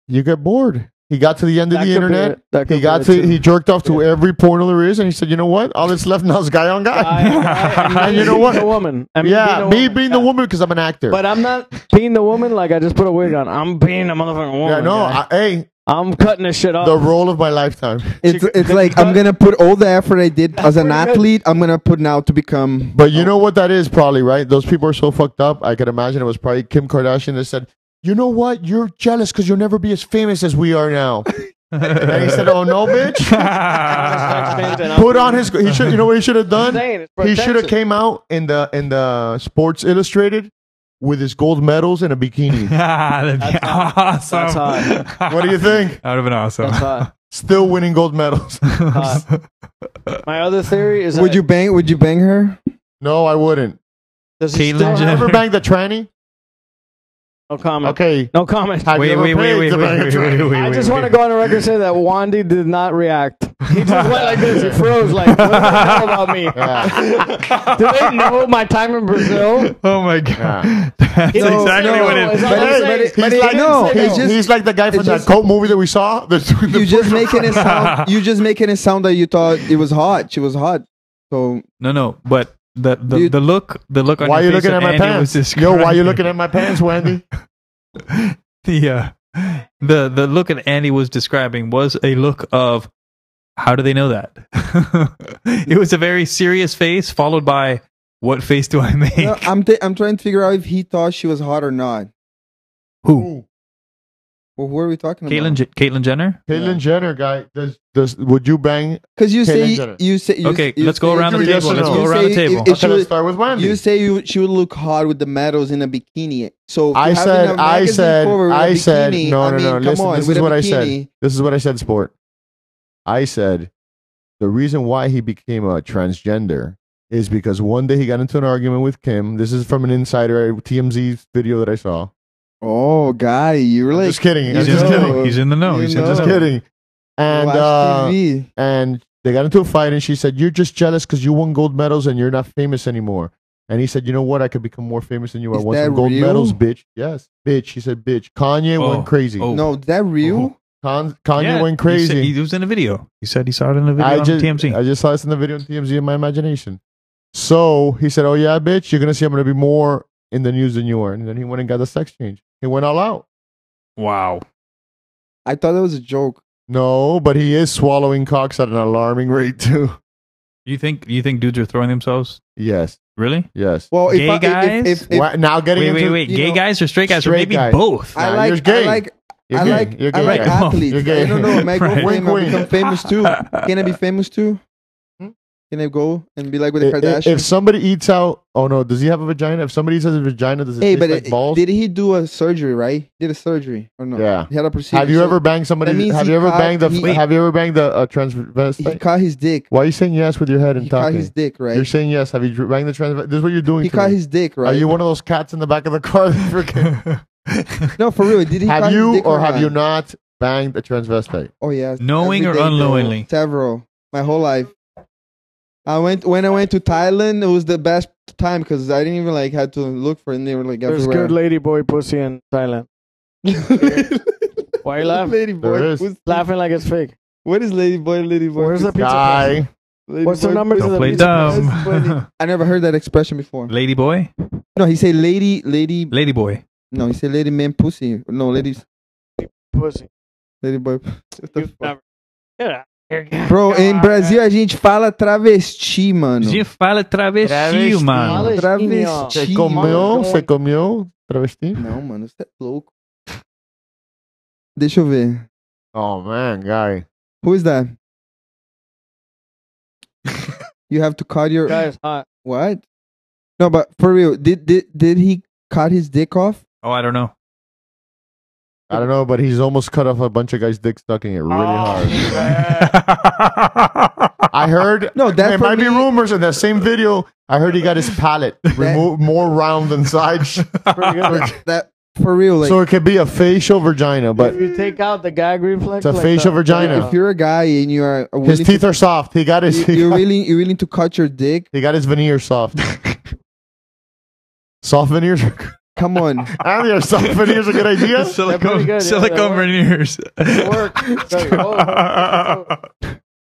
[SPEAKER 5] You get bored. He got to the end of
[SPEAKER 2] That could
[SPEAKER 5] the
[SPEAKER 2] be
[SPEAKER 5] internet.
[SPEAKER 2] it. That could
[SPEAKER 5] He
[SPEAKER 2] be
[SPEAKER 5] got
[SPEAKER 2] it,
[SPEAKER 5] to.
[SPEAKER 2] too.
[SPEAKER 5] He jerked off to
[SPEAKER 2] Yeah.
[SPEAKER 5] every porno there is, and he said, "You know what? All that's left now is guy on guy."
[SPEAKER 2] I- I- I mean,
[SPEAKER 5] And you know what?
[SPEAKER 2] being The woman. I mean, being the
[SPEAKER 5] yeah, me
[SPEAKER 2] woman.
[SPEAKER 5] being the
[SPEAKER 2] Yeah.
[SPEAKER 5] woman because I'm an actor.
[SPEAKER 2] But I'm not being the woman. Like I just put a wig on. I'm being a motherfucking woman. Uh,
[SPEAKER 5] yeah, no,
[SPEAKER 2] guy.
[SPEAKER 5] I, hey,
[SPEAKER 2] I'm cutting this shit off.
[SPEAKER 5] the role of my lifetime.
[SPEAKER 6] it's
[SPEAKER 2] Chick-
[SPEAKER 6] it's
[SPEAKER 2] did
[SPEAKER 6] like
[SPEAKER 2] you
[SPEAKER 6] I'm
[SPEAKER 2] cut-
[SPEAKER 6] gonna put all the effort I did as an
[SPEAKER 2] pretty good.
[SPEAKER 6] athlete. I'm gonna put now to become.
[SPEAKER 5] But
[SPEAKER 2] Oh.
[SPEAKER 5] you know what that is, probably right. Those people are so fucked up. I could imagine it was probably Kim Kardashian that said, "You know what? You're jealous because you'll never be as famous as we are now." and he said, "Oh no, bitch." Put on his. He should. You know what he should have done?
[SPEAKER 2] Saying, it's for
[SPEAKER 5] he should have
[SPEAKER 2] attention.
[SPEAKER 5] came out in the in the Sports Illustrated with his gold medals and a bikini.
[SPEAKER 8] That'd be
[SPEAKER 2] That's hot.
[SPEAKER 8] awesome.
[SPEAKER 2] That's
[SPEAKER 5] what do you think?
[SPEAKER 8] That would have been awesome.
[SPEAKER 2] That's hot.
[SPEAKER 5] Still winning gold medals?
[SPEAKER 2] Hot. My other theory is
[SPEAKER 6] Would
[SPEAKER 2] that
[SPEAKER 6] you bang? Would you bang her?
[SPEAKER 5] No, I wouldn't.
[SPEAKER 2] does he
[SPEAKER 8] Caitlyn
[SPEAKER 2] still
[SPEAKER 5] Have you
[SPEAKER 2] have-
[SPEAKER 5] ever banged the tranny?
[SPEAKER 2] no comment?
[SPEAKER 5] Okay.
[SPEAKER 2] No comment.
[SPEAKER 5] Have
[SPEAKER 8] Wait,
[SPEAKER 5] you ever
[SPEAKER 8] wait, wait,
[SPEAKER 5] paid
[SPEAKER 8] wait,
[SPEAKER 5] to bang a
[SPEAKER 8] wait, wait,
[SPEAKER 5] tranny?
[SPEAKER 8] wait, wait,
[SPEAKER 2] I just
[SPEAKER 8] wait,
[SPEAKER 2] want to
[SPEAKER 8] wait.
[SPEAKER 2] go on record and say that Wandy did not react. He just went like this. He froze. Like, what do they know about me?
[SPEAKER 5] Yeah.
[SPEAKER 2] Do they know my time in Brazil?
[SPEAKER 8] Oh my god.
[SPEAKER 5] Yeah.
[SPEAKER 8] That's
[SPEAKER 2] No,
[SPEAKER 8] exactly
[SPEAKER 2] no,
[SPEAKER 8] what it
[SPEAKER 2] it's
[SPEAKER 8] is.
[SPEAKER 2] not-
[SPEAKER 6] But
[SPEAKER 2] I'm saying-
[SPEAKER 6] it- but
[SPEAKER 5] He's
[SPEAKER 6] it- but it-
[SPEAKER 5] like,
[SPEAKER 6] no,
[SPEAKER 2] say
[SPEAKER 5] he's,
[SPEAKER 6] it's just
[SPEAKER 5] he's like the guy from
[SPEAKER 6] it's
[SPEAKER 5] that
[SPEAKER 6] just-
[SPEAKER 5] cult movie that we saw. The- the-
[SPEAKER 6] you just making it sound. You just making it sound that you thought it was hot. She was hot. So
[SPEAKER 8] No, no, but the the,
[SPEAKER 6] Dude.
[SPEAKER 8] the look the look on
[SPEAKER 5] why are you
[SPEAKER 8] your face
[SPEAKER 5] looking at
[SPEAKER 8] that
[SPEAKER 5] my
[SPEAKER 8] Andy
[SPEAKER 5] pants?
[SPEAKER 8] was
[SPEAKER 5] Yo, why are you
[SPEAKER 8] describing-
[SPEAKER 5] looking at my pants, Wendy?
[SPEAKER 8] the uh, the the look that Andy was describing was a look of how do they know that? it was a very serious face followed by what face do I make?
[SPEAKER 6] no, I'm t- I'm trying to figure out if he thought she was hot or not.
[SPEAKER 8] Who?
[SPEAKER 6] Well, who are we talking
[SPEAKER 8] Caitlyn
[SPEAKER 6] about?
[SPEAKER 8] Je- Caitlyn Jenner.
[SPEAKER 5] Caitlyn Jenner, guy. Does, does, would you bang?
[SPEAKER 6] Because you
[SPEAKER 5] Caitlyn
[SPEAKER 6] say
[SPEAKER 5] Jenner.
[SPEAKER 6] you say you,
[SPEAKER 8] Okay,
[SPEAKER 6] you
[SPEAKER 8] let's go
[SPEAKER 6] say-
[SPEAKER 8] around the
[SPEAKER 5] Yes
[SPEAKER 8] table.
[SPEAKER 5] or
[SPEAKER 8] Let's
[SPEAKER 5] no?
[SPEAKER 8] go
[SPEAKER 6] You
[SPEAKER 8] around
[SPEAKER 6] say
[SPEAKER 8] the
[SPEAKER 6] if-
[SPEAKER 8] table.
[SPEAKER 6] if-
[SPEAKER 5] Okay,
[SPEAKER 6] should-
[SPEAKER 5] let's start with Wendy.
[SPEAKER 6] You say you, she would look hot with the medals in a bikini. So if
[SPEAKER 5] I
[SPEAKER 6] you have
[SPEAKER 5] said,
[SPEAKER 6] enough
[SPEAKER 5] I
[SPEAKER 6] magazine
[SPEAKER 5] said,
[SPEAKER 6] cover with a
[SPEAKER 5] I said,
[SPEAKER 6] bikini,
[SPEAKER 5] no,
[SPEAKER 6] I
[SPEAKER 5] no,
[SPEAKER 6] mean,
[SPEAKER 5] no.
[SPEAKER 6] come
[SPEAKER 5] Listen,
[SPEAKER 6] on,
[SPEAKER 5] this
[SPEAKER 6] with
[SPEAKER 5] is
[SPEAKER 6] a
[SPEAKER 5] what I
[SPEAKER 6] bikini.
[SPEAKER 5] said. This is what I said, sport. I said the reason why he became a transgender is because one day he got into an argument with Kim. This is from an insider uh, TMZ video that I saw.
[SPEAKER 6] Oh, guy, you're
[SPEAKER 5] I'm
[SPEAKER 6] like
[SPEAKER 5] just kidding. I'm
[SPEAKER 8] He's
[SPEAKER 6] you
[SPEAKER 5] just
[SPEAKER 8] in
[SPEAKER 6] know.
[SPEAKER 8] the
[SPEAKER 5] kidding.
[SPEAKER 8] know. He's in the know.
[SPEAKER 6] You
[SPEAKER 8] He's in
[SPEAKER 6] know.
[SPEAKER 8] the
[SPEAKER 5] Just
[SPEAKER 8] know.
[SPEAKER 5] kidding. And
[SPEAKER 6] watch
[SPEAKER 5] uh,
[SPEAKER 6] TV.
[SPEAKER 5] and they got into a fight and she said you're just jealous because you won gold medals and you're not famous anymore and he said you know what i could become more famous than you i
[SPEAKER 6] Is
[SPEAKER 5] won
[SPEAKER 6] that
[SPEAKER 5] some gold
[SPEAKER 6] real?
[SPEAKER 5] medals bitch yes bitch she said bitch kanye
[SPEAKER 8] Oh,
[SPEAKER 5] went crazy
[SPEAKER 8] oh.
[SPEAKER 6] No, is that real?
[SPEAKER 5] Con- kanye
[SPEAKER 8] Yeah,
[SPEAKER 5] went
[SPEAKER 8] he said-
[SPEAKER 5] crazy
[SPEAKER 8] He, was in a video. He said he saw it in a video
[SPEAKER 5] I
[SPEAKER 8] on
[SPEAKER 5] just,
[SPEAKER 8] TMZ.
[SPEAKER 5] I just saw this in the video on TMZ in my imagination. So he said, "Oh yeah, bitch, you're gonna see I'm gonna be more in the news than you are." And then he went and got the sex change. He went all out.
[SPEAKER 8] wow.
[SPEAKER 6] I thought that was a joke.
[SPEAKER 5] No, but he is swallowing cocks at an alarming rate too.
[SPEAKER 8] You think you think dudes are throwing themselves?
[SPEAKER 5] Yes,
[SPEAKER 8] Really?
[SPEAKER 5] yes.
[SPEAKER 6] Well,
[SPEAKER 8] Gay
[SPEAKER 6] if I, if-
[SPEAKER 8] guys?
[SPEAKER 6] if, if, if
[SPEAKER 5] Wha- now getting
[SPEAKER 8] Wait, wait,
[SPEAKER 5] into
[SPEAKER 8] wait.
[SPEAKER 6] you
[SPEAKER 8] Gay
[SPEAKER 6] know,
[SPEAKER 8] guys or straight guys or
[SPEAKER 5] straight
[SPEAKER 8] maybe
[SPEAKER 5] guy.
[SPEAKER 8] both?
[SPEAKER 6] I
[SPEAKER 5] nah,
[SPEAKER 6] like,
[SPEAKER 5] you're gay.
[SPEAKER 6] I like,
[SPEAKER 5] You're
[SPEAKER 6] I
[SPEAKER 5] gay.
[SPEAKER 6] like,
[SPEAKER 5] You're
[SPEAKER 6] I
[SPEAKER 5] gay.
[SPEAKER 6] like
[SPEAKER 8] Right.
[SPEAKER 6] athletes.
[SPEAKER 5] You're gay.
[SPEAKER 6] I don't know. My
[SPEAKER 8] Right.
[SPEAKER 6] girlfriend
[SPEAKER 5] Wink,
[SPEAKER 6] might become
[SPEAKER 5] wink.
[SPEAKER 6] famous too. Can I be famous too? Can I go and be like with the
[SPEAKER 5] I- i-
[SPEAKER 6] Kardashians?
[SPEAKER 5] If somebody eats out, oh no, does he have a vagina? If somebody says a vagina, does it
[SPEAKER 6] hey,
[SPEAKER 5] taste
[SPEAKER 6] but
[SPEAKER 5] like
[SPEAKER 6] it-
[SPEAKER 5] balls?
[SPEAKER 6] did he do a surgery? Right? Did a surgery or no?
[SPEAKER 5] Yeah.
[SPEAKER 6] He had a procedure.
[SPEAKER 5] have you
[SPEAKER 6] so
[SPEAKER 5] ever banged somebody?
[SPEAKER 6] means
[SPEAKER 5] Have
[SPEAKER 6] he
[SPEAKER 5] you ever
[SPEAKER 6] caught-
[SPEAKER 5] banged the?
[SPEAKER 6] he-
[SPEAKER 5] have you ever banged the uh,
[SPEAKER 6] He
[SPEAKER 5] transvestite?
[SPEAKER 6] caught his dick.
[SPEAKER 5] Why are you saying yes with your head and
[SPEAKER 6] He caught
[SPEAKER 5] talking?
[SPEAKER 6] his dick, right?
[SPEAKER 5] You're saying yes. Have you dr- banged the transvestite? This is what you're doing.
[SPEAKER 6] He
[SPEAKER 5] to
[SPEAKER 6] caught
[SPEAKER 5] me.
[SPEAKER 6] his dick,
[SPEAKER 5] Are
[SPEAKER 6] right?
[SPEAKER 5] you one of those cats in the back of the car? that freaking-
[SPEAKER 6] no, for real. Did he?
[SPEAKER 5] have
[SPEAKER 6] caught his
[SPEAKER 5] you
[SPEAKER 6] dick
[SPEAKER 5] or have you
[SPEAKER 6] not?
[SPEAKER 5] not banged a transvestite?
[SPEAKER 6] Oh yes.
[SPEAKER 8] Knowing
[SPEAKER 6] every
[SPEAKER 8] or
[SPEAKER 6] day, bro.
[SPEAKER 8] unknowingly?
[SPEAKER 6] Several. My whole life. I went when I went to Thailand. It was the best time because I didn't even like had to look for it. And they were like
[SPEAKER 2] There's
[SPEAKER 6] everywhere.
[SPEAKER 2] good lady boy pussy in Thailand. Why you laughing?
[SPEAKER 6] lady boy.
[SPEAKER 5] There is.
[SPEAKER 6] Who's-
[SPEAKER 2] laughing like it's fake.
[SPEAKER 6] What is lady boy? Lady boy.
[SPEAKER 2] Where's the pizza? place?
[SPEAKER 5] Guy,
[SPEAKER 6] Lady
[SPEAKER 2] What's the
[SPEAKER 6] boy,
[SPEAKER 2] number to
[SPEAKER 6] pussy.
[SPEAKER 2] the
[SPEAKER 8] Don't play
[SPEAKER 2] pizza place?
[SPEAKER 8] dumb.
[SPEAKER 6] I never heard that expression before.
[SPEAKER 8] Lady boy,
[SPEAKER 6] No, he said lady, lady.
[SPEAKER 8] lady boy.
[SPEAKER 6] No, he said lady man pussy. No, ladies,
[SPEAKER 2] Pussy.
[SPEAKER 6] lady boy. What the
[SPEAKER 2] You've
[SPEAKER 6] fuck?
[SPEAKER 2] never- Get out of here.
[SPEAKER 6] Bro,
[SPEAKER 2] Come
[SPEAKER 6] em
[SPEAKER 2] on,
[SPEAKER 6] Brasil
[SPEAKER 2] man.
[SPEAKER 6] a gente fala travesti, mano.
[SPEAKER 8] Gente fala travesti,
[SPEAKER 5] Travesti.
[SPEAKER 8] mano.
[SPEAKER 2] Travesti.
[SPEAKER 5] se
[SPEAKER 6] mano.
[SPEAKER 5] comió, se comió, travesti.
[SPEAKER 6] Não, mano, você é louco. Deixa eu ver.
[SPEAKER 5] Oh man, guy.
[SPEAKER 6] Who is that? you have to cut your
[SPEAKER 2] Guys, uh, hot.
[SPEAKER 6] what? No, but for real, did did did he cut his dick off?
[SPEAKER 8] Oh, I don't know.
[SPEAKER 5] I don't know, but he's almost cut off a bunch of guys' dicks, sucking it really
[SPEAKER 6] Oh.
[SPEAKER 5] hard. I heard.
[SPEAKER 6] No, that
[SPEAKER 5] There
[SPEAKER 6] for
[SPEAKER 5] might be
[SPEAKER 6] me-
[SPEAKER 5] rumors in that same video. I heard he got his palate removed more round than side, sh-
[SPEAKER 2] Pretty good.
[SPEAKER 6] That for real, like
[SPEAKER 5] so it could be a facial vagina, but
[SPEAKER 2] if you take out the gag reflex,
[SPEAKER 5] It's a facial vagina.
[SPEAKER 6] if you're a guy and you are willing
[SPEAKER 5] his
[SPEAKER 6] to-
[SPEAKER 5] teeth are soft. He got his.
[SPEAKER 6] you-
[SPEAKER 5] He
[SPEAKER 6] you're
[SPEAKER 5] got,
[SPEAKER 6] really you're willing to cut your dick.
[SPEAKER 5] he got his veneer soft. soft veneers. are-
[SPEAKER 6] Come on,
[SPEAKER 5] I mean, soft veneers are a good idea.
[SPEAKER 8] silicone
[SPEAKER 2] good, yeah, that
[SPEAKER 8] silicone
[SPEAKER 2] works.
[SPEAKER 8] veneers.
[SPEAKER 2] It works. Like, oh, oh,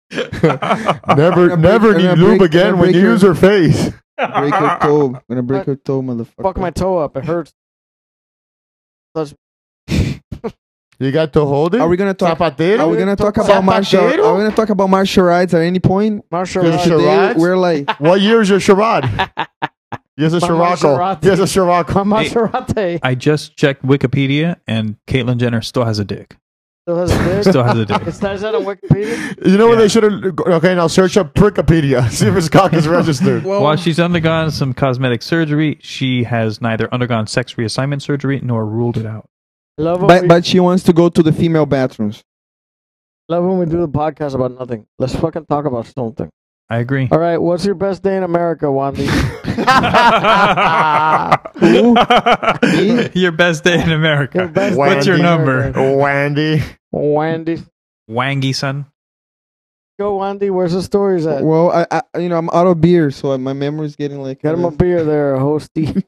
[SPEAKER 5] Never,
[SPEAKER 6] I'm
[SPEAKER 5] never
[SPEAKER 6] gonna break-
[SPEAKER 5] need
[SPEAKER 6] I'm gonna
[SPEAKER 5] lube
[SPEAKER 6] break- I'm
[SPEAKER 5] again
[SPEAKER 6] gonna
[SPEAKER 5] when
[SPEAKER 6] break
[SPEAKER 5] you
[SPEAKER 6] your-
[SPEAKER 5] use her face.
[SPEAKER 6] break your toe. I'm gonna break your toe, motherfucker.
[SPEAKER 2] oh. fuck my toe up. It hurts.
[SPEAKER 5] You got to hold it.
[SPEAKER 6] Are we gonna talk?
[SPEAKER 5] Zapatero?
[SPEAKER 6] Are we gonna talk about martial? Are we
[SPEAKER 5] Zapatero?
[SPEAKER 6] gonna talk about martial rights at any point?
[SPEAKER 2] Martial
[SPEAKER 5] Good
[SPEAKER 2] arts.
[SPEAKER 5] shit.
[SPEAKER 6] Today,
[SPEAKER 5] rights?
[SPEAKER 6] we're like,
[SPEAKER 5] What year is your charade? Yes, a
[SPEAKER 2] My
[SPEAKER 5] Scirocco.
[SPEAKER 2] Maserati.
[SPEAKER 5] Yes, a Scirocco.
[SPEAKER 2] Maserati.
[SPEAKER 8] I just checked Wikipedia, and Caitlyn Jenner still has a dick.
[SPEAKER 2] Still has a dick.
[SPEAKER 8] Still has a dick.
[SPEAKER 2] It says that on Wikipedia.
[SPEAKER 5] You know what
[SPEAKER 8] Yeah.
[SPEAKER 5] they should have? Okay, now search up Prickopedia. See if his cock is registered.
[SPEAKER 2] Oh.
[SPEAKER 8] While she's undergone some cosmetic surgery, she has neither undergone sex reassignment surgery nor ruled it out.
[SPEAKER 2] Love when,
[SPEAKER 6] but
[SPEAKER 2] we,
[SPEAKER 6] but she wants to go to the female bathrooms.
[SPEAKER 2] love when we do the podcast about nothing. Let's fucking talk about something.
[SPEAKER 8] I agree.
[SPEAKER 2] All right, what's your best day in America, Wandy?
[SPEAKER 6] Who?
[SPEAKER 8] your best day in
[SPEAKER 2] Your
[SPEAKER 8] America.
[SPEAKER 2] best
[SPEAKER 8] What's
[SPEAKER 2] day
[SPEAKER 8] your
[SPEAKER 2] in
[SPEAKER 8] number?
[SPEAKER 2] America.
[SPEAKER 5] Oh. Wendy.
[SPEAKER 2] Wandy.
[SPEAKER 8] Wangy son.
[SPEAKER 2] Go, Wandy. Where's the stories at?
[SPEAKER 6] Well, I, I you know I'm out of beer, so my memory's getting like. uh,
[SPEAKER 2] Get him a beer there, hosty.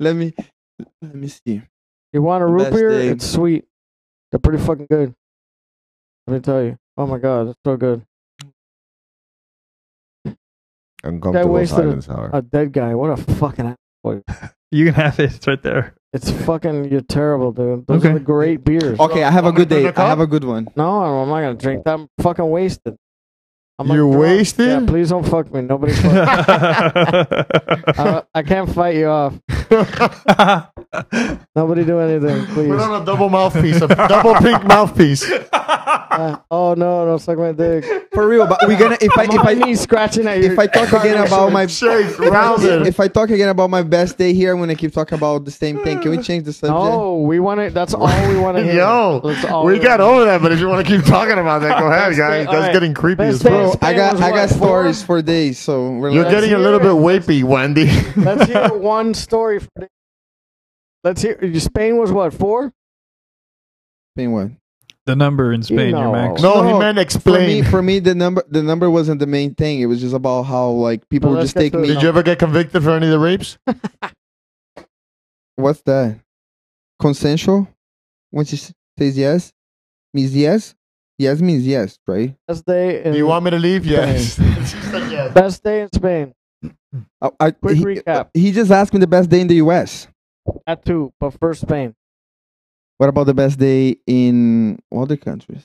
[SPEAKER 6] Let me let me see.
[SPEAKER 2] You want a root
[SPEAKER 6] Best
[SPEAKER 2] beer?
[SPEAKER 6] day.
[SPEAKER 2] It's sweet. They're pretty fucking good. Let me tell you. Oh my god, it's so good. That
[SPEAKER 5] Uncomfortable
[SPEAKER 2] wasted
[SPEAKER 5] silence
[SPEAKER 2] silence,
[SPEAKER 5] hour.
[SPEAKER 2] A dead guy. What a fucking. a-
[SPEAKER 8] You can have it. It's right there.
[SPEAKER 2] It's fucking. You're terrible, dude. Those
[SPEAKER 8] Okay.
[SPEAKER 2] are the great beers.
[SPEAKER 6] Okay, I have a
[SPEAKER 5] I'm gonna
[SPEAKER 6] good day.
[SPEAKER 5] drink a
[SPEAKER 6] I have
[SPEAKER 5] cup.
[SPEAKER 6] a good one.
[SPEAKER 2] No, I'm not gonna drink that. I'm fucking wasted. I'm like
[SPEAKER 5] You're
[SPEAKER 2] drunk.
[SPEAKER 5] wasted?
[SPEAKER 2] Yeah, please don't fuck me. Nobody. Fuck. I, I can't fight you off. Nobody do anything,
[SPEAKER 5] Put
[SPEAKER 2] please.
[SPEAKER 5] on a double mouthpiece, a double pink mouthpiece.
[SPEAKER 2] Uh, oh no, don't suck my dick.
[SPEAKER 6] For real, but we're gonna if I if
[SPEAKER 2] My
[SPEAKER 6] I
[SPEAKER 2] knees scratching at your.
[SPEAKER 6] if I talk again about my
[SPEAKER 5] Shake,
[SPEAKER 6] if,
[SPEAKER 5] rounded.
[SPEAKER 6] if I talk again about my best day here, I'm gonna keep talking about the same thing. Can we change the subject?
[SPEAKER 2] No, we want to. That's all we want to hear.
[SPEAKER 5] Yo,
[SPEAKER 2] That's all
[SPEAKER 5] we got
[SPEAKER 2] wanna-
[SPEAKER 5] over that, but if you want to keep talking about that, go ahead, guys.
[SPEAKER 2] all
[SPEAKER 5] That's
[SPEAKER 2] right.
[SPEAKER 5] getting creepy
[SPEAKER 2] Best
[SPEAKER 5] as
[SPEAKER 2] thing-
[SPEAKER 5] well.
[SPEAKER 6] Bro, I got I got
[SPEAKER 2] Spain was what,
[SPEAKER 6] stories for days, so we're
[SPEAKER 5] You're
[SPEAKER 6] like-
[SPEAKER 5] getting a little bit wapey, Wendy.
[SPEAKER 2] Let's hear one story. For the- Let's hear. Spain was what four?
[SPEAKER 6] Spain what?
[SPEAKER 8] the number in Spain,
[SPEAKER 2] know.
[SPEAKER 8] your max.
[SPEAKER 5] no, he
[SPEAKER 6] No,
[SPEAKER 5] meant
[SPEAKER 6] For me,
[SPEAKER 5] explain.
[SPEAKER 6] for me, the number the number wasn't the main thing. It was just about how like people
[SPEAKER 2] Well,
[SPEAKER 6] were
[SPEAKER 2] let's
[SPEAKER 6] just
[SPEAKER 2] get
[SPEAKER 6] taking
[SPEAKER 2] to
[SPEAKER 6] me.
[SPEAKER 2] it.
[SPEAKER 5] Did you ever get convicted for any of the rapes?
[SPEAKER 6] What's that? Consensual? When she s- says yes, means yes. Yes means yes, right?
[SPEAKER 2] Best day in
[SPEAKER 5] Do you want me to leave? Yes.
[SPEAKER 2] best day in Spain.
[SPEAKER 6] I, I,
[SPEAKER 2] Quick
[SPEAKER 6] he, uh,
[SPEAKER 2] recap.
[SPEAKER 6] He just asked me the best day in the U.S.
[SPEAKER 2] At two, but first Spain.
[SPEAKER 6] What about the best day in other countries?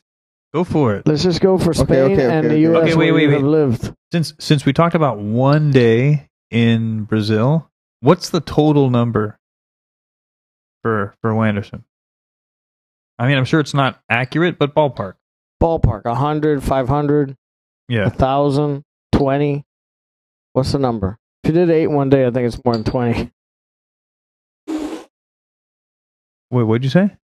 [SPEAKER 8] Go for it.
[SPEAKER 2] Let's just go for Spain
[SPEAKER 6] okay,
[SPEAKER 2] and
[SPEAKER 6] okay,
[SPEAKER 2] the
[SPEAKER 6] okay.
[SPEAKER 2] U.S.
[SPEAKER 8] Okay, wait,
[SPEAKER 2] where
[SPEAKER 8] wait,
[SPEAKER 2] you
[SPEAKER 8] wait.
[SPEAKER 2] have lived.
[SPEAKER 8] Since since we talked about one day in Brazil, what's the total number for for Wanderson? I mean, I'm sure it's not accurate, but ballpark.
[SPEAKER 2] Ballpark, 100, 500,
[SPEAKER 8] Yeah.
[SPEAKER 2] 1,000. twenty. What's the number? If you did eight one day, I think it's more than twenty.
[SPEAKER 8] Wait, what'd you say?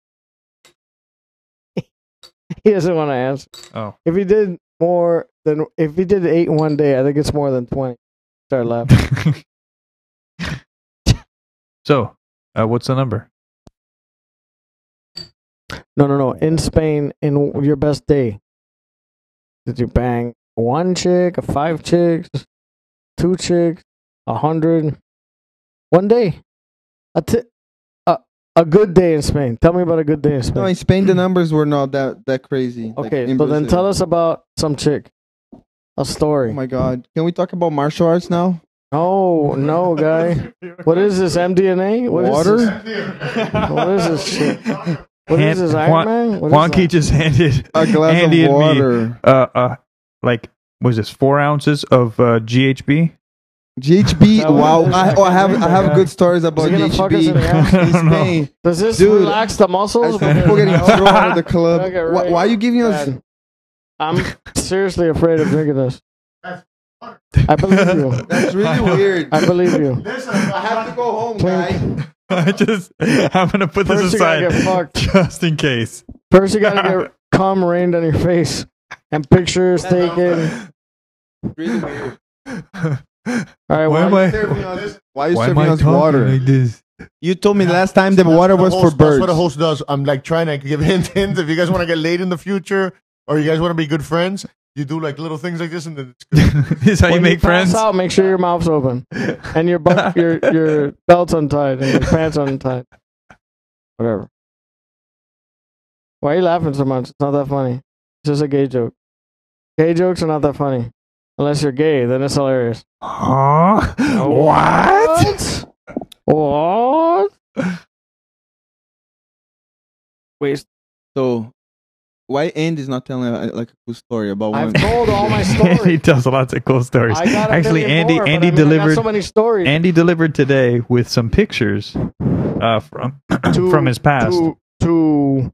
[SPEAKER 2] He doesn't want to answer.
[SPEAKER 8] Oh.
[SPEAKER 2] If he did more than if he did eight one day, I think it's more than twenty. Start laughing.
[SPEAKER 8] so, uh, what's the number?
[SPEAKER 2] No, no, no. In Spain, in your best day, did you bang one chick, five chicks, two chicks, a hundred? One day, a, t- a a good day in Spain. Tell me about a good day in Spain.
[SPEAKER 6] No, in Spain the numbers were not that that crazy. like
[SPEAKER 2] okay,
[SPEAKER 6] in
[SPEAKER 2] so then
[SPEAKER 6] Brazil.
[SPEAKER 2] tell us about some chick, a story.
[SPEAKER 6] Oh my god, can we talk about martial arts now? Oh
[SPEAKER 2] no, no, guy. what is this MDNA? What is
[SPEAKER 6] Water?
[SPEAKER 2] this? What is this shit? What
[SPEAKER 8] Hand-
[SPEAKER 2] is this Iron
[SPEAKER 8] Juan-
[SPEAKER 2] Man? What is
[SPEAKER 8] Wonky
[SPEAKER 2] that?
[SPEAKER 8] just handed
[SPEAKER 6] A glass
[SPEAKER 8] Andy
[SPEAKER 6] of
[SPEAKER 8] and me.
[SPEAKER 6] water.
[SPEAKER 8] uh, uh, like was this four ounces of uh, GHB?
[SPEAKER 6] GHB.
[SPEAKER 2] That was-
[SPEAKER 6] wow. I, oh, I have I have good stories
[SPEAKER 2] Is
[SPEAKER 6] about
[SPEAKER 2] he gonna fuck us in the
[SPEAKER 6] GHB
[SPEAKER 2] ass?
[SPEAKER 8] I
[SPEAKER 6] in
[SPEAKER 8] don't know.
[SPEAKER 6] Spain.
[SPEAKER 2] Does this
[SPEAKER 6] Dude,
[SPEAKER 2] relax the
[SPEAKER 6] As
[SPEAKER 2] muscles?
[SPEAKER 6] people getting thrown out of the club.
[SPEAKER 2] Okay,
[SPEAKER 6] Why-
[SPEAKER 2] right.
[SPEAKER 6] Why, are you giving us?
[SPEAKER 2] Man, I'm seriously afraid of drinking this. I believe you.
[SPEAKER 6] That's really weird.
[SPEAKER 2] I believe you.
[SPEAKER 6] I have to go home,
[SPEAKER 2] Clink.
[SPEAKER 6] guy.
[SPEAKER 8] I just I'm gonna put this
[SPEAKER 2] First you gotta
[SPEAKER 8] aside
[SPEAKER 2] get fucked.
[SPEAKER 8] just in case.
[SPEAKER 2] First, you gotta get cum rained on your face and pictures taken.
[SPEAKER 6] Really weird.
[SPEAKER 2] All right,
[SPEAKER 8] Why
[SPEAKER 2] well,
[SPEAKER 8] am I?
[SPEAKER 6] Serving us- Why are you
[SPEAKER 8] Why am
[SPEAKER 6] serving
[SPEAKER 8] I
[SPEAKER 6] us
[SPEAKER 8] talking
[SPEAKER 6] water?
[SPEAKER 8] like this?
[SPEAKER 6] You told me last time the water
[SPEAKER 5] That's what
[SPEAKER 6] was
[SPEAKER 5] the
[SPEAKER 6] for
[SPEAKER 5] host- That's
[SPEAKER 6] birds.
[SPEAKER 5] what a host does. I'm like trying to give hint hints. If you guys want to get laid in the future, or you guys want to be good friends, you do like little things like this, and then it's good.
[SPEAKER 8] this is how you
[SPEAKER 2] when
[SPEAKER 8] make
[SPEAKER 2] pass
[SPEAKER 8] friends.
[SPEAKER 2] Out, make sure your mouth's open and your bu- your your belt's untied and your pants untied. Whatever. Why are you laughing so much? It's not that funny. It's just a gay joke. Gay jokes are not that funny unless you're gay. Then it's hilarious.
[SPEAKER 8] Huh? What?
[SPEAKER 2] What? Wait,
[SPEAKER 6] so, why Andy's not telling uh, like a cool story about
[SPEAKER 2] I've
[SPEAKER 6] one?
[SPEAKER 2] told all my
[SPEAKER 8] Andy
[SPEAKER 2] stories.
[SPEAKER 8] tells lots of cool stories.
[SPEAKER 2] I got a
[SPEAKER 8] Actually,
[SPEAKER 2] million
[SPEAKER 8] Andy
[SPEAKER 2] more, but
[SPEAKER 8] Andy
[SPEAKER 2] I mean, I got
[SPEAKER 8] delivered
[SPEAKER 2] so many stories
[SPEAKER 8] Andy delivered today with some pictures uh, from
[SPEAKER 2] to-
[SPEAKER 8] from his past to,
[SPEAKER 2] to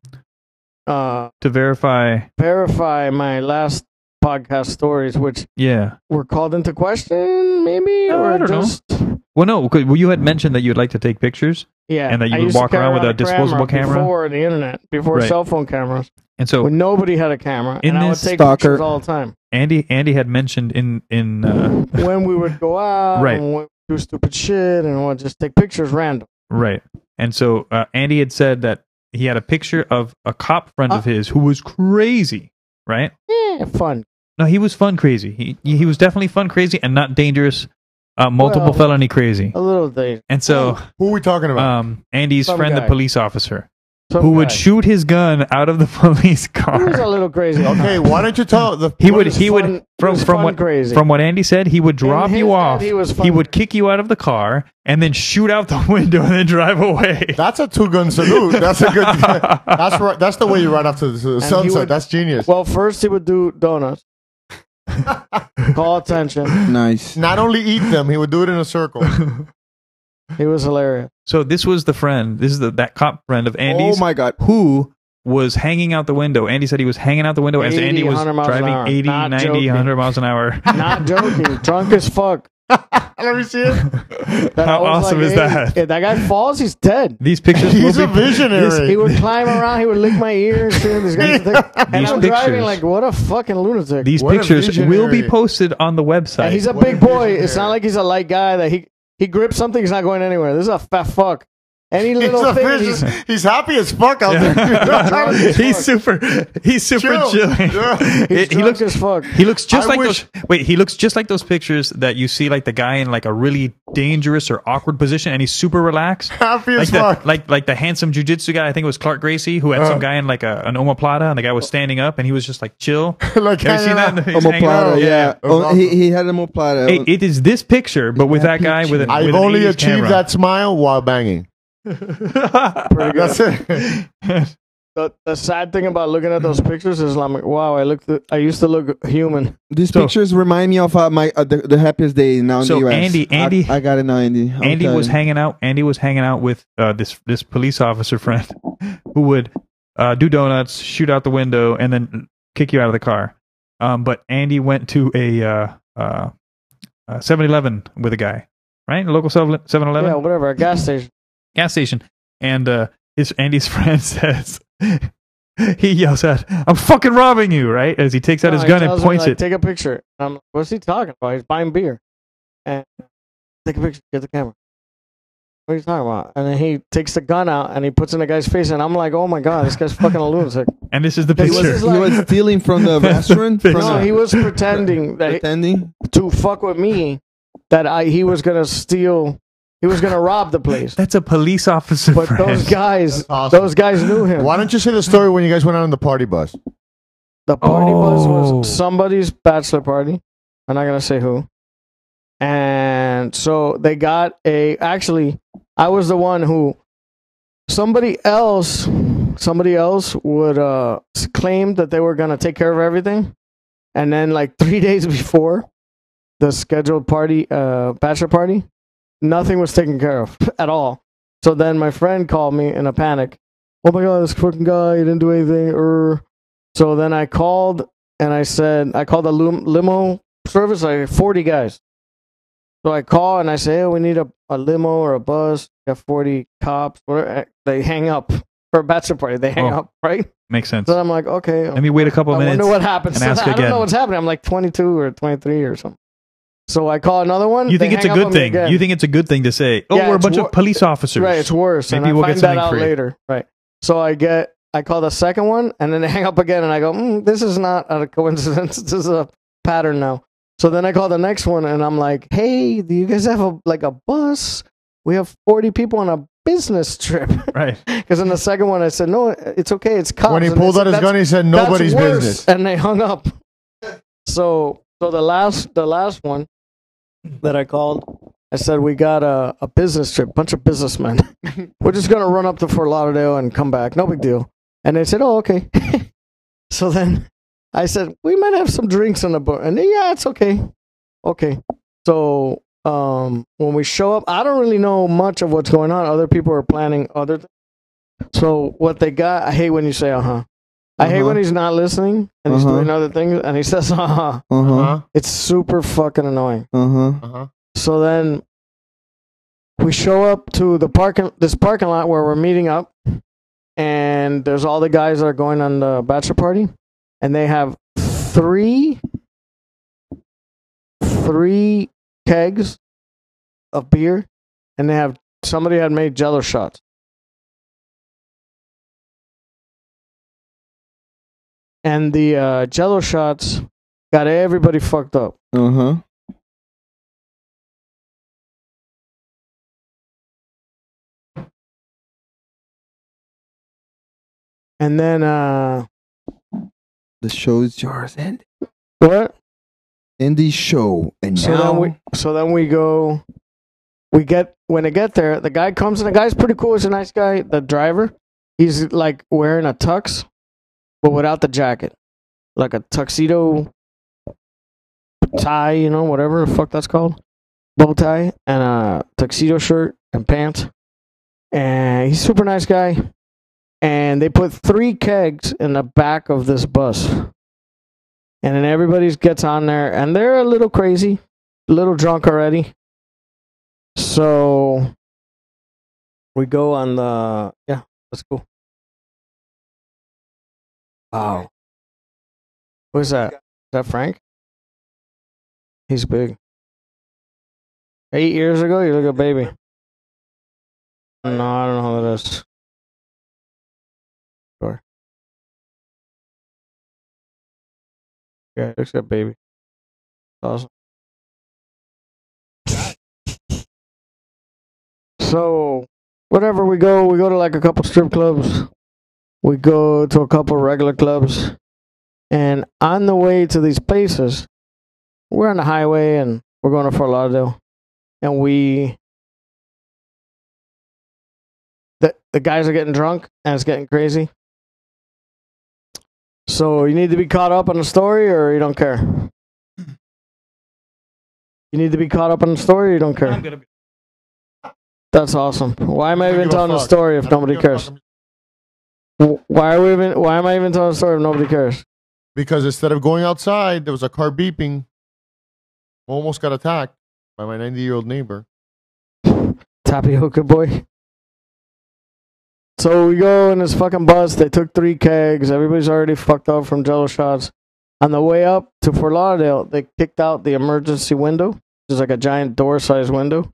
[SPEAKER 2] to uh,
[SPEAKER 8] verify.
[SPEAKER 2] verify my last podcast stories, which
[SPEAKER 8] Yeah.
[SPEAKER 2] were called into question, maybe
[SPEAKER 8] No,
[SPEAKER 2] or
[SPEAKER 8] Uh, I don't know.
[SPEAKER 2] just
[SPEAKER 8] Well, no, 'cause- well, you had mentioned that you'd like to take pictures,
[SPEAKER 2] yeah.
[SPEAKER 8] And that you
[SPEAKER 2] I
[SPEAKER 8] would
[SPEAKER 2] used to
[SPEAKER 8] walk
[SPEAKER 2] carry
[SPEAKER 8] around with a disposable camera?
[SPEAKER 2] before the internet, before
[SPEAKER 8] Right.
[SPEAKER 2] cell phone cameras,
[SPEAKER 8] and so
[SPEAKER 2] when nobody had a camera,
[SPEAKER 8] In
[SPEAKER 2] and I would
[SPEAKER 8] this
[SPEAKER 2] take
[SPEAKER 6] stalker-
[SPEAKER 2] pictures all the time.
[SPEAKER 8] Andy Andy had mentioned in in uh,
[SPEAKER 2] when we would go out
[SPEAKER 8] Right.
[SPEAKER 2] and we do stupid shit and we'll just take pictures random.
[SPEAKER 8] right, and so uh, Andy had said that he had a picture of a cop friend
[SPEAKER 2] Uh.
[SPEAKER 8] of his who was crazy, right?
[SPEAKER 2] Yeah, fun.
[SPEAKER 8] No, he was fun crazy. He he was definitely fun crazy and not dangerous, uh, multiple
[SPEAKER 2] Well-
[SPEAKER 8] felony crazy.
[SPEAKER 2] A little day.
[SPEAKER 8] And so
[SPEAKER 5] Who are we talking about?
[SPEAKER 8] um, Andy's
[SPEAKER 2] Some
[SPEAKER 8] friend,
[SPEAKER 2] guy.
[SPEAKER 8] the police officer,
[SPEAKER 2] Some
[SPEAKER 8] who would
[SPEAKER 2] guy.
[SPEAKER 8] shoot his gun out of the police
[SPEAKER 2] He was a
[SPEAKER 8] car.
[SPEAKER 2] little crazy.
[SPEAKER 5] okay, why don't you tell the?
[SPEAKER 8] He
[SPEAKER 5] what
[SPEAKER 8] would
[SPEAKER 5] is-
[SPEAKER 8] he
[SPEAKER 2] fun-
[SPEAKER 8] would
[SPEAKER 2] he
[SPEAKER 8] from
[SPEAKER 2] was
[SPEAKER 8] from
[SPEAKER 2] fun
[SPEAKER 8] what
[SPEAKER 2] crazy.
[SPEAKER 8] from what Andy said he would drop
[SPEAKER 2] his
[SPEAKER 8] you
[SPEAKER 2] head,
[SPEAKER 8] off.
[SPEAKER 2] he was
[SPEAKER 8] he
[SPEAKER 2] fun
[SPEAKER 8] would kick you out of the car and then shoot out the window and then drive away.
[SPEAKER 5] That's a two gun salute. That's a good. that's right. That's the way you ride off to the
[SPEAKER 2] he
[SPEAKER 5] sunset.
[SPEAKER 2] would-
[SPEAKER 5] that's genius.
[SPEAKER 2] Well, first he would do donuts. Call attention.
[SPEAKER 6] Nice.
[SPEAKER 5] Not only eat them, he would do it in a circle.
[SPEAKER 2] He was hilarious.
[SPEAKER 8] So this was the friend. This is the, that cop friend of Andy's
[SPEAKER 6] oh my god.
[SPEAKER 8] who was hanging out the window. Andy said he was hanging out the window as
[SPEAKER 2] 80,
[SPEAKER 8] Andy was
[SPEAKER 2] 100 miles an hour.
[SPEAKER 8] driving 80,
[SPEAKER 2] Not
[SPEAKER 8] 90,
[SPEAKER 2] joking.
[SPEAKER 8] 100 miles an hour.
[SPEAKER 2] Not joking. drunk as fuck.
[SPEAKER 5] Let me see it.
[SPEAKER 2] That
[SPEAKER 8] How
[SPEAKER 2] I was
[SPEAKER 8] awesome
[SPEAKER 2] like,
[SPEAKER 8] is
[SPEAKER 2] "Hey,
[SPEAKER 8] that?
[SPEAKER 2] If that guy falls, he's dead.
[SPEAKER 8] These pictures
[SPEAKER 5] He's
[SPEAKER 8] will
[SPEAKER 5] a
[SPEAKER 8] be
[SPEAKER 2] He
[SPEAKER 5] visionary.
[SPEAKER 2] would climb around. He would lick my ears. shit, this guy's a dick. and
[SPEAKER 8] These
[SPEAKER 2] I'm driving
[SPEAKER 8] pictures.
[SPEAKER 2] like, what a fucking lunatic.
[SPEAKER 8] these
[SPEAKER 5] What a
[SPEAKER 8] pictures will be
[SPEAKER 5] visionary.
[SPEAKER 8] posted on the website.
[SPEAKER 2] And he's a
[SPEAKER 5] What
[SPEAKER 2] big
[SPEAKER 5] a
[SPEAKER 2] boy. It's
[SPEAKER 5] visionary.
[SPEAKER 2] not like he's a light guy that he he grips something. He's not going anywhere. This is a fat fuck. Any
[SPEAKER 5] He's,
[SPEAKER 2] little
[SPEAKER 5] a
[SPEAKER 2] thing,
[SPEAKER 5] vision-
[SPEAKER 2] he's,
[SPEAKER 5] he's happy as fuck out there.
[SPEAKER 8] he's super. He's super
[SPEAKER 5] Chill.
[SPEAKER 8] chilling.
[SPEAKER 5] Yeah.
[SPEAKER 8] He-
[SPEAKER 2] he's
[SPEAKER 8] he
[SPEAKER 2] drunk
[SPEAKER 8] looks.
[SPEAKER 2] as fuck.
[SPEAKER 8] He looks just
[SPEAKER 5] I
[SPEAKER 8] like
[SPEAKER 5] wish-
[SPEAKER 8] those. Wait, he looks just like those pictures that you see, like the guy in like a really dangerous or awkward position, and he's super relaxed.
[SPEAKER 5] happy
[SPEAKER 8] like
[SPEAKER 5] as
[SPEAKER 8] the,
[SPEAKER 5] fuck.
[SPEAKER 8] like like the handsome jujitsu guy. I think it was Clark Gracie who had
[SPEAKER 5] Uh-huh.
[SPEAKER 8] some guy in like a, an omoplata, and the guy was standing up, and he was just like chill.
[SPEAKER 5] Like
[SPEAKER 8] Have you seen that?
[SPEAKER 5] hanging out.
[SPEAKER 8] He's hanging out.
[SPEAKER 6] Omoplata, yeah.
[SPEAKER 5] Yeah.
[SPEAKER 6] Oh, he, he had a uh, omoplata.
[SPEAKER 8] It- it is this picture, but with that guy with an.
[SPEAKER 5] I've
[SPEAKER 8] with an
[SPEAKER 5] only
[SPEAKER 8] 80s
[SPEAKER 5] achieved
[SPEAKER 8] camera.
[SPEAKER 5] that smile while banging. That's it.
[SPEAKER 2] The, the sad thing about looking at those pictures is I'm like, wow, I looked, I used to look human.
[SPEAKER 6] These
[SPEAKER 8] So-
[SPEAKER 6] pictures remind me of uh, my uh, the, the happiest day now in
[SPEAKER 8] So
[SPEAKER 6] the US.
[SPEAKER 8] Andy-
[SPEAKER 6] I-
[SPEAKER 8] Andy-
[SPEAKER 6] I, got it now, Andy. I'm
[SPEAKER 8] Andy was
[SPEAKER 6] telling
[SPEAKER 8] hanging out. Andy was hanging out with uh, this this police officer friend who would uh, do donuts, shoot out the window, and then kick you out of the car. Um, but Andy went to a uh, uh, uh, 7-Eleven with a guy, right? Local 7-Eleven
[SPEAKER 2] Yeah, whatever. A gas station.
[SPEAKER 8] gas station, and uh, his Andy's friend says. He yells out, "I'm fucking robbing you!" Right as he takes out
[SPEAKER 2] No,
[SPEAKER 8] his
[SPEAKER 2] he
[SPEAKER 8] gun and
[SPEAKER 2] tells me,
[SPEAKER 8] points
[SPEAKER 2] like,
[SPEAKER 8] it.
[SPEAKER 2] Take a picture. And I'm like, what's he talking about? He's buying beer. And take a picture. Get the camera. What are you talking about? And then he takes the gun out and he puts it in the guy's face, and I'm like, oh my god, this guy's fucking a lunatic.
[SPEAKER 8] And this is the
[SPEAKER 2] He was
[SPEAKER 8] picture.
[SPEAKER 2] just
[SPEAKER 6] He was stealing from the
[SPEAKER 8] That's
[SPEAKER 6] restaurant.
[SPEAKER 8] the
[SPEAKER 6] From
[SPEAKER 8] picture.
[SPEAKER 2] No,
[SPEAKER 6] the-
[SPEAKER 2] he was pretending that
[SPEAKER 6] pretending.
[SPEAKER 2] to fuck with me that I he was gonna steal, he was gonna rob the place.
[SPEAKER 8] That's a police officer.
[SPEAKER 2] But those
[SPEAKER 8] friend.
[SPEAKER 2] guys,
[SPEAKER 5] awesome.
[SPEAKER 2] those guys knew him.
[SPEAKER 5] Why don't you say the story when you guys went out on the party bus?
[SPEAKER 2] The party bus
[SPEAKER 8] Oh.
[SPEAKER 2] was somebody's bachelor party. I'm not gonna say who. And so they got a. Actually, I was the one who. Somebody else, somebody else would uh s- claim that they were gonna take care of everything, and then like three days before the scheduled party, uh, bachelor party, nothing was taken care of at all. So then my friend called me in a panic. Oh my god, this fucking guy he didn't do anything. Er, so then I called and I said, I called the lim- limo service, like 40 guys. So I call and I say, hey, we need a, a limo or a bus. We got 40 cops. Whatever. They hang up for a bachelor party. They hang
[SPEAKER 8] Oh.
[SPEAKER 2] up, right?
[SPEAKER 8] makes sense.
[SPEAKER 2] So I'm like, okay.
[SPEAKER 8] Let me wait a couple
[SPEAKER 2] I
[SPEAKER 8] minutes.
[SPEAKER 2] wonder what happens.
[SPEAKER 8] and
[SPEAKER 2] to
[SPEAKER 8] ask
[SPEAKER 2] that. I
[SPEAKER 8] again.
[SPEAKER 2] don't know what's happening. I'm like 22 or 23 or something. So I call another one.
[SPEAKER 8] you think
[SPEAKER 2] They
[SPEAKER 8] it's a
[SPEAKER 2] hang up
[SPEAKER 8] good
[SPEAKER 2] on me
[SPEAKER 8] thing?
[SPEAKER 2] again.
[SPEAKER 8] You think it's a good thing to say? Oh,
[SPEAKER 2] Yeah,
[SPEAKER 8] we're a
[SPEAKER 2] it's
[SPEAKER 8] bunch
[SPEAKER 2] wor-
[SPEAKER 8] of police officers.
[SPEAKER 2] Right, it's worse. and
[SPEAKER 8] Maybe
[SPEAKER 2] I
[SPEAKER 8] we'll get
[SPEAKER 2] find
[SPEAKER 8] something
[SPEAKER 2] that out
[SPEAKER 8] free.
[SPEAKER 2] later. Right. So I get, I call the second one, and then they hang up again, and I go, mm, "This is not a coincidence. This is a pattern now." So then I call the next one, and I'm like, "Hey, do you guys have a like a bus? We have 40 people on a business trip."
[SPEAKER 8] right.
[SPEAKER 2] Because in the second one, I said, "No, it's okay. It's cops."
[SPEAKER 5] When he
[SPEAKER 2] And they
[SPEAKER 5] pulled
[SPEAKER 2] said,
[SPEAKER 5] out his
[SPEAKER 2] Oh, "That's
[SPEAKER 5] gun, he said,
[SPEAKER 2] that's
[SPEAKER 5] "Nobody's
[SPEAKER 2] worse,"
[SPEAKER 5] business."
[SPEAKER 2] and they hung up so so the last the last one that i called i said we got a, a business trip bunch of businessmen we're just gonna run up to fort lauderdale and come back no big deal and they said oh okay so then i said we might have some drinks on the boat and they, yeah it's okay okay so um when we show up i don't really know much of what's going on other people are planning other things so what they got i hate when you say uh-huh I hate
[SPEAKER 6] Uh-huh.
[SPEAKER 2] when he's not listening and he's
[SPEAKER 6] Uh-huh.
[SPEAKER 2] doing other things and he says, uh
[SPEAKER 6] Uh huh.
[SPEAKER 5] Huh?
[SPEAKER 2] It's super fucking annoying.
[SPEAKER 6] Uh huh.
[SPEAKER 5] Uh-huh.
[SPEAKER 2] So then we show up to the parking this parking lot where we're meeting up and there's all the guys that are going on the bachelor party and they have three three kegs of beer and they have somebody had made jello shots. And the uh, jello shots got everybody fucked up.
[SPEAKER 6] Uh huh.
[SPEAKER 2] And then uh
[SPEAKER 6] The show's yours. And
[SPEAKER 2] what?
[SPEAKER 6] Andy's show. And
[SPEAKER 2] So
[SPEAKER 6] now
[SPEAKER 2] then we so then we go we get when I get there, the guy comes and the guy's pretty cool, he's a nice guy, the driver. He's like wearing a tux, but without the jacket. Like a tuxedo tie, you know, whatever the fuck that's called. Bow tie and a tuxedo shirt and pants. And he's a super nice guy. And they put three kegs in the back of this bus and then everybody gets on there and they're a little crazy a little drunk already so we go on the yeah that's cool wow who's that is that frank he's big eight years ago you look a baby no i don't know who that is sure yeah he looks like a baby awesome So, whatever we go, we go to like a couple strip clubs. We go to a couple regular clubs. And on the way to these places, we're on the highway and we're going to Fort Lauderdale. And we. The, the guys are getting drunk and it's getting crazy. So, you need to be caught up on the story or you don't care? You need to be caught up on the story or you don't care? That's awesome. Why am I
[SPEAKER 5] don't
[SPEAKER 2] even
[SPEAKER 5] give a
[SPEAKER 2] telling a
[SPEAKER 5] fuck.
[SPEAKER 2] story if
[SPEAKER 5] I don't
[SPEAKER 2] nobody
[SPEAKER 5] give a
[SPEAKER 2] cares?
[SPEAKER 5] fuck.
[SPEAKER 2] W- Why are we even? Why am I even telling a story if nobody cares?
[SPEAKER 5] Because instead of going outside, there was a car beeping. almost got attacked by my 90 year old neighbor.
[SPEAKER 2] Tapioca boy. So we go in this fucking bus. They took three kegs. Everybody's already fucked up from jello shots. On the way up to Fort Lauderdale, they kicked out the emergency window, which is like a giant door sized window,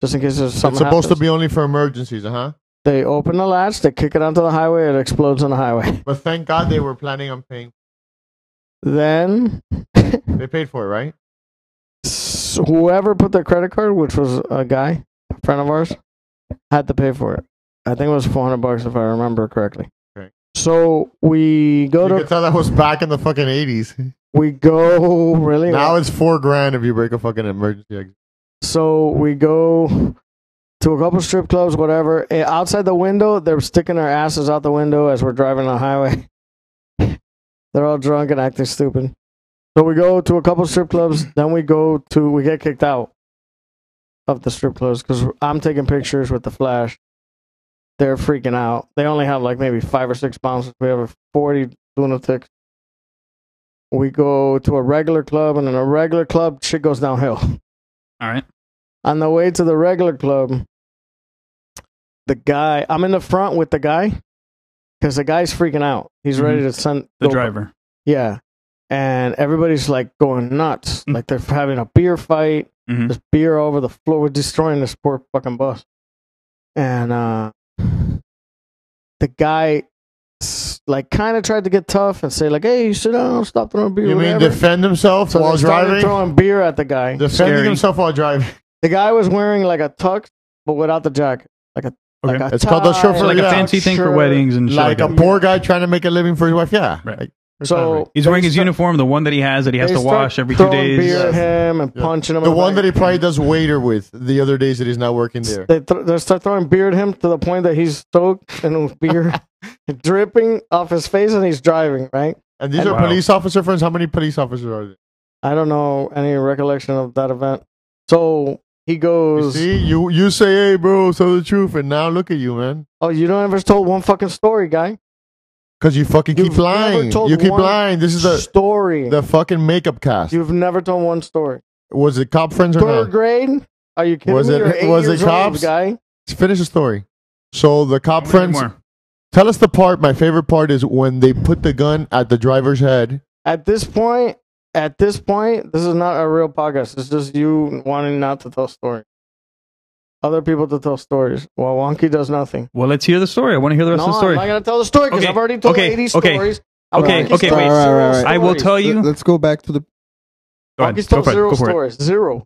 [SPEAKER 2] just in case there's something.
[SPEAKER 5] it's supposed to
[SPEAKER 2] happens.
[SPEAKER 5] be only for emergencies, uh huh.
[SPEAKER 2] They open the latch, they kick it onto the highway, it explodes on the highway.
[SPEAKER 5] But thank God they were planning on paying.
[SPEAKER 2] Then
[SPEAKER 5] They paid for it, right?
[SPEAKER 2] s- whoever put their credit card, which was a guy, a friend of ours, had to pay for it. I think it was 400 bucks if I remember correctly.
[SPEAKER 5] Okay.
[SPEAKER 2] So we go
[SPEAKER 5] You
[SPEAKER 2] to
[SPEAKER 5] could tell that was back in the fucking 80s.
[SPEAKER 2] we go really
[SPEAKER 5] Now it's four grand if you break a fucking emergency exit.
[SPEAKER 2] So we go to a couple strip clubs, whatever. Eh, Outside the window, they're sticking their asses out the window as we're driving on the highway. they're all drunk and acting stupid. So we go to a couple strip clubs, then we go to we get kicked out of the strip clubs because I'm taking pictures with the flash. They're freaking out. They only have like maybe five or six bouncers. We have forty lunatics. We go to a regular club, and in a regular club, shit goes downhill
[SPEAKER 8] All right.
[SPEAKER 2] on the way to the regular club, the guy I'm in the front with the guy because the guy's freaking out. He's ready to send
[SPEAKER 8] Mm-hmm. The
[SPEAKER 2] go-
[SPEAKER 8] driver.
[SPEAKER 2] Yeah, and everybody's like going nuts,
[SPEAKER 5] Mm.
[SPEAKER 2] like they're having a beer fight.
[SPEAKER 8] Mhm.
[SPEAKER 2] There's beer all over the floor. We're destroying this poor fucking bus. And uh, the guy, s- like, kind of tried to get tough and say, like, "Hey, sit down, stop throwing beer."
[SPEAKER 5] You mean
[SPEAKER 2] whatever."
[SPEAKER 5] defend himself
[SPEAKER 2] so
[SPEAKER 5] while
[SPEAKER 2] they started
[SPEAKER 5] driving?
[SPEAKER 2] throwing beer at the guy.
[SPEAKER 5] Defending
[SPEAKER 8] Scary.
[SPEAKER 5] himself while driving.
[SPEAKER 2] The guy was wearing like a tux, but without the jacket. Like a,
[SPEAKER 8] Okay.
[SPEAKER 2] like a
[SPEAKER 5] It's called a
[SPEAKER 2] tie,
[SPEAKER 5] chauffeur,
[SPEAKER 8] So like a
[SPEAKER 5] Yeah.
[SPEAKER 8] fancy thing for
[SPEAKER 2] shirt.
[SPEAKER 8] weddings and shit
[SPEAKER 5] Like a
[SPEAKER 8] that.
[SPEAKER 5] poor guy trying to make a living for his wife. Yeah.
[SPEAKER 8] Right.
[SPEAKER 5] Like,
[SPEAKER 2] So
[SPEAKER 8] He's wearing his uniform, the one that he has that he has
[SPEAKER 2] they
[SPEAKER 8] to
[SPEAKER 2] start
[SPEAKER 8] wash every two
[SPEAKER 2] throwing
[SPEAKER 8] days.
[SPEAKER 2] Beer at
[SPEAKER 5] Yes.
[SPEAKER 2] him and
[SPEAKER 5] Yeah.
[SPEAKER 2] punching him.
[SPEAKER 5] the one that he probably does waiter with the other days that he's not working there.
[SPEAKER 2] They, th- they start throwing beer at him to the point that he's soaked and with beer dripping off his face, and he's driving. Right?
[SPEAKER 5] And these
[SPEAKER 2] And-
[SPEAKER 5] are
[SPEAKER 8] Wow.
[SPEAKER 5] police officer friends. How many police officers are there?
[SPEAKER 2] I don't know any recollection of that event. So he
[SPEAKER 5] You
[SPEAKER 2] goes,
[SPEAKER 5] see, you you say, "Hey, bro, tell the truth," and now look at you, man.
[SPEAKER 2] "Oh, you don't ever told one fucking story, guy.
[SPEAKER 5] Because you fucking
[SPEAKER 2] You've
[SPEAKER 5] keep lying.
[SPEAKER 2] never told
[SPEAKER 5] You keep
[SPEAKER 2] one
[SPEAKER 5] lying. This is the
[SPEAKER 2] story.
[SPEAKER 5] the fucking makeup cast.
[SPEAKER 2] You've never told one story.
[SPEAKER 5] was it cop friends or
[SPEAKER 2] Third
[SPEAKER 5] not?
[SPEAKER 2] grade? Are you kidding
[SPEAKER 5] Was
[SPEAKER 2] me?
[SPEAKER 5] it-
[SPEAKER 2] You're eight
[SPEAKER 5] was it
[SPEAKER 2] years old,
[SPEAKER 5] cops?
[SPEAKER 2] guy?"
[SPEAKER 5] Finish the story. So the cop
[SPEAKER 8] How many
[SPEAKER 5] friends.
[SPEAKER 8] more?
[SPEAKER 5] Tell us the part. My favorite part is when they put the gun at the driver's head.
[SPEAKER 2] at this point, at this point, this is not a real podcast. It's just you wanting not to tell stories. Other people to tell stories while Wonky does nothing.
[SPEAKER 8] Well, let's hear the story. I want to hear the rest
[SPEAKER 2] no,
[SPEAKER 8] of the story.
[SPEAKER 2] I'm not gonna tell the story because
[SPEAKER 8] Okay,
[SPEAKER 2] I've already told
[SPEAKER 8] okay,
[SPEAKER 2] 80
[SPEAKER 8] okay,
[SPEAKER 2] stories.
[SPEAKER 8] okay,
[SPEAKER 2] Wonky's
[SPEAKER 8] okay,
[SPEAKER 2] told
[SPEAKER 6] wait.
[SPEAKER 2] zero
[SPEAKER 6] All right, all right.
[SPEAKER 8] I will
[SPEAKER 2] stories.
[SPEAKER 8] tell you.
[SPEAKER 6] Let's go back to the
[SPEAKER 8] Go ahead.
[SPEAKER 2] Wonky's
[SPEAKER 8] Go
[SPEAKER 2] told
[SPEAKER 8] for it.
[SPEAKER 2] zero
[SPEAKER 8] Go for it.
[SPEAKER 2] stories. Zero.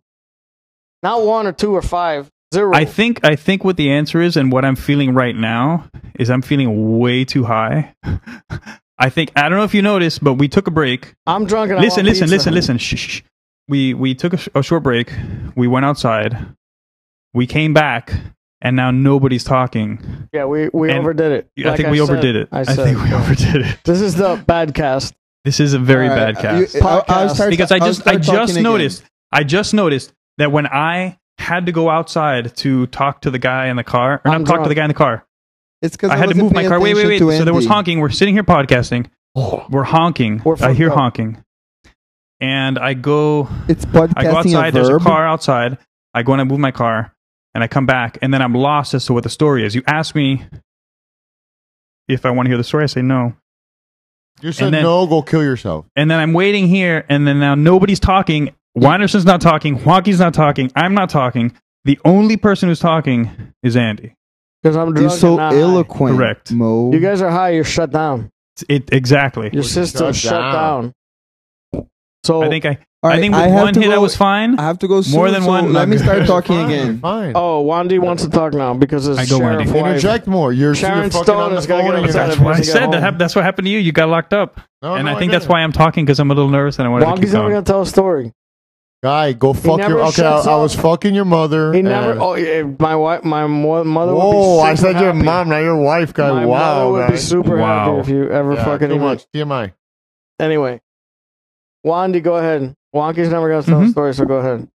[SPEAKER 2] Not one or two or five. Zero.
[SPEAKER 8] I think I think what the answer is and what I'm feeling right now is I'm feeling way too high. I think I don't know if you noticed, but we took a break.
[SPEAKER 2] I'm drunk and I
[SPEAKER 8] Listen,
[SPEAKER 2] want
[SPEAKER 8] listen,
[SPEAKER 2] pizza.
[SPEAKER 8] listen, listen. Shh, shh, shh. We we took a, sh- a short break. We went outside. We came back, and now nobody's talking.
[SPEAKER 2] Yeah, we, we
[SPEAKER 8] And-
[SPEAKER 2] overdid it.
[SPEAKER 8] I
[SPEAKER 2] Like
[SPEAKER 8] think we
[SPEAKER 2] said-
[SPEAKER 8] overdid it.
[SPEAKER 2] I,
[SPEAKER 8] I,
[SPEAKER 2] said,
[SPEAKER 8] think we overdid it.
[SPEAKER 2] This is the bad cast.
[SPEAKER 8] This is a very
[SPEAKER 6] All right, uh,
[SPEAKER 8] bad cast.
[SPEAKER 6] you- I'll- I'll
[SPEAKER 2] Podcast.
[SPEAKER 6] start-
[SPEAKER 8] because I
[SPEAKER 6] I'll
[SPEAKER 8] just
[SPEAKER 6] start
[SPEAKER 8] I just
[SPEAKER 6] talking again.
[SPEAKER 8] noticed I just noticed that when I had to go outside to talk to the guy in the car, or
[SPEAKER 2] I'm
[SPEAKER 8] not talk
[SPEAKER 2] drunk.
[SPEAKER 8] to the guy in the car.
[SPEAKER 6] It's because
[SPEAKER 8] I had to move my car. Wait, wait, wait. So there was honking. We're sitting here podcasting. We're honking.
[SPEAKER 2] We're
[SPEAKER 8] I hear
[SPEAKER 2] fucked up.
[SPEAKER 8] honking. And I go
[SPEAKER 6] It's podcasting.
[SPEAKER 8] I go outside,
[SPEAKER 6] a
[SPEAKER 8] there's a
[SPEAKER 6] verb.
[SPEAKER 8] car outside. I go and I move my car and I come back and then I'm lost as to what the story is. You ask me if I want to hear the story, I say no.
[SPEAKER 5] You said
[SPEAKER 8] then-
[SPEAKER 5] no, go kill yourself.
[SPEAKER 8] And then I'm waiting here and then now nobody's talking. Weinerson's not talking, Wonky's not talking, I'm not talking. The only person who's talking is Andy.
[SPEAKER 2] Because I'm
[SPEAKER 6] You're
[SPEAKER 2] drunk.
[SPEAKER 6] so
[SPEAKER 2] and not high.
[SPEAKER 6] eloquent.
[SPEAKER 8] Correct.
[SPEAKER 6] Mo.
[SPEAKER 2] You guys are high. You're shut down.
[SPEAKER 8] It's- It exactly.
[SPEAKER 2] Your
[SPEAKER 5] Shut
[SPEAKER 2] system shut, down.
[SPEAKER 5] down.
[SPEAKER 2] So
[SPEAKER 8] I think I
[SPEAKER 6] All
[SPEAKER 8] I
[SPEAKER 6] right,
[SPEAKER 8] think with
[SPEAKER 6] have
[SPEAKER 8] one
[SPEAKER 6] to
[SPEAKER 8] hit I
[SPEAKER 6] go-
[SPEAKER 8] was fine.
[SPEAKER 6] I have to go soon.
[SPEAKER 8] More than
[SPEAKER 6] so
[SPEAKER 8] one,
[SPEAKER 6] Let
[SPEAKER 8] no,
[SPEAKER 6] me
[SPEAKER 8] good.
[SPEAKER 6] start talking
[SPEAKER 5] Fine,
[SPEAKER 6] again.
[SPEAKER 5] Fine.
[SPEAKER 2] Oh, Wandy wants to talk now because it's
[SPEAKER 8] I go,
[SPEAKER 2] sheriff
[SPEAKER 8] Wandy.
[SPEAKER 2] wife.
[SPEAKER 5] Interject more. You're,
[SPEAKER 2] Sharon
[SPEAKER 5] you're fucking
[SPEAKER 2] Stone
[SPEAKER 5] on the
[SPEAKER 2] is gonna
[SPEAKER 5] phone
[SPEAKER 2] get
[SPEAKER 5] and
[SPEAKER 2] upset
[SPEAKER 5] you're-
[SPEAKER 8] That's
[SPEAKER 2] if
[SPEAKER 8] what I
[SPEAKER 2] Lindsay got
[SPEAKER 8] said. That
[SPEAKER 2] home.
[SPEAKER 8] hap- that's what happened to you. You got locked up,
[SPEAKER 5] No,
[SPEAKER 8] and
[SPEAKER 5] no,
[SPEAKER 8] I think that's
[SPEAKER 5] didn't.
[SPEAKER 8] why I'm talking because I'm a little nervous and I want to keep
[SPEAKER 2] Wonky's never
[SPEAKER 8] going.
[SPEAKER 2] gonna tell a story.
[SPEAKER 5] Guy, go fuck
[SPEAKER 2] never
[SPEAKER 5] your. Okay, I,
[SPEAKER 2] shuts
[SPEAKER 5] I
[SPEAKER 2] up.
[SPEAKER 5] was fucking your mother.
[SPEAKER 2] He never.
[SPEAKER 5] and-
[SPEAKER 2] Oh, yeah, my wife, my mo- mother. would be
[SPEAKER 5] Whoa! I
[SPEAKER 2] super
[SPEAKER 5] said your
[SPEAKER 2] happy.
[SPEAKER 5] mom, not your wife, guy.
[SPEAKER 2] My
[SPEAKER 5] wow,
[SPEAKER 2] mother would be
[SPEAKER 5] guy.
[SPEAKER 2] super happy
[SPEAKER 8] Wow.
[SPEAKER 2] if you ever
[SPEAKER 5] Yeah,
[SPEAKER 2] fucking
[SPEAKER 5] too
[SPEAKER 2] even-
[SPEAKER 5] much TMI.
[SPEAKER 2] Anyway, Wandy, go ahead. Wonky's never gonna tell a
[SPEAKER 8] Mhm.
[SPEAKER 2] story, so go ahead.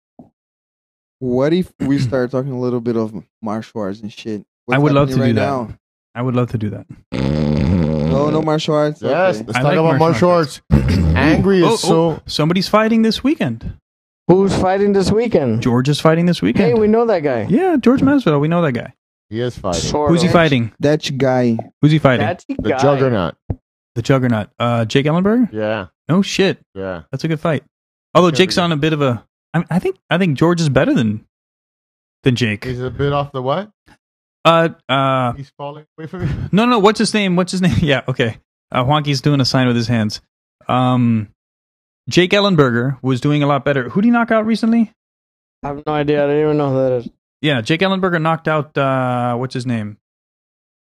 [SPEAKER 6] What if we start talking a little bit of martial arts and shit?
[SPEAKER 8] I would love to do
[SPEAKER 6] happening right
[SPEAKER 8] that. I would love to do that.
[SPEAKER 6] Now? No, no martial arts.
[SPEAKER 5] Yes,
[SPEAKER 6] Okay.
[SPEAKER 5] let's
[SPEAKER 8] I
[SPEAKER 5] talk
[SPEAKER 8] like
[SPEAKER 5] about martial
[SPEAKER 8] martial
[SPEAKER 5] arts. Angry is
[SPEAKER 8] Oh, oh,
[SPEAKER 5] so.
[SPEAKER 8] somebody's fighting this weekend.
[SPEAKER 2] Who's fighting this weekend?
[SPEAKER 8] George is fighting this
[SPEAKER 2] Hey,
[SPEAKER 8] weekend.
[SPEAKER 2] we know that guy.
[SPEAKER 8] yeah, George Masvidal. We know that guy.
[SPEAKER 5] He is fighting.
[SPEAKER 2] Sort
[SPEAKER 8] Who's he
[SPEAKER 2] of.
[SPEAKER 8] fighting?
[SPEAKER 6] That guy.
[SPEAKER 8] Who's he fighting?
[SPEAKER 2] That's
[SPEAKER 5] The juggernaut.
[SPEAKER 8] the Juggernaut. Uh, Jake Ellenberger.
[SPEAKER 5] Yeah.
[SPEAKER 8] No shit.
[SPEAKER 5] Yeah.
[SPEAKER 8] That's a good fight. Although
[SPEAKER 5] It's gonna be
[SPEAKER 8] Jake's
[SPEAKER 5] good.
[SPEAKER 8] on a bit of a. I, mean, I think I think George is better than than Jake.
[SPEAKER 5] He's a bit off the what?
[SPEAKER 8] Uh, uh,
[SPEAKER 5] He's falling away from me.
[SPEAKER 8] no, no. What's his name? What's his name? Yeah, okay. Uh, Honky's doing a sign with his hands. Um, Jake Ellenberger was doing a lot better. Who did he knock out recently?
[SPEAKER 2] I have no idea. I don't even know who that is.
[SPEAKER 8] Yeah, Jake Ellenberger knocked out. Uh, what's his name?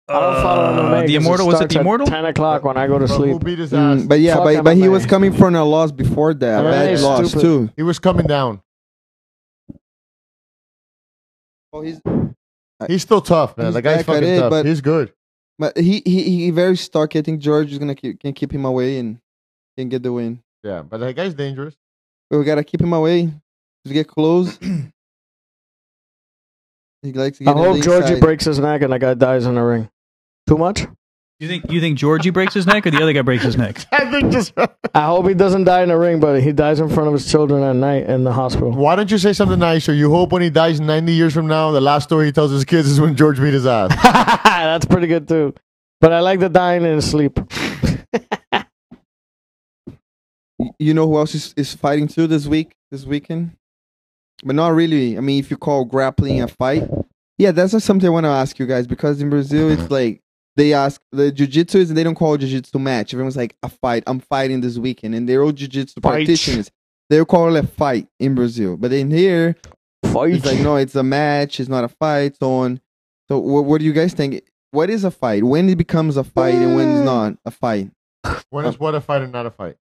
[SPEAKER 2] I don't follow
[SPEAKER 8] Uh,
[SPEAKER 2] MMA 'cause
[SPEAKER 8] the immortal was it
[SPEAKER 2] starts
[SPEAKER 8] the
[SPEAKER 2] at
[SPEAKER 8] immortal?
[SPEAKER 2] Ten o'clock when I go to
[SPEAKER 5] But who
[SPEAKER 2] sleep.
[SPEAKER 5] beat his ass?
[SPEAKER 6] Mm, but yeah,
[SPEAKER 2] Fuck
[SPEAKER 6] but, but he
[SPEAKER 2] MMA.
[SPEAKER 6] was coming from a loss before that. a
[SPEAKER 5] Yeah,
[SPEAKER 6] bad
[SPEAKER 5] he's
[SPEAKER 6] loss
[SPEAKER 2] stupid.
[SPEAKER 6] too.
[SPEAKER 5] he was coming down.
[SPEAKER 6] Oh, he's
[SPEAKER 5] He's still tough, man.
[SPEAKER 6] He's
[SPEAKER 5] the guy's
[SPEAKER 6] back at
[SPEAKER 5] fucking
[SPEAKER 6] it,
[SPEAKER 5] tough.
[SPEAKER 6] but-
[SPEAKER 5] He's good.
[SPEAKER 6] but he, he he very stuck. I think George is gonna keep, can keep him away and can get the win.
[SPEAKER 5] Yeah, but that guy's dangerous.
[SPEAKER 6] But we gotta keep him away. Just get close. he likes to
[SPEAKER 2] I
[SPEAKER 6] get on
[SPEAKER 2] hope
[SPEAKER 6] the
[SPEAKER 2] Georgie
[SPEAKER 6] inside.
[SPEAKER 2] breaks his neck and the guy dies in the ring. Too much?
[SPEAKER 8] You think you think Georgie breaks his neck or the other guy breaks his neck?
[SPEAKER 5] I think just.
[SPEAKER 2] I hope he doesn't die in the ring, but he dies in front of his children at night in the hospital.
[SPEAKER 5] Why don't you say something nicer? You hope when he dies 90 years from now, the last story he tells his kids is when George beat his ass.
[SPEAKER 2] That's pretty good too. But I like the dying in sleep.
[SPEAKER 6] You know who else is, is fighting too this week, this weekend? But not really. I mean, if you call grappling a fight, yeah, that's just something I want to ask you guys because in Brazil it's like they ask the jujitsu is they don't call jujitsu match. Everyone's like a fight. I'm fighting this weekend, and they're all jujitsu practitioners. They call it a fight in Brazil, but in here
[SPEAKER 2] Fight.
[SPEAKER 6] it's like no, it's a match. It's not a fight. So on. So what, what do you guys think? What is a fight? When it becomes a fight and when it's not a fight?
[SPEAKER 5] When
[SPEAKER 6] Um,
[SPEAKER 5] is what a fight and not a fight?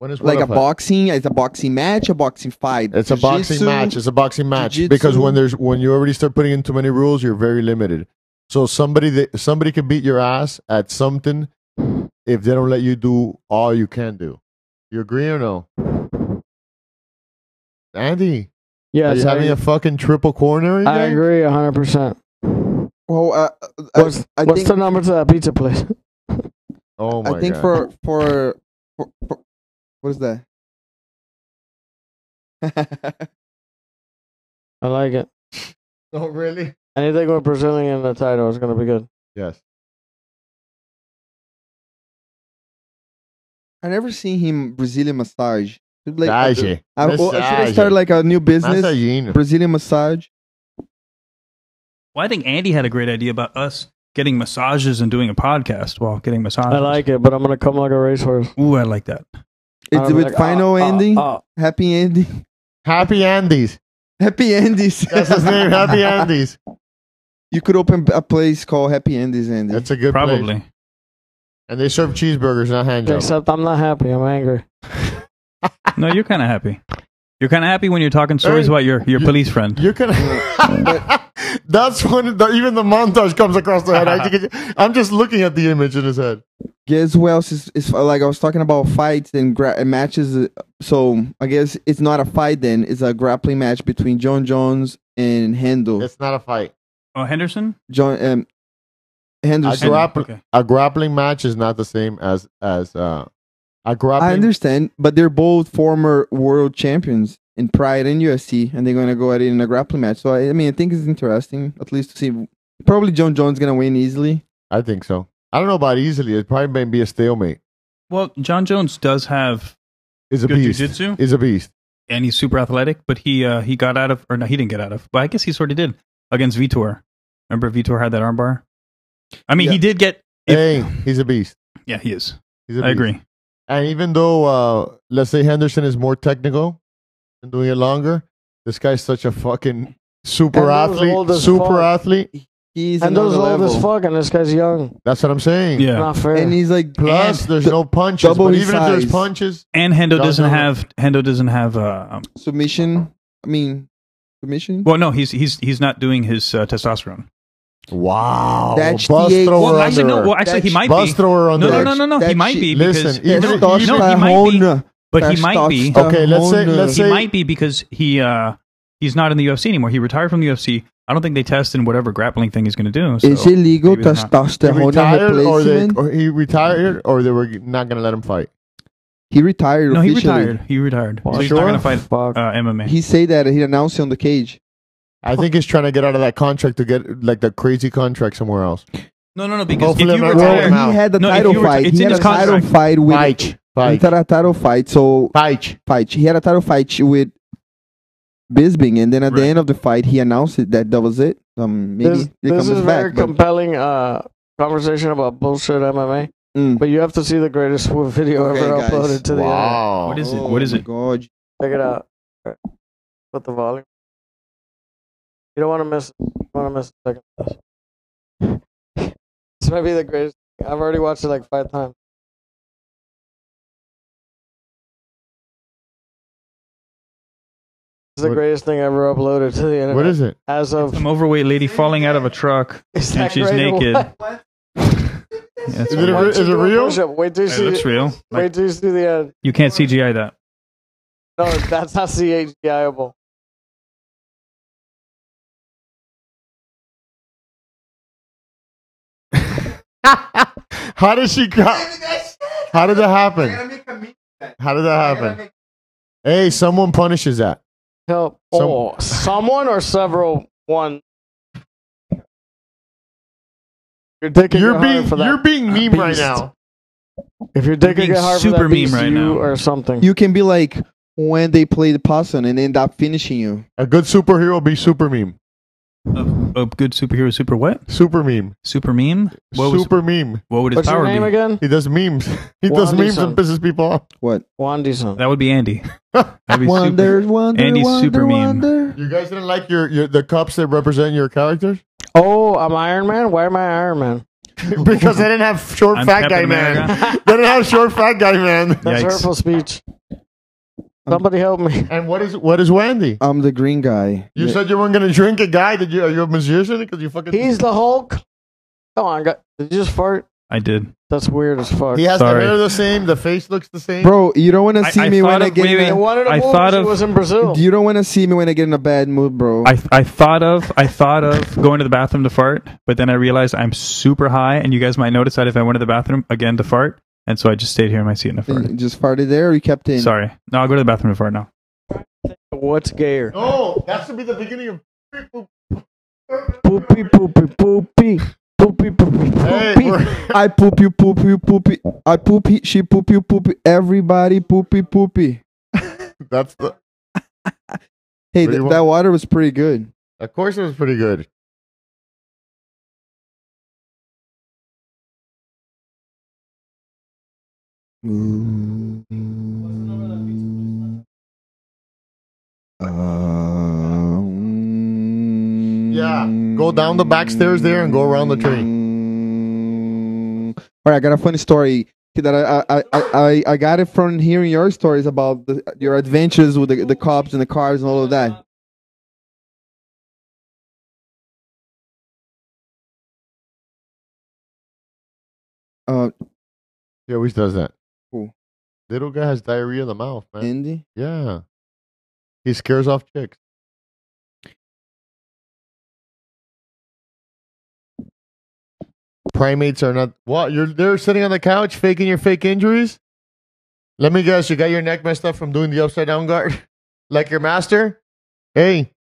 [SPEAKER 5] When is what
[SPEAKER 6] like a
[SPEAKER 5] fight?
[SPEAKER 6] boxing it's a boxing match a boxing fight
[SPEAKER 5] It's a boxing
[SPEAKER 6] Jiu-jitsu,
[SPEAKER 5] match. It's a boxing match
[SPEAKER 6] jiu-jitsu.
[SPEAKER 5] because when there's when you already start putting in too many rules, you're very limited. So somebody that, somebody can beat your ass at something if they don't let you do all you can do. You agree or no? Andy, are you
[SPEAKER 2] yes, I,
[SPEAKER 5] having a fucking triple coronary?
[SPEAKER 2] I
[SPEAKER 5] there?
[SPEAKER 2] agree 100%.
[SPEAKER 6] well uh, I,
[SPEAKER 2] What's,
[SPEAKER 6] I
[SPEAKER 2] what's
[SPEAKER 6] think,
[SPEAKER 2] the number to that pizza place?
[SPEAKER 5] Oh my
[SPEAKER 6] I think
[SPEAKER 5] god!
[SPEAKER 6] for, for for for what is that
[SPEAKER 2] I like it.
[SPEAKER 5] oh really?
[SPEAKER 2] Anything with Brazilian in the title is going to be good.
[SPEAKER 5] Yes.
[SPEAKER 6] i never seen him brazilian massage like, I,
[SPEAKER 5] Massage.
[SPEAKER 6] I, oh, should I
[SPEAKER 5] Massage.
[SPEAKER 6] start like a new business
[SPEAKER 5] Massaging.
[SPEAKER 6] brazilian massage
[SPEAKER 8] Well, I think Andy had a great idea about us getting massages and doing a podcast while getting massages.
[SPEAKER 2] I like it, but I'm going to come like a racehorse.
[SPEAKER 8] Ooh, I like that.
[SPEAKER 6] it's
[SPEAKER 2] I'm
[SPEAKER 6] with
[SPEAKER 2] like,
[SPEAKER 6] final
[SPEAKER 2] ah, ah,
[SPEAKER 6] ending
[SPEAKER 2] ah.
[SPEAKER 6] happy ending
[SPEAKER 5] Happy Andes.
[SPEAKER 6] happy endings
[SPEAKER 5] That's his name. Happy Andes.
[SPEAKER 6] you could open a place called happy endings Andy.
[SPEAKER 5] That's a good place.
[SPEAKER 8] Probably.
[SPEAKER 5] And they serve cheeseburgers, not hand jobs.
[SPEAKER 2] Except I'm not happy. I'm angry.
[SPEAKER 8] No, you're kind of happy. You're kind of happy when you're talking stories
[SPEAKER 5] Hey,
[SPEAKER 8] about your, your
[SPEAKER 5] you-
[SPEAKER 8] police friend.
[SPEAKER 5] You can. That's when the, even the montage comes across the head. I think it, I'm just looking at the image in his head.
[SPEAKER 6] guess who else is, is like I was talking about fights and, gra- and matches. uh, So I guess it's not a fight then. It's a grappling match between John Jones and Hendo.
[SPEAKER 5] It's not a fight.
[SPEAKER 8] oh, Henderson?
[SPEAKER 6] John um,
[SPEAKER 5] A,
[SPEAKER 6] Henderson.
[SPEAKER 8] grew up-
[SPEAKER 5] grapple-
[SPEAKER 8] Okay.
[SPEAKER 5] a grappling match is not the same as as uh, a
[SPEAKER 6] I
[SPEAKER 5] grappling.
[SPEAKER 6] understand, but they're both former world champions in Pride and UFC, and they're gonna go at it in a grappling match. So I, I mean, I think it's interesting at least to see. Probably John Jones gonna win easily.
[SPEAKER 5] I think so. I don't know about easily. It probably may be a stalemate.
[SPEAKER 8] Well, John Jones does have,
[SPEAKER 5] Is a
[SPEAKER 8] Good
[SPEAKER 5] beast.
[SPEAKER 8] jujitsu?
[SPEAKER 5] Is a beast.
[SPEAKER 8] and he's super athletic, but he uh, he got out of, or no, he didn't get out of, but I guess he sort of did against Vitor. Remember Vitor had that armbar? I mean,
[SPEAKER 6] Yeah.
[SPEAKER 8] he did get. if-
[SPEAKER 5] hey, he's a beast.
[SPEAKER 8] yeah, he is.
[SPEAKER 5] He's a beast.
[SPEAKER 8] I agree.
[SPEAKER 5] And even though uh, let's say Henderson is more technical and doing it longer, this guy's such a fucking super
[SPEAKER 2] Henderson's old
[SPEAKER 5] athlete.
[SPEAKER 2] as
[SPEAKER 5] Super
[SPEAKER 2] fuck.
[SPEAKER 5] athlete.
[SPEAKER 6] He's
[SPEAKER 2] and those
[SPEAKER 6] another
[SPEAKER 2] old
[SPEAKER 6] level.
[SPEAKER 2] as fuck, and this guy's young.
[SPEAKER 5] That's what I'm saying.
[SPEAKER 8] Yeah.
[SPEAKER 2] Not fair.
[SPEAKER 6] and he's like
[SPEAKER 5] Plus,
[SPEAKER 6] plus
[SPEAKER 5] there's no punches.
[SPEAKER 6] double
[SPEAKER 5] but
[SPEAKER 6] his
[SPEAKER 5] even if
[SPEAKER 6] size.
[SPEAKER 5] there's punches,
[SPEAKER 8] And Hendo
[SPEAKER 5] John
[SPEAKER 8] doesn't
[SPEAKER 5] Jones.
[SPEAKER 8] have, Hendo doesn't have, uh, um,
[SPEAKER 6] submission. I mean, submission.
[SPEAKER 8] well, no, he's, he's, he's not doing his uh, testosterone.
[SPEAKER 5] wow.
[SPEAKER 6] That's
[SPEAKER 5] bus
[SPEAKER 6] the-
[SPEAKER 5] thrower
[SPEAKER 8] Well,
[SPEAKER 6] Or
[SPEAKER 8] actually, no,
[SPEAKER 5] under.
[SPEAKER 8] well, actually, he
[SPEAKER 6] That's
[SPEAKER 8] might
[SPEAKER 5] bus
[SPEAKER 8] be.
[SPEAKER 5] thrower under.
[SPEAKER 8] No, no, no, no, no.
[SPEAKER 6] That
[SPEAKER 8] He might
[SPEAKER 6] shit-
[SPEAKER 8] be
[SPEAKER 5] listen,
[SPEAKER 8] because,
[SPEAKER 5] even-
[SPEAKER 8] no, no, he might be,
[SPEAKER 6] Testosterone.
[SPEAKER 8] but he might be.
[SPEAKER 5] Okay, let's say-
[SPEAKER 6] Testosterone.
[SPEAKER 5] let's
[SPEAKER 8] he
[SPEAKER 5] say-
[SPEAKER 8] might be because he uh he's not in the UFC anymore. He retired from the UFC. I don't think they test in whatever grappling thing he's going to do. So.
[SPEAKER 6] It's illegal
[SPEAKER 8] maybe it's not.
[SPEAKER 5] He
[SPEAKER 6] testosterone
[SPEAKER 5] retired, or, they,
[SPEAKER 6] replacement.
[SPEAKER 5] or he retired, or they were not going to let him fight.
[SPEAKER 6] He retired.
[SPEAKER 8] No, he
[SPEAKER 6] officially.
[SPEAKER 8] retired. He retired. so he's not
[SPEAKER 5] Sure?
[SPEAKER 8] gonna fight
[SPEAKER 2] Fuck.
[SPEAKER 8] uh, MMA.
[SPEAKER 6] He say that he announced it on the cage.
[SPEAKER 5] I think he's trying to get out of that contract to get like the crazy contract somewhere else.
[SPEAKER 8] no, no, no. Because if
[SPEAKER 5] Hopefully
[SPEAKER 8] you
[SPEAKER 5] I'm not wrong
[SPEAKER 8] retire,
[SPEAKER 5] about Wow.
[SPEAKER 6] He had the
[SPEAKER 8] No, if
[SPEAKER 6] title
[SPEAKER 8] you reti-
[SPEAKER 6] fight.
[SPEAKER 8] it's
[SPEAKER 6] He
[SPEAKER 8] in
[SPEAKER 6] had a
[SPEAKER 8] his
[SPEAKER 6] title
[SPEAKER 8] contract.
[SPEAKER 6] fight with.
[SPEAKER 5] Pike.
[SPEAKER 6] He
[SPEAKER 5] Pike.
[SPEAKER 6] had a title fight. So
[SPEAKER 5] Pike.
[SPEAKER 6] fight. He had a title fight with Bisbing, and then at the
[SPEAKER 8] Right.
[SPEAKER 6] end of the fight, he announced it that that was it. Um, maybe
[SPEAKER 2] This,
[SPEAKER 6] it
[SPEAKER 2] this
[SPEAKER 6] comes
[SPEAKER 2] is very
[SPEAKER 6] back. but-
[SPEAKER 2] compelling uh, conversation about bullshit MMA,
[SPEAKER 6] Mm.
[SPEAKER 2] but you have to see the greatest swoop video
[SPEAKER 6] Okay,
[SPEAKER 2] ever
[SPEAKER 6] guys.
[SPEAKER 2] uploaded to the internet.
[SPEAKER 5] Wow.
[SPEAKER 8] What is it?
[SPEAKER 6] Oh
[SPEAKER 8] What is
[SPEAKER 6] my
[SPEAKER 8] it?
[SPEAKER 6] God.
[SPEAKER 2] Check it out. Alright. Put the volume. You don't want to miss. You want to miss a second. of this. This might be the greatest. I've already watched it like five times. It's the
[SPEAKER 5] What-
[SPEAKER 2] greatest thing ever uploaded to the internet.
[SPEAKER 5] What is it?
[SPEAKER 2] As of
[SPEAKER 8] some overweight lady falling out of a truck
[SPEAKER 2] is that
[SPEAKER 8] and she's
[SPEAKER 2] great or
[SPEAKER 8] naked.
[SPEAKER 2] what?
[SPEAKER 8] Yeah, it's
[SPEAKER 5] Is
[SPEAKER 8] weird.
[SPEAKER 5] it, a,
[SPEAKER 2] Why
[SPEAKER 5] is it
[SPEAKER 2] don't you do a
[SPEAKER 5] real?
[SPEAKER 2] push-up? Wait till you
[SPEAKER 8] It
[SPEAKER 2] see.
[SPEAKER 8] looks real. Like,
[SPEAKER 2] Wait till you see the end.
[SPEAKER 8] you can't CGI that.
[SPEAKER 2] No, that's not CHGIable.
[SPEAKER 5] How did she? How, how did that happen? How did that happen? Hey, someone punishes that.
[SPEAKER 2] Help.
[SPEAKER 5] Some-
[SPEAKER 2] Oh, someone or several one. You're digging
[SPEAKER 5] You're being
[SPEAKER 2] for that.
[SPEAKER 5] you're being meme right
[SPEAKER 2] beast.
[SPEAKER 5] now.
[SPEAKER 2] if you're digging
[SPEAKER 8] being
[SPEAKER 2] it hard
[SPEAKER 8] super
[SPEAKER 2] for that
[SPEAKER 8] meme
[SPEAKER 2] beast,
[SPEAKER 8] right
[SPEAKER 2] you
[SPEAKER 8] now.
[SPEAKER 2] or something.
[SPEAKER 6] You can be like when they play the possum and end up finishing you.
[SPEAKER 5] A good superhero be super meme.
[SPEAKER 8] A, a good superhero, super what?
[SPEAKER 5] Super meme.
[SPEAKER 8] Super meme? What, was,
[SPEAKER 5] super meme.
[SPEAKER 8] what would his
[SPEAKER 2] What's
[SPEAKER 8] power
[SPEAKER 2] your
[SPEAKER 8] be?
[SPEAKER 2] name again?
[SPEAKER 5] He does memes. He
[SPEAKER 2] Well,
[SPEAKER 5] does
[SPEAKER 2] I'll do
[SPEAKER 5] memes and pisses people off.
[SPEAKER 6] What?
[SPEAKER 2] Wandyson.
[SPEAKER 8] That would be Andy. That'd be super.
[SPEAKER 6] Wonder, wonder,
[SPEAKER 8] Andy's
[SPEAKER 6] wonder,
[SPEAKER 8] super meme.
[SPEAKER 6] wonder.
[SPEAKER 5] You guys didn't like your, your the cups that represent your characters
[SPEAKER 2] Oh, I'm Iron Man? Why am I Iron Man?
[SPEAKER 5] because they didn't have short
[SPEAKER 8] I'm
[SPEAKER 5] fat
[SPEAKER 8] Captain
[SPEAKER 5] guy man.
[SPEAKER 8] America.
[SPEAKER 5] they didn't have short fat guy man.
[SPEAKER 2] That's
[SPEAKER 8] Yikes.
[SPEAKER 2] hurtful speech. Somebody help me.
[SPEAKER 5] And what is what is Wendy?
[SPEAKER 6] I'm the green guy.
[SPEAKER 5] You
[SPEAKER 6] Yeah.
[SPEAKER 5] said you weren't gonna drink a guy. Did you? Are you a musician? Because you fucking.
[SPEAKER 2] He's the Hulk. Come on, guy. Did you just fart?
[SPEAKER 8] I did.
[SPEAKER 2] That's weird as fuck.
[SPEAKER 5] he has
[SPEAKER 8] Sorry.
[SPEAKER 5] the hair the same. The face looks the same.
[SPEAKER 6] bro. You don't want to
[SPEAKER 8] I-
[SPEAKER 6] see
[SPEAKER 8] I
[SPEAKER 6] me
[SPEAKER 8] thought
[SPEAKER 6] when I
[SPEAKER 8] of-
[SPEAKER 6] get.
[SPEAKER 8] wait,
[SPEAKER 6] in a-
[SPEAKER 2] And one of the
[SPEAKER 8] I
[SPEAKER 2] movies
[SPEAKER 8] thought
[SPEAKER 2] he
[SPEAKER 8] of-
[SPEAKER 2] was in Brazil.
[SPEAKER 6] You don't want to see me when I get in a bad mood, bro.
[SPEAKER 8] I, I thought of I thought of going to the bathroom to fart, but then I realized I'm super high, and you guys might notice that if I went to the bathroom again to fart, and so I just stayed here in my seat and I
[SPEAKER 6] And you
[SPEAKER 8] farted.
[SPEAKER 6] just farted there. Or you kept in.
[SPEAKER 8] Sorry. No, I'll go to the bathroom to fart now.
[SPEAKER 2] What's gayer?
[SPEAKER 5] Oh, that should be the beginning of.
[SPEAKER 2] Poopy, poopy, poopy. Poopy, poopy,
[SPEAKER 5] Hey,
[SPEAKER 2] poopy.
[SPEAKER 5] we're-
[SPEAKER 6] I poop you poop you poop you. I poop he, she poop you poop you. Everybody poopy poopy.
[SPEAKER 5] that's the.
[SPEAKER 6] Hey,
[SPEAKER 5] What do
[SPEAKER 6] th-
[SPEAKER 5] you
[SPEAKER 6] that water was pretty good.
[SPEAKER 5] Of course, it was pretty good.
[SPEAKER 6] Mm.
[SPEAKER 5] Yeah, go down the back stairs there and go around the tree.
[SPEAKER 6] All right, I got a funny story that I I, I, I, I got it from hearing your stories about the, your adventures with the, the cops and the cars and all of that. Uh,
[SPEAKER 5] He always does that.
[SPEAKER 6] Who?
[SPEAKER 5] Little guy has diarrhea in the mouth, man.
[SPEAKER 6] Andy.
[SPEAKER 5] yeah, he scares off chicks. Primates are not what you're. They're sitting on the couch faking your fake injuries. Let me guess, you got your neck messed up from doing the upside down guard, like your master. Hey,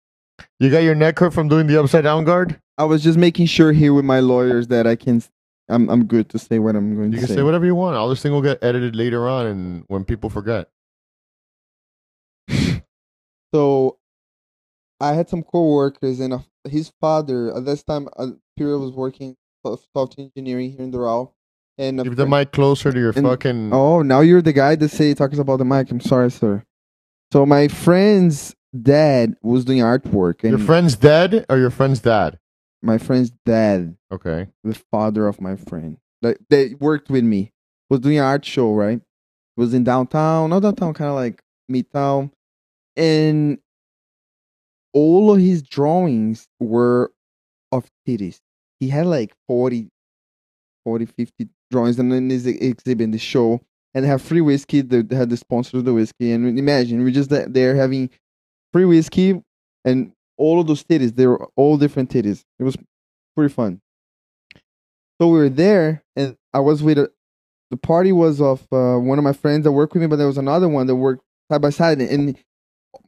[SPEAKER 5] you got your neck hurt from doing the upside down guard.
[SPEAKER 6] I was just making sure here with my lawyers that I can, I'm I'm good to say what I'm going
[SPEAKER 5] You
[SPEAKER 6] to
[SPEAKER 5] can say whatever you want. All this thing will get edited later on, and when people forget.
[SPEAKER 6] So, I had some coworkers and a, his father at this time. Uh, period was working so- software engineering here in Doral, and a
[SPEAKER 5] Keep the
[SPEAKER 6] friend-
[SPEAKER 5] mic closer to your
[SPEAKER 6] And-
[SPEAKER 5] fucking.
[SPEAKER 6] Oh, now you're the guy that say talks about the mic. I'm sorry, sir. So my friend's dad was doing artwork, and
[SPEAKER 5] Your friend's dead or your friend's dad?
[SPEAKER 6] my friend's dad,
[SPEAKER 5] Okay.
[SPEAKER 6] the father of my friend, that they worked with me, was doing an art show. Right, was in downtown, not downtown, kind of like midtown, and all of his drawings were of titties. He had like 40, 40 50 drawings and then his exhibit in the show and have free whiskey. They they had the sponsor of the whiskey. And imagine we're just there- there having free whiskey and all of those titties. They were all different titties. It was pretty fun. So we were there and I was with a, the party was of uh, one of my friends that worked with me, but there was another one that worked side by side, and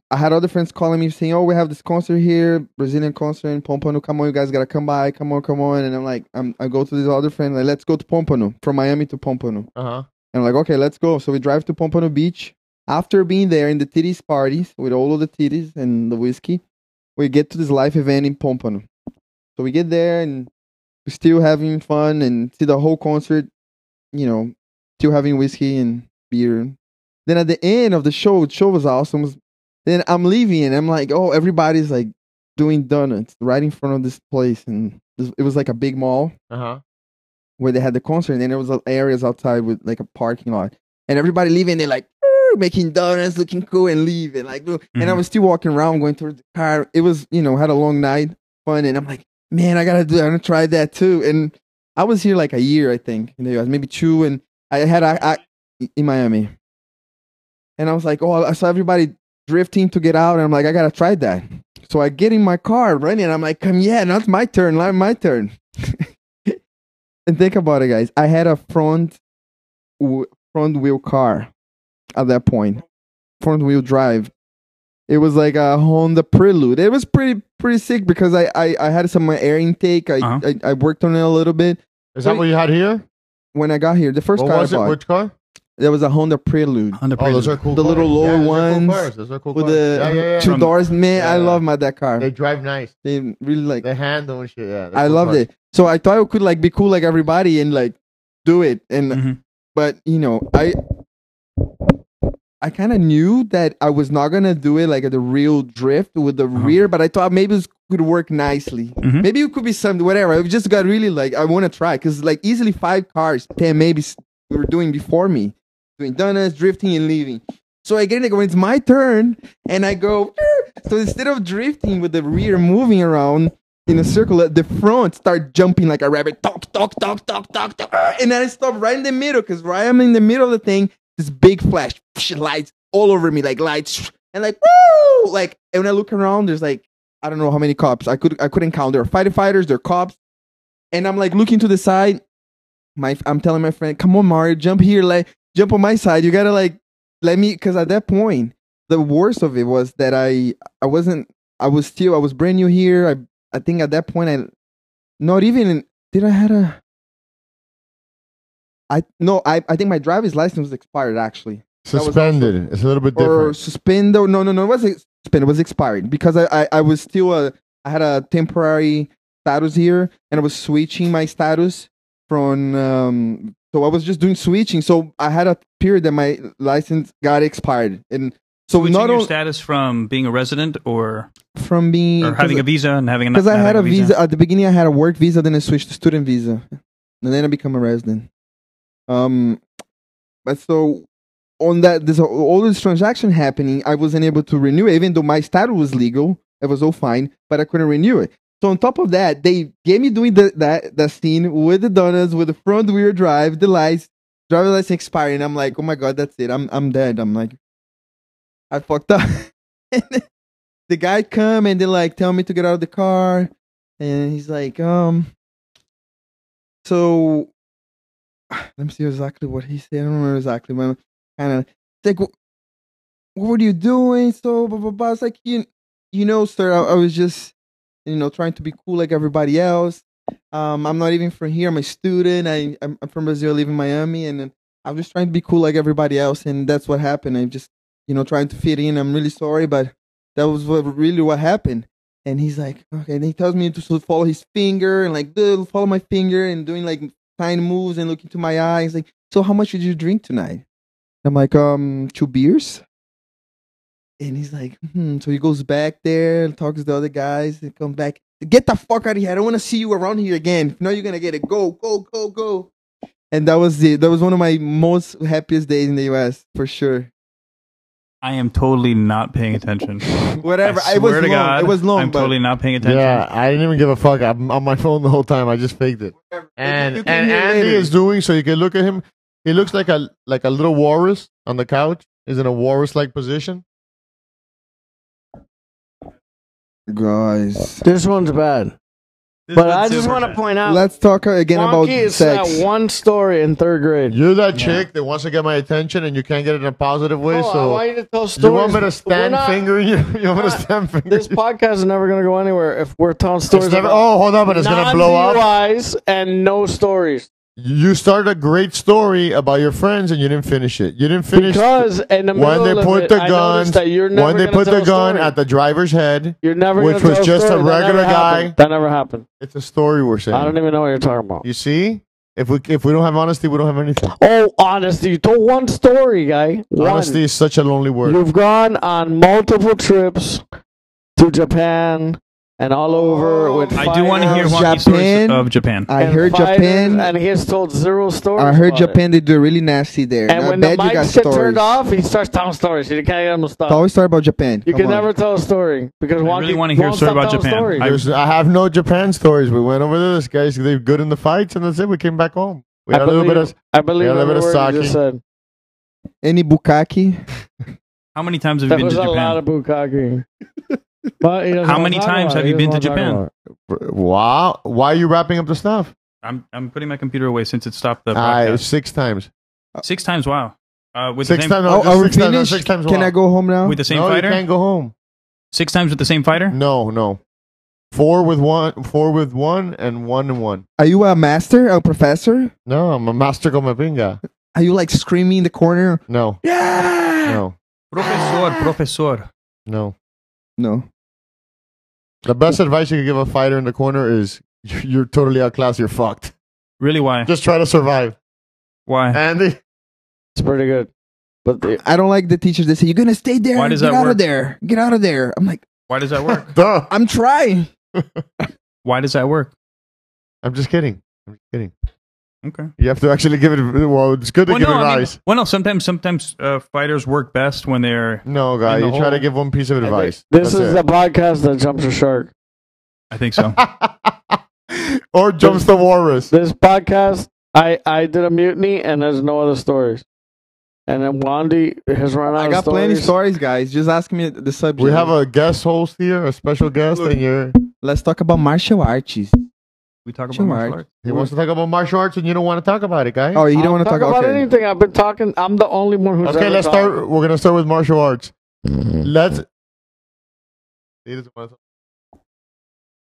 [SPEAKER 6] I had other friends calling me saying, "Oh, we have this concert here, Brazilian concert in Pompano. Come on, you guys gotta come by. Come on, come on." And I'm like, I'm, I go to this other friend, like, "Let's go to Pompano from Miami to Pompano."
[SPEAKER 5] Uh huh.
[SPEAKER 6] And I'm like, okay, let's go. So we drive to Pompano Beach. After being there in the titties parties with all of the titties and the whiskey, we get to this live event in Pompano. So we get there and we're still having fun and see the whole concert, you know, still having whiskey and beer. Then at the end of the show, the show was awesome. Then I'm leaving and I'm like, oh, everybody's like doing donuts right in front of this place. And this- it was like a big mall
[SPEAKER 5] Uh huh.
[SPEAKER 6] where they had the concert, and then there was uh, areas outside with like a parking lot, and everybody leaving. They like "Woo," making donuts, looking cool, and leaving. Like, look. and I
[SPEAKER 8] Mhm.
[SPEAKER 6] was still walking around, going towards the car. It was you know had a long night, fun, and I'm like, man, I gotta do, I'm gonna try that too. And I was here like a year, I think, in the U.S., maybe two, and I had I, I in Miami, and I was like, oh, I saw everybody drifting to get out, and I'm like, I gotta try that. So I get in my car, running. I'm like, come, yeah, not my turn, not my turn. And think about it, guys. I had a front w- front wheel car at that point, front wheel drive. It was like a Honda Prelude. It was pretty pretty sick because I I, I had some air intake. I,
[SPEAKER 8] Uh-huh.
[SPEAKER 6] I I worked on it a little bit
[SPEAKER 5] Is that
[SPEAKER 6] Wait.
[SPEAKER 5] what you had here?
[SPEAKER 6] when I got here. The first
[SPEAKER 5] What
[SPEAKER 6] car
[SPEAKER 5] was
[SPEAKER 6] I
[SPEAKER 5] it?
[SPEAKER 6] bought
[SPEAKER 5] Which car?
[SPEAKER 6] there was a Honda Prelude
[SPEAKER 8] On the
[SPEAKER 5] Oh, those are
[SPEAKER 8] prelude.
[SPEAKER 5] cool.
[SPEAKER 6] The
[SPEAKER 5] cars.
[SPEAKER 6] little lower
[SPEAKER 5] yeah, those are
[SPEAKER 6] ones
[SPEAKER 5] Cool cars. Those are cool
[SPEAKER 6] with
[SPEAKER 5] cars.
[SPEAKER 6] the
[SPEAKER 5] Oh, yeah, yeah, yeah.
[SPEAKER 6] two
[SPEAKER 8] From-
[SPEAKER 6] doors. Man, I
[SPEAKER 5] Yeah.
[SPEAKER 6] love my that car.
[SPEAKER 5] They
[SPEAKER 6] They,
[SPEAKER 5] drive nice.
[SPEAKER 6] really like
[SPEAKER 5] They handle and shit. Yeah. they're
[SPEAKER 6] I
[SPEAKER 5] cool
[SPEAKER 6] loved
[SPEAKER 5] cars.
[SPEAKER 6] it. So I thought I could like be cool like everybody and like do it. And
[SPEAKER 8] Mhm.
[SPEAKER 6] but you know, I I kind of knew that I was not gonna do it like the real drift with the rear, but I thought maybe it could work nicely.
[SPEAKER 8] Mhm.
[SPEAKER 6] Maybe it could be something, whatever. I just got really like I want to try because like easily five cars, ten maybe s- were doing before me, doing donuts, drifting, and leaving. So I get it when it's my turn, and I go. "Err." So instead of drifting with the rear moving around in a circle, at the front start jumping like a rabbit. Talk, talk, talk, talk, talk, talk. "Err." And then I stop right in the middle because right I'm in the middle of the thing. This big flash lights all over me, like lights, and like woo, like. And when I look around, there's like I don't know how many cops. I could I couldn't count. There are firefighters, there are cops, and I'm like looking to the side. My I'm telling my friend, come on, Mario, jump here, like jump on my side. You gotta like let me, because at that point, the worst of it was that I I wasn't I was still I was brand new here. I I think at that point I not even did I had a I no I I think my driver's license was expired actually was
[SPEAKER 5] Suspended. It's a little bit
[SPEAKER 6] or
[SPEAKER 5] different.
[SPEAKER 6] suspend no no no no it wasn't suspend it was expired because I, I I was still a I had a temporary status here and I was switching my status from um so I was just doing switching so I had a period that my license got expired and so
[SPEAKER 8] Switching
[SPEAKER 6] not
[SPEAKER 8] your
[SPEAKER 6] only
[SPEAKER 8] status from being a resident or,
[SPEAKER 6] from being
[SPEAKER 8] or having a visa and having
[SPEAKER 6] Mm, because I
[SPEAKER 8] not
[SPEAKER 6] had a
[SPEAKER 8] having
[SPEAKER 6] visa. at the beginning. I had a work visa, then I switched to student visa, and then I become a resident. Um, but so on that, this all this transaction happening, I wasn't able to renew it, even though my status was legal. It was all fine, but I couldn't renew it. So on top of that, they gave me doing the, that that scene with the donuts, with the front wheel drive, the lights, driver license expiring. I'm like, oh my god, that's it. I'm I'm dead. I'm like, I fucked up. And then the guy come and they like tell me to get out of the car, and he's like, um, so let me see exactly what he said. I don't remember exactly, but kind of like, "Wh- what were you doing? So blah blah blah. It's like you, you know, sir, I, I was just, you know, trying to be cool like everybody else. Um, I'm not even from here. I'm a student. I I'm, I'm from Brazil. I live in Miami, and I'm just trying to be cool like everybody else, and that's what happened. I'm just, you know, trying to fit in. I'm really sorry, but that was what really what happened. And he's like, okay. And he tells me to sort of follow his finger and like, "Dude, follow my finger and doing like fine moves and look into my eyes. Like, so how much did you drink tonight? I'm like, um, two beers. And he's like, hmm. So he goes back there and talks to the other guys and come back. Get the fuck out of here. I don't want to see you around here again. If not, you're going to get it. Go, go, go, go. And that was it. That was one of my most happiest days in the US for sure.
[SPEAKER 8] I am totally not paying attention.
[SPEAKER 6] Whatever.
[SPEAKER 8] I
[SPEAKER 6] it was
[SPEAKER 8] swear to
[SPEAKER 6] long.
[SPEAKER 8] God,
[SPEAKER 6] it was long,
[SPEAKER 8] I'm
[SPEAKER 6] but
[SPEAKER 8] totally not paying attention.
[SPEAKER 5] Yeah, I didn't even give a fuck. I'm on my phone the whole time. I just faked it.
[SPEAKER 6] whatever.
[SPEAKER 5] And
[SPEAKER 6] You can
[SPEAKER 5] and
[SPEAKER 6] hear
[SPEAKER 5] Andy
[SPEAKER 6] later.
[SPEAKER 5] is doing so. You can look at him. He looks like a like a little walrus on the couch. Is in a walrus like position.
[SPEAKER 6] guys.
[SPEAKER 2] This one's bad.
[SPEAKER 8] This
[SPEAKER 2] But
[SPEAKER 8] is
[SPEAKER 2] I just
[SPEAKER 8] super
[SPEAKER 2] want to
[SPEAKER 8] bad.
[SPEAKER 2] point out,
[SPEAKER 6] Let's talk again about
[SPEAKER 2] Wonky is
[SPEAKER 6] sex.
[SPEAKER 2] that one story in third grade.
[SPEAKER 5] You're that chick that wants to get my attention and you can't get it in a positive way.
[SPEAKER 2] Oh, I
[SPEAKER 5] so
[SPEAKER 2] want you to tell stories.
[SPEAKER 5] you want me to
[SPEAKER 2] We're
[SPEAKER 5] stand
[SPEAKER 2] not-
[SPEAKER 5] finger you? You want me to
[SPEAKER 2] not-
[SPEAKER 5] stand finger
[SPEAKER 2] This
[SPEAKER 5] you?
[SPEAKER 2] podcast is never going to go anywhere if we're telling stories.
[SPEAKER 5] It's never-
[SPEAKER 2] about
[SPEAKER 5] oh, hold on, but it's gonna blow up.
[SPEAKER 2] non-DUIs and no stories.
[SPEAKER 5] You started a great story about your friends and you didn't finish it. You didn't finish
[SPEAKER 2] Because in the
[SPEAKER 5] when
[SPEAKER 2] middle
[SPEAKER 5] they
[SPEAKER 2] of
[SPEAKER 5] put
[SPEAKER 2] it,
[SPEAKER 5] the
[SPEAKER 2] I
[SPEAKER 5] guns.
[SPEAKER 2] noticed that you're never
[SPEAKER 5] when they
[SPEAKER 2] gonna
[SPEAKER 5] put
[SPEAKER 2] tell
[SPEAKER 5] the
[SPEAKER 2] a
[SPEAKER 5] gun
[SPEAKER 2] story.
[SPEAKER 5] at the driver's head,
[SPEAKER 2] You're never
[SPEAKER 5] which
[SPEAKER 2] gonna
[SPEAKER 5] was
[SPEAKER 2] tell
[SPEAKER 5] just a
[SPEAKER 2] story. That never
[SPEAKER 5] regular
[SPEAKER 2] happened.
[SPEAKER 5] guy.
[SPEAKER 2] That never happened.
[SPEAKER 5] it's a story we're saying.
[SPEAKER 2] I don't even know what you're talking about.
[SPEAKER 5] you see, if we if we don't have honesty, we don't have anything.
[SPEAKER 2] Oh, honesty. You told one story, guy. One.
[SPEAKER 5] Honesty is such a lonely word.
[SPEAKER 2] You've gone on multiple trips to Japan and all over with.
[SPEAKER 8] Oh. I do want to hear
[SPEAKER 2] fighters
[SPEAKER 8] wonky stories
[SPEAKER 6] Japan.
[SPEAKER 8] of Japan.
[SPEAKER 6] I
[SPEAKER 2] and
[SPEAKER 6] heard
[SPEAKER 2] fighters,
[SPEAKER 6] Japan.
[SPEAKER 2] and he has told zero stories.
[SPEAKER 6] I heard
[SPEAKER 2] about it.
[SPEAKER 6] Japan. They do really nasty there.
[SPEAKER 2] And
[SPEAKER 6] I
[SPEAKER 2] when the
[SPEAKER 6] bet you got
[SPEAKER 2] mics get
[SPEAKER 6] stories.
[SPEAKER 2] turned off, he starts telling stories. You can't get him to stop.
[SPEAKER 6] It's always start about Japan.
[SPEAKER 2] you
[SPEAKER 6] Come
[SPEAKER 2] can
[SPEAKER 6] on.
[SPEAKER 2] never tell a story because
[SPEAKER 8] I
[SPEAKER 2] Wonky
[SPEAKER 8] really wanna hear a
[SPEAKER 2] won't
[SPEAKER 8] story
[SPEAKER 2] stop
[SPEAKER 8] about
[SPEAKER 2] telling
[SPEAKER 8] Japan.
[SPEAKER 2] stories.
[SPEAKER 8] I-
[SPEAKER 5] There's, I have no Japan stories. We went over this, guys. They're good in the fights, and that's it. We came back home. We
[SPEAKER 2] I
[SPEAKER 5] had a little bit
[SPEAKER 2] believe-
[SPEAKER 5] of
[SPEAKER 2] I believe
[SPEAKER 5] Yeah, a little bit
[SPEAKER 2] every
[SPEAKER 5] of
[SPEAKER 2] word you just
[SPEAKER 5] sake.
[SPEAKER 2] said.
[SPEAKER 6] Any bukkake?
[SPEAKER 8] How many times have you
[SPEAKER 2] That
[SPEAKER 8] been
[SPEAKER 2] was
[SPEAKER 8] to
[SPEAKER 2] a lot of
[SPEAKER 8] Japan?
[SPEAKER 2] bukkake. But he doesn't
[SPEAKER 8] How
[SPEAKER 2] wanna
[SPEAKER 8] many
[SPEAKER 2] talk
[SPEAKER 8] times
[SPEAKER 2] about
[SPEAKER 8] have
[SPEAKER 2] it.
[SPEAKER 8] you
[SPEAKER 2] He
[SPEAKER 8] been
[SPEAKER 2] doesn't
[SPEAKER 8] to
[SPEAKER 2] wanna talk
[SPEAKER 8] Japan?
[SPEAKER 2] about it.
[SPEAKER 5] wow. Why are you wrapping up the stuff?
[SPEAKER 8] I'm I'm putting my computer away since it stopped the
[SPEAKER 5] I
[SPEAKER 8] broadcast.
[SPEAKER 5] six times.
[SPEAKER 8] six times, wow. Uh, with
[SPEAKER 5] Six
[SPEAKER 8] the same,
[SPEAKER 5] times. No,
[SPEAKER 6] Oh,
[SPEAKER 5] just
[SPEAKER 6] are we
[SPEAKER 5] six times, no,
[SPEAKER 6] finished?
[SPEAKER 5] six times.
[SPEAKER 6] Can
[SPEAKER 5] wow.
[SPEAKER 6] I go home now?
[SPEAKER 8] with the same
[SPEAKER 5] no,
[SPEAKER 8] fighter.
[SPEAKER 5] You can't go home.
[SPEAKER 8] Six times with the same fighter.
[SPEAKER 6] Mm.
[SPEAKER 5] No, no. Four with one. Four with one, and one and one.
[SPEAKER 6] Are you a master? A professor?
[SPEAKER 5] No, I'm a master con my pinga.
[SPEAKER 6] Are you like screaming in the corner?
[SPEAKER 5] No,
[SPEAKER 6] Yeah.
[SPEAKER 5] no,
[SPEAKER 8] Professor, professor.
[SPEAKER 5] no.
[SPEAKER 6] No.
[SPEAKER 5] The best advice you can give a fighter in the corner is you're you're totally outclassed. You're fucked.
[SPEAKER 8] Really? Why?
[SPEAKER 5] Just try to survive,
[SPEAKER 8] Why?
[SPEAKER 5] Andy.
[SPEAKER 2] It's pretty good. But the,
[SPEAKER 6] I don't like the teachers. They say you're gonna stay there.
[SPEAKER 8] Why does
[SPEAKER 6] Get
[SPEAKER 8] that
[SPEAKER 6] out
[SPEAKER 8] work?
[SPEAKER 6] of there. Get out of there. I'm like,
[SPEAKER 8] Why does that work?
[SPEAKER 5] Duh.
[SPEAKER 6] I'm trying.
[SPEAKER 8] Why does that work?
[SPEAKER 5] I'm just kidding. I'm just kidding.
[SPEAKER 8] Okay.
[SPEAKER 5] You have to actually give it. Well, it's good to
[SPEAKER 8] Well,
[SPEAKER 5] give
[SPEAKER 8] no, I mean-
[SPEAKER 5] advice.
[SPEAKER 8] well, no. Sometimes, sometimes uh, fighters work best when they're.
[SPEAKER 5] no, guy,
[SPEAKER 8] In the
[SPEAKER 5] you try to
[SPEAKER 8] whole-
[SPEAKER 5] give one piece of advice.
[SPEAKER 2] this is the
[SPEAKER 5] That's
[SPEAKER 2] podcast that jumps the shark.
[SPEAKER 8] I think so.
[SPEAKER 5] it. or jumps the walrus.
[SPEAKER 2] This podcast, I I did a mutiny and there's no other stories. And then Wandy has run out
[SPEAKER 6] I
[SPEAKER 2] of
[SPEAKER 6] got
[SPEAKER 2] stories.
[SPEAKER 6] plenty of stories, guys. Just ask me the subject.
[SPEAKER 5] We have a guest host here, a special guest, and you're,
[SPEAKER 6] Let's talk about martial arts. Oh,
[SPEAKER 8] We talk about
[SPEAKER 6] Sure.
[SPEAKER 8] martial arts.
[SPEAKER 5] he wants to talk about martial arts, and you don't want to talk about it, guy.
[SPEAKER 6] Oh, you
[SPEAKER 2] I
[SPEAKER 6] don't want to talk,
[SPEAKER 2] about
[SPEAKER 6] okay.
[SPEAKER 2] anything. I've been talking. I'm the only one who's
[SPEAKER 5] okay,
[SPEAKER 2] ever
[SPEAKER 5] let's
[SPEAKER 2] talked.
[SPEAKER 5] start. We're gonna start with martial arts. Let's. He doesn't wanna talk.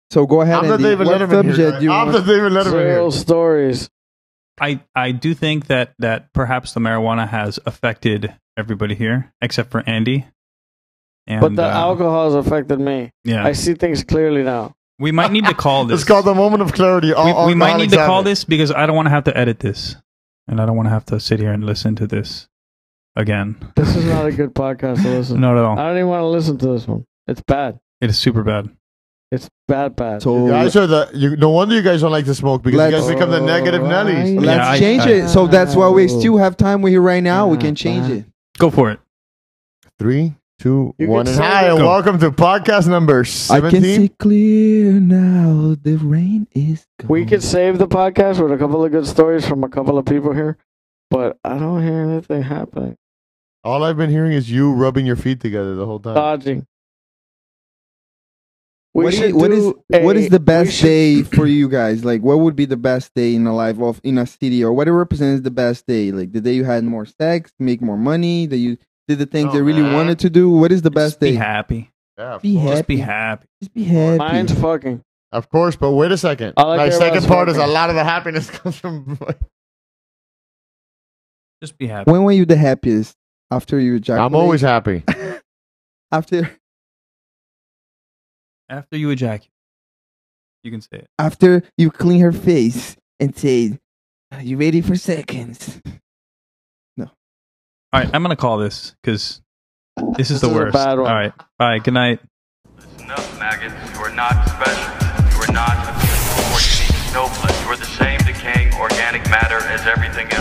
[SPEAKER 6] So go ahead.
[SPEAKER 5] I'm the
[SPEAKER 6] Andy.
[SPEAKER 5] David
[SPEAKER 6] what
[SPEAKER 5] Letterman here.
[SPEAKER 6] subject
[SPEAKER 5] guy.
[SPEAKER 6] do you
[SPEAKER 5] I'm
[SPEAKER 6] want?
[SPEAKER 5] the David Letterman
[SPEAKER 2] Zero
[SPEAKER 5] here.
[SPEAKER 2] stories.
[SPEAKER 8] I I do think that that perhaps the marijuana has affected everybody here, except for Andy. And,
[SPEAKER 2] But the
[SPEAKER 8] uh,
[SPEAKER 2] alcohol has affected me.
[SPEAKER 8] Yeah,
[SPEAKER 2] I see things clearly now.
[SPEAKER 8] we might need to call this.
[SPEAKER 5] It's called the moment of clarity.
[SPEAKER 8] we,
[SPEAKER 5] All,
[SPEAKER 8] we might need to call
[SPEAKER 5] Alexander.
[SPEAKER 8] this because I don't want to have to edit this, and I don't want to have to sit here and listen to this again.
[SPEAKER 2] This is not a good podcast to listen.
[SPEAKER 8] Not at
[SPEAKER 2] I
[SPEAKER 8] all.
[SPEAKER 2] don't even want to listen to this one. It's bad.
[SPEAKER 8] It is super bad.
[SPEAKER 2] It's bad, bad.
[SPEAKER 6] So
[SPEAKER 5] Guys are the. You, no wonder you guys don't like to smoke because
[SPEAKER 6] Let's-
[SPEAKER 5] you guys become the negative Nellies.
[SPEAKER 6] let's
[SPEAKER 8] Yeah, I- Oh.
[SPEAKER 6] change
[SPEAKER 8] I-
[SPEAKER 6] it. So that's why we still have time. We're here right now. We can change it.
[SPEAKER 8] Go for it.
[SPEAKER 5] Three, two,
[SPEAKER 2] You
[SPEAKER 5] one,
[SPEAKER 2] can
[SPEAKER 5] and
[SPEAKER 2] say
[SPEAKER 5] hi,
[SPEAKER 2] it.
[SPEAKER 5] and
[SPEAKER 8] Go.
[SPEAKER 5] welcome to podcast number
[SPEAKER 6] I can see
[SPEAKER 5] Uh, seventeen.
[SPEAKER 6] clear now. The rain is gone.
[SPEAKER 2] we could save the podcast with a couple of good stories from a couple of people here, but I don't hear anything happening.
[SPEAKER 5] All I've been hearing is you rubbing your feet together the whole time.
[SPEAKER 2] Dodging. We
[SPEAKER 6] What is-
[SPEAKER 2] should
[SPEAKER 6] what is
[SPEAKER 2] do a-
[SPEAKER 6] what is
[SPEAKER 2] we
[SPEAKER 6] the best
[SPEAKER 2] should-
[SPEAKER 6] day for you guys? Like, what would be the best day in a life of in a city or what represents the best day? Like the day you had more sex, make more money, that you did the things
[SPEAKER 5] Oh,
[SPEAKER 6] they you really
[SPEAKER 5] man.
[SPEAKER 6] wanted to do. What is the
[SPEAKER 8] Just
[SPEAKER 6] best
[SPEAKER 8] be
[SPEAKER 6] day?
[SPEAKER 8] happy.
[SPEAKER 5] yeah, of
[SPEAKER 6] Be
[SPEAKER 5] course.
[SPEAKER 6] happy.
[SPEAKER 8] Just be happy.
[SPEAKER 6] Just be happy.
[SPEAKER 2] Mine's fucking.
[SPEAKER 5] Of course, but wait a second.
[SPEAKER 2] I like
[SPEAKER 5] My
[SPEAKER 2] your
[SPEAKER 5] second
[SPEAKER 2] last
[SPEAKER 5] part is a
[SPEAKER 2] one.
[SPEAKER 5] lot of the happiness comes from.
[SPEAKER 8] Just be happy.
[SPEAKER 6] when were you the happiest after you ejaculate?
[SPEAKER 5] I'm always happy.
[SPEAKER 6] after
[SPEAKER 8] After you ejaculate, you can say it.
[SPEAKER 6] after you clean her face and say, "Are you ready for seconds?"
[SPEAKER 8] All right, I'm gonna call this because this is the
[SPEAKER 2] is a
[SPEAKER 8] worst.
[SPEAKER 2] bad one.
[SPEAKER 8] All right, bye. Good night.
[SPEAKER 4] No, maggot, you are not special. You are not a beautiful or unique snowflake. You are the same decaying organic matter as everything else.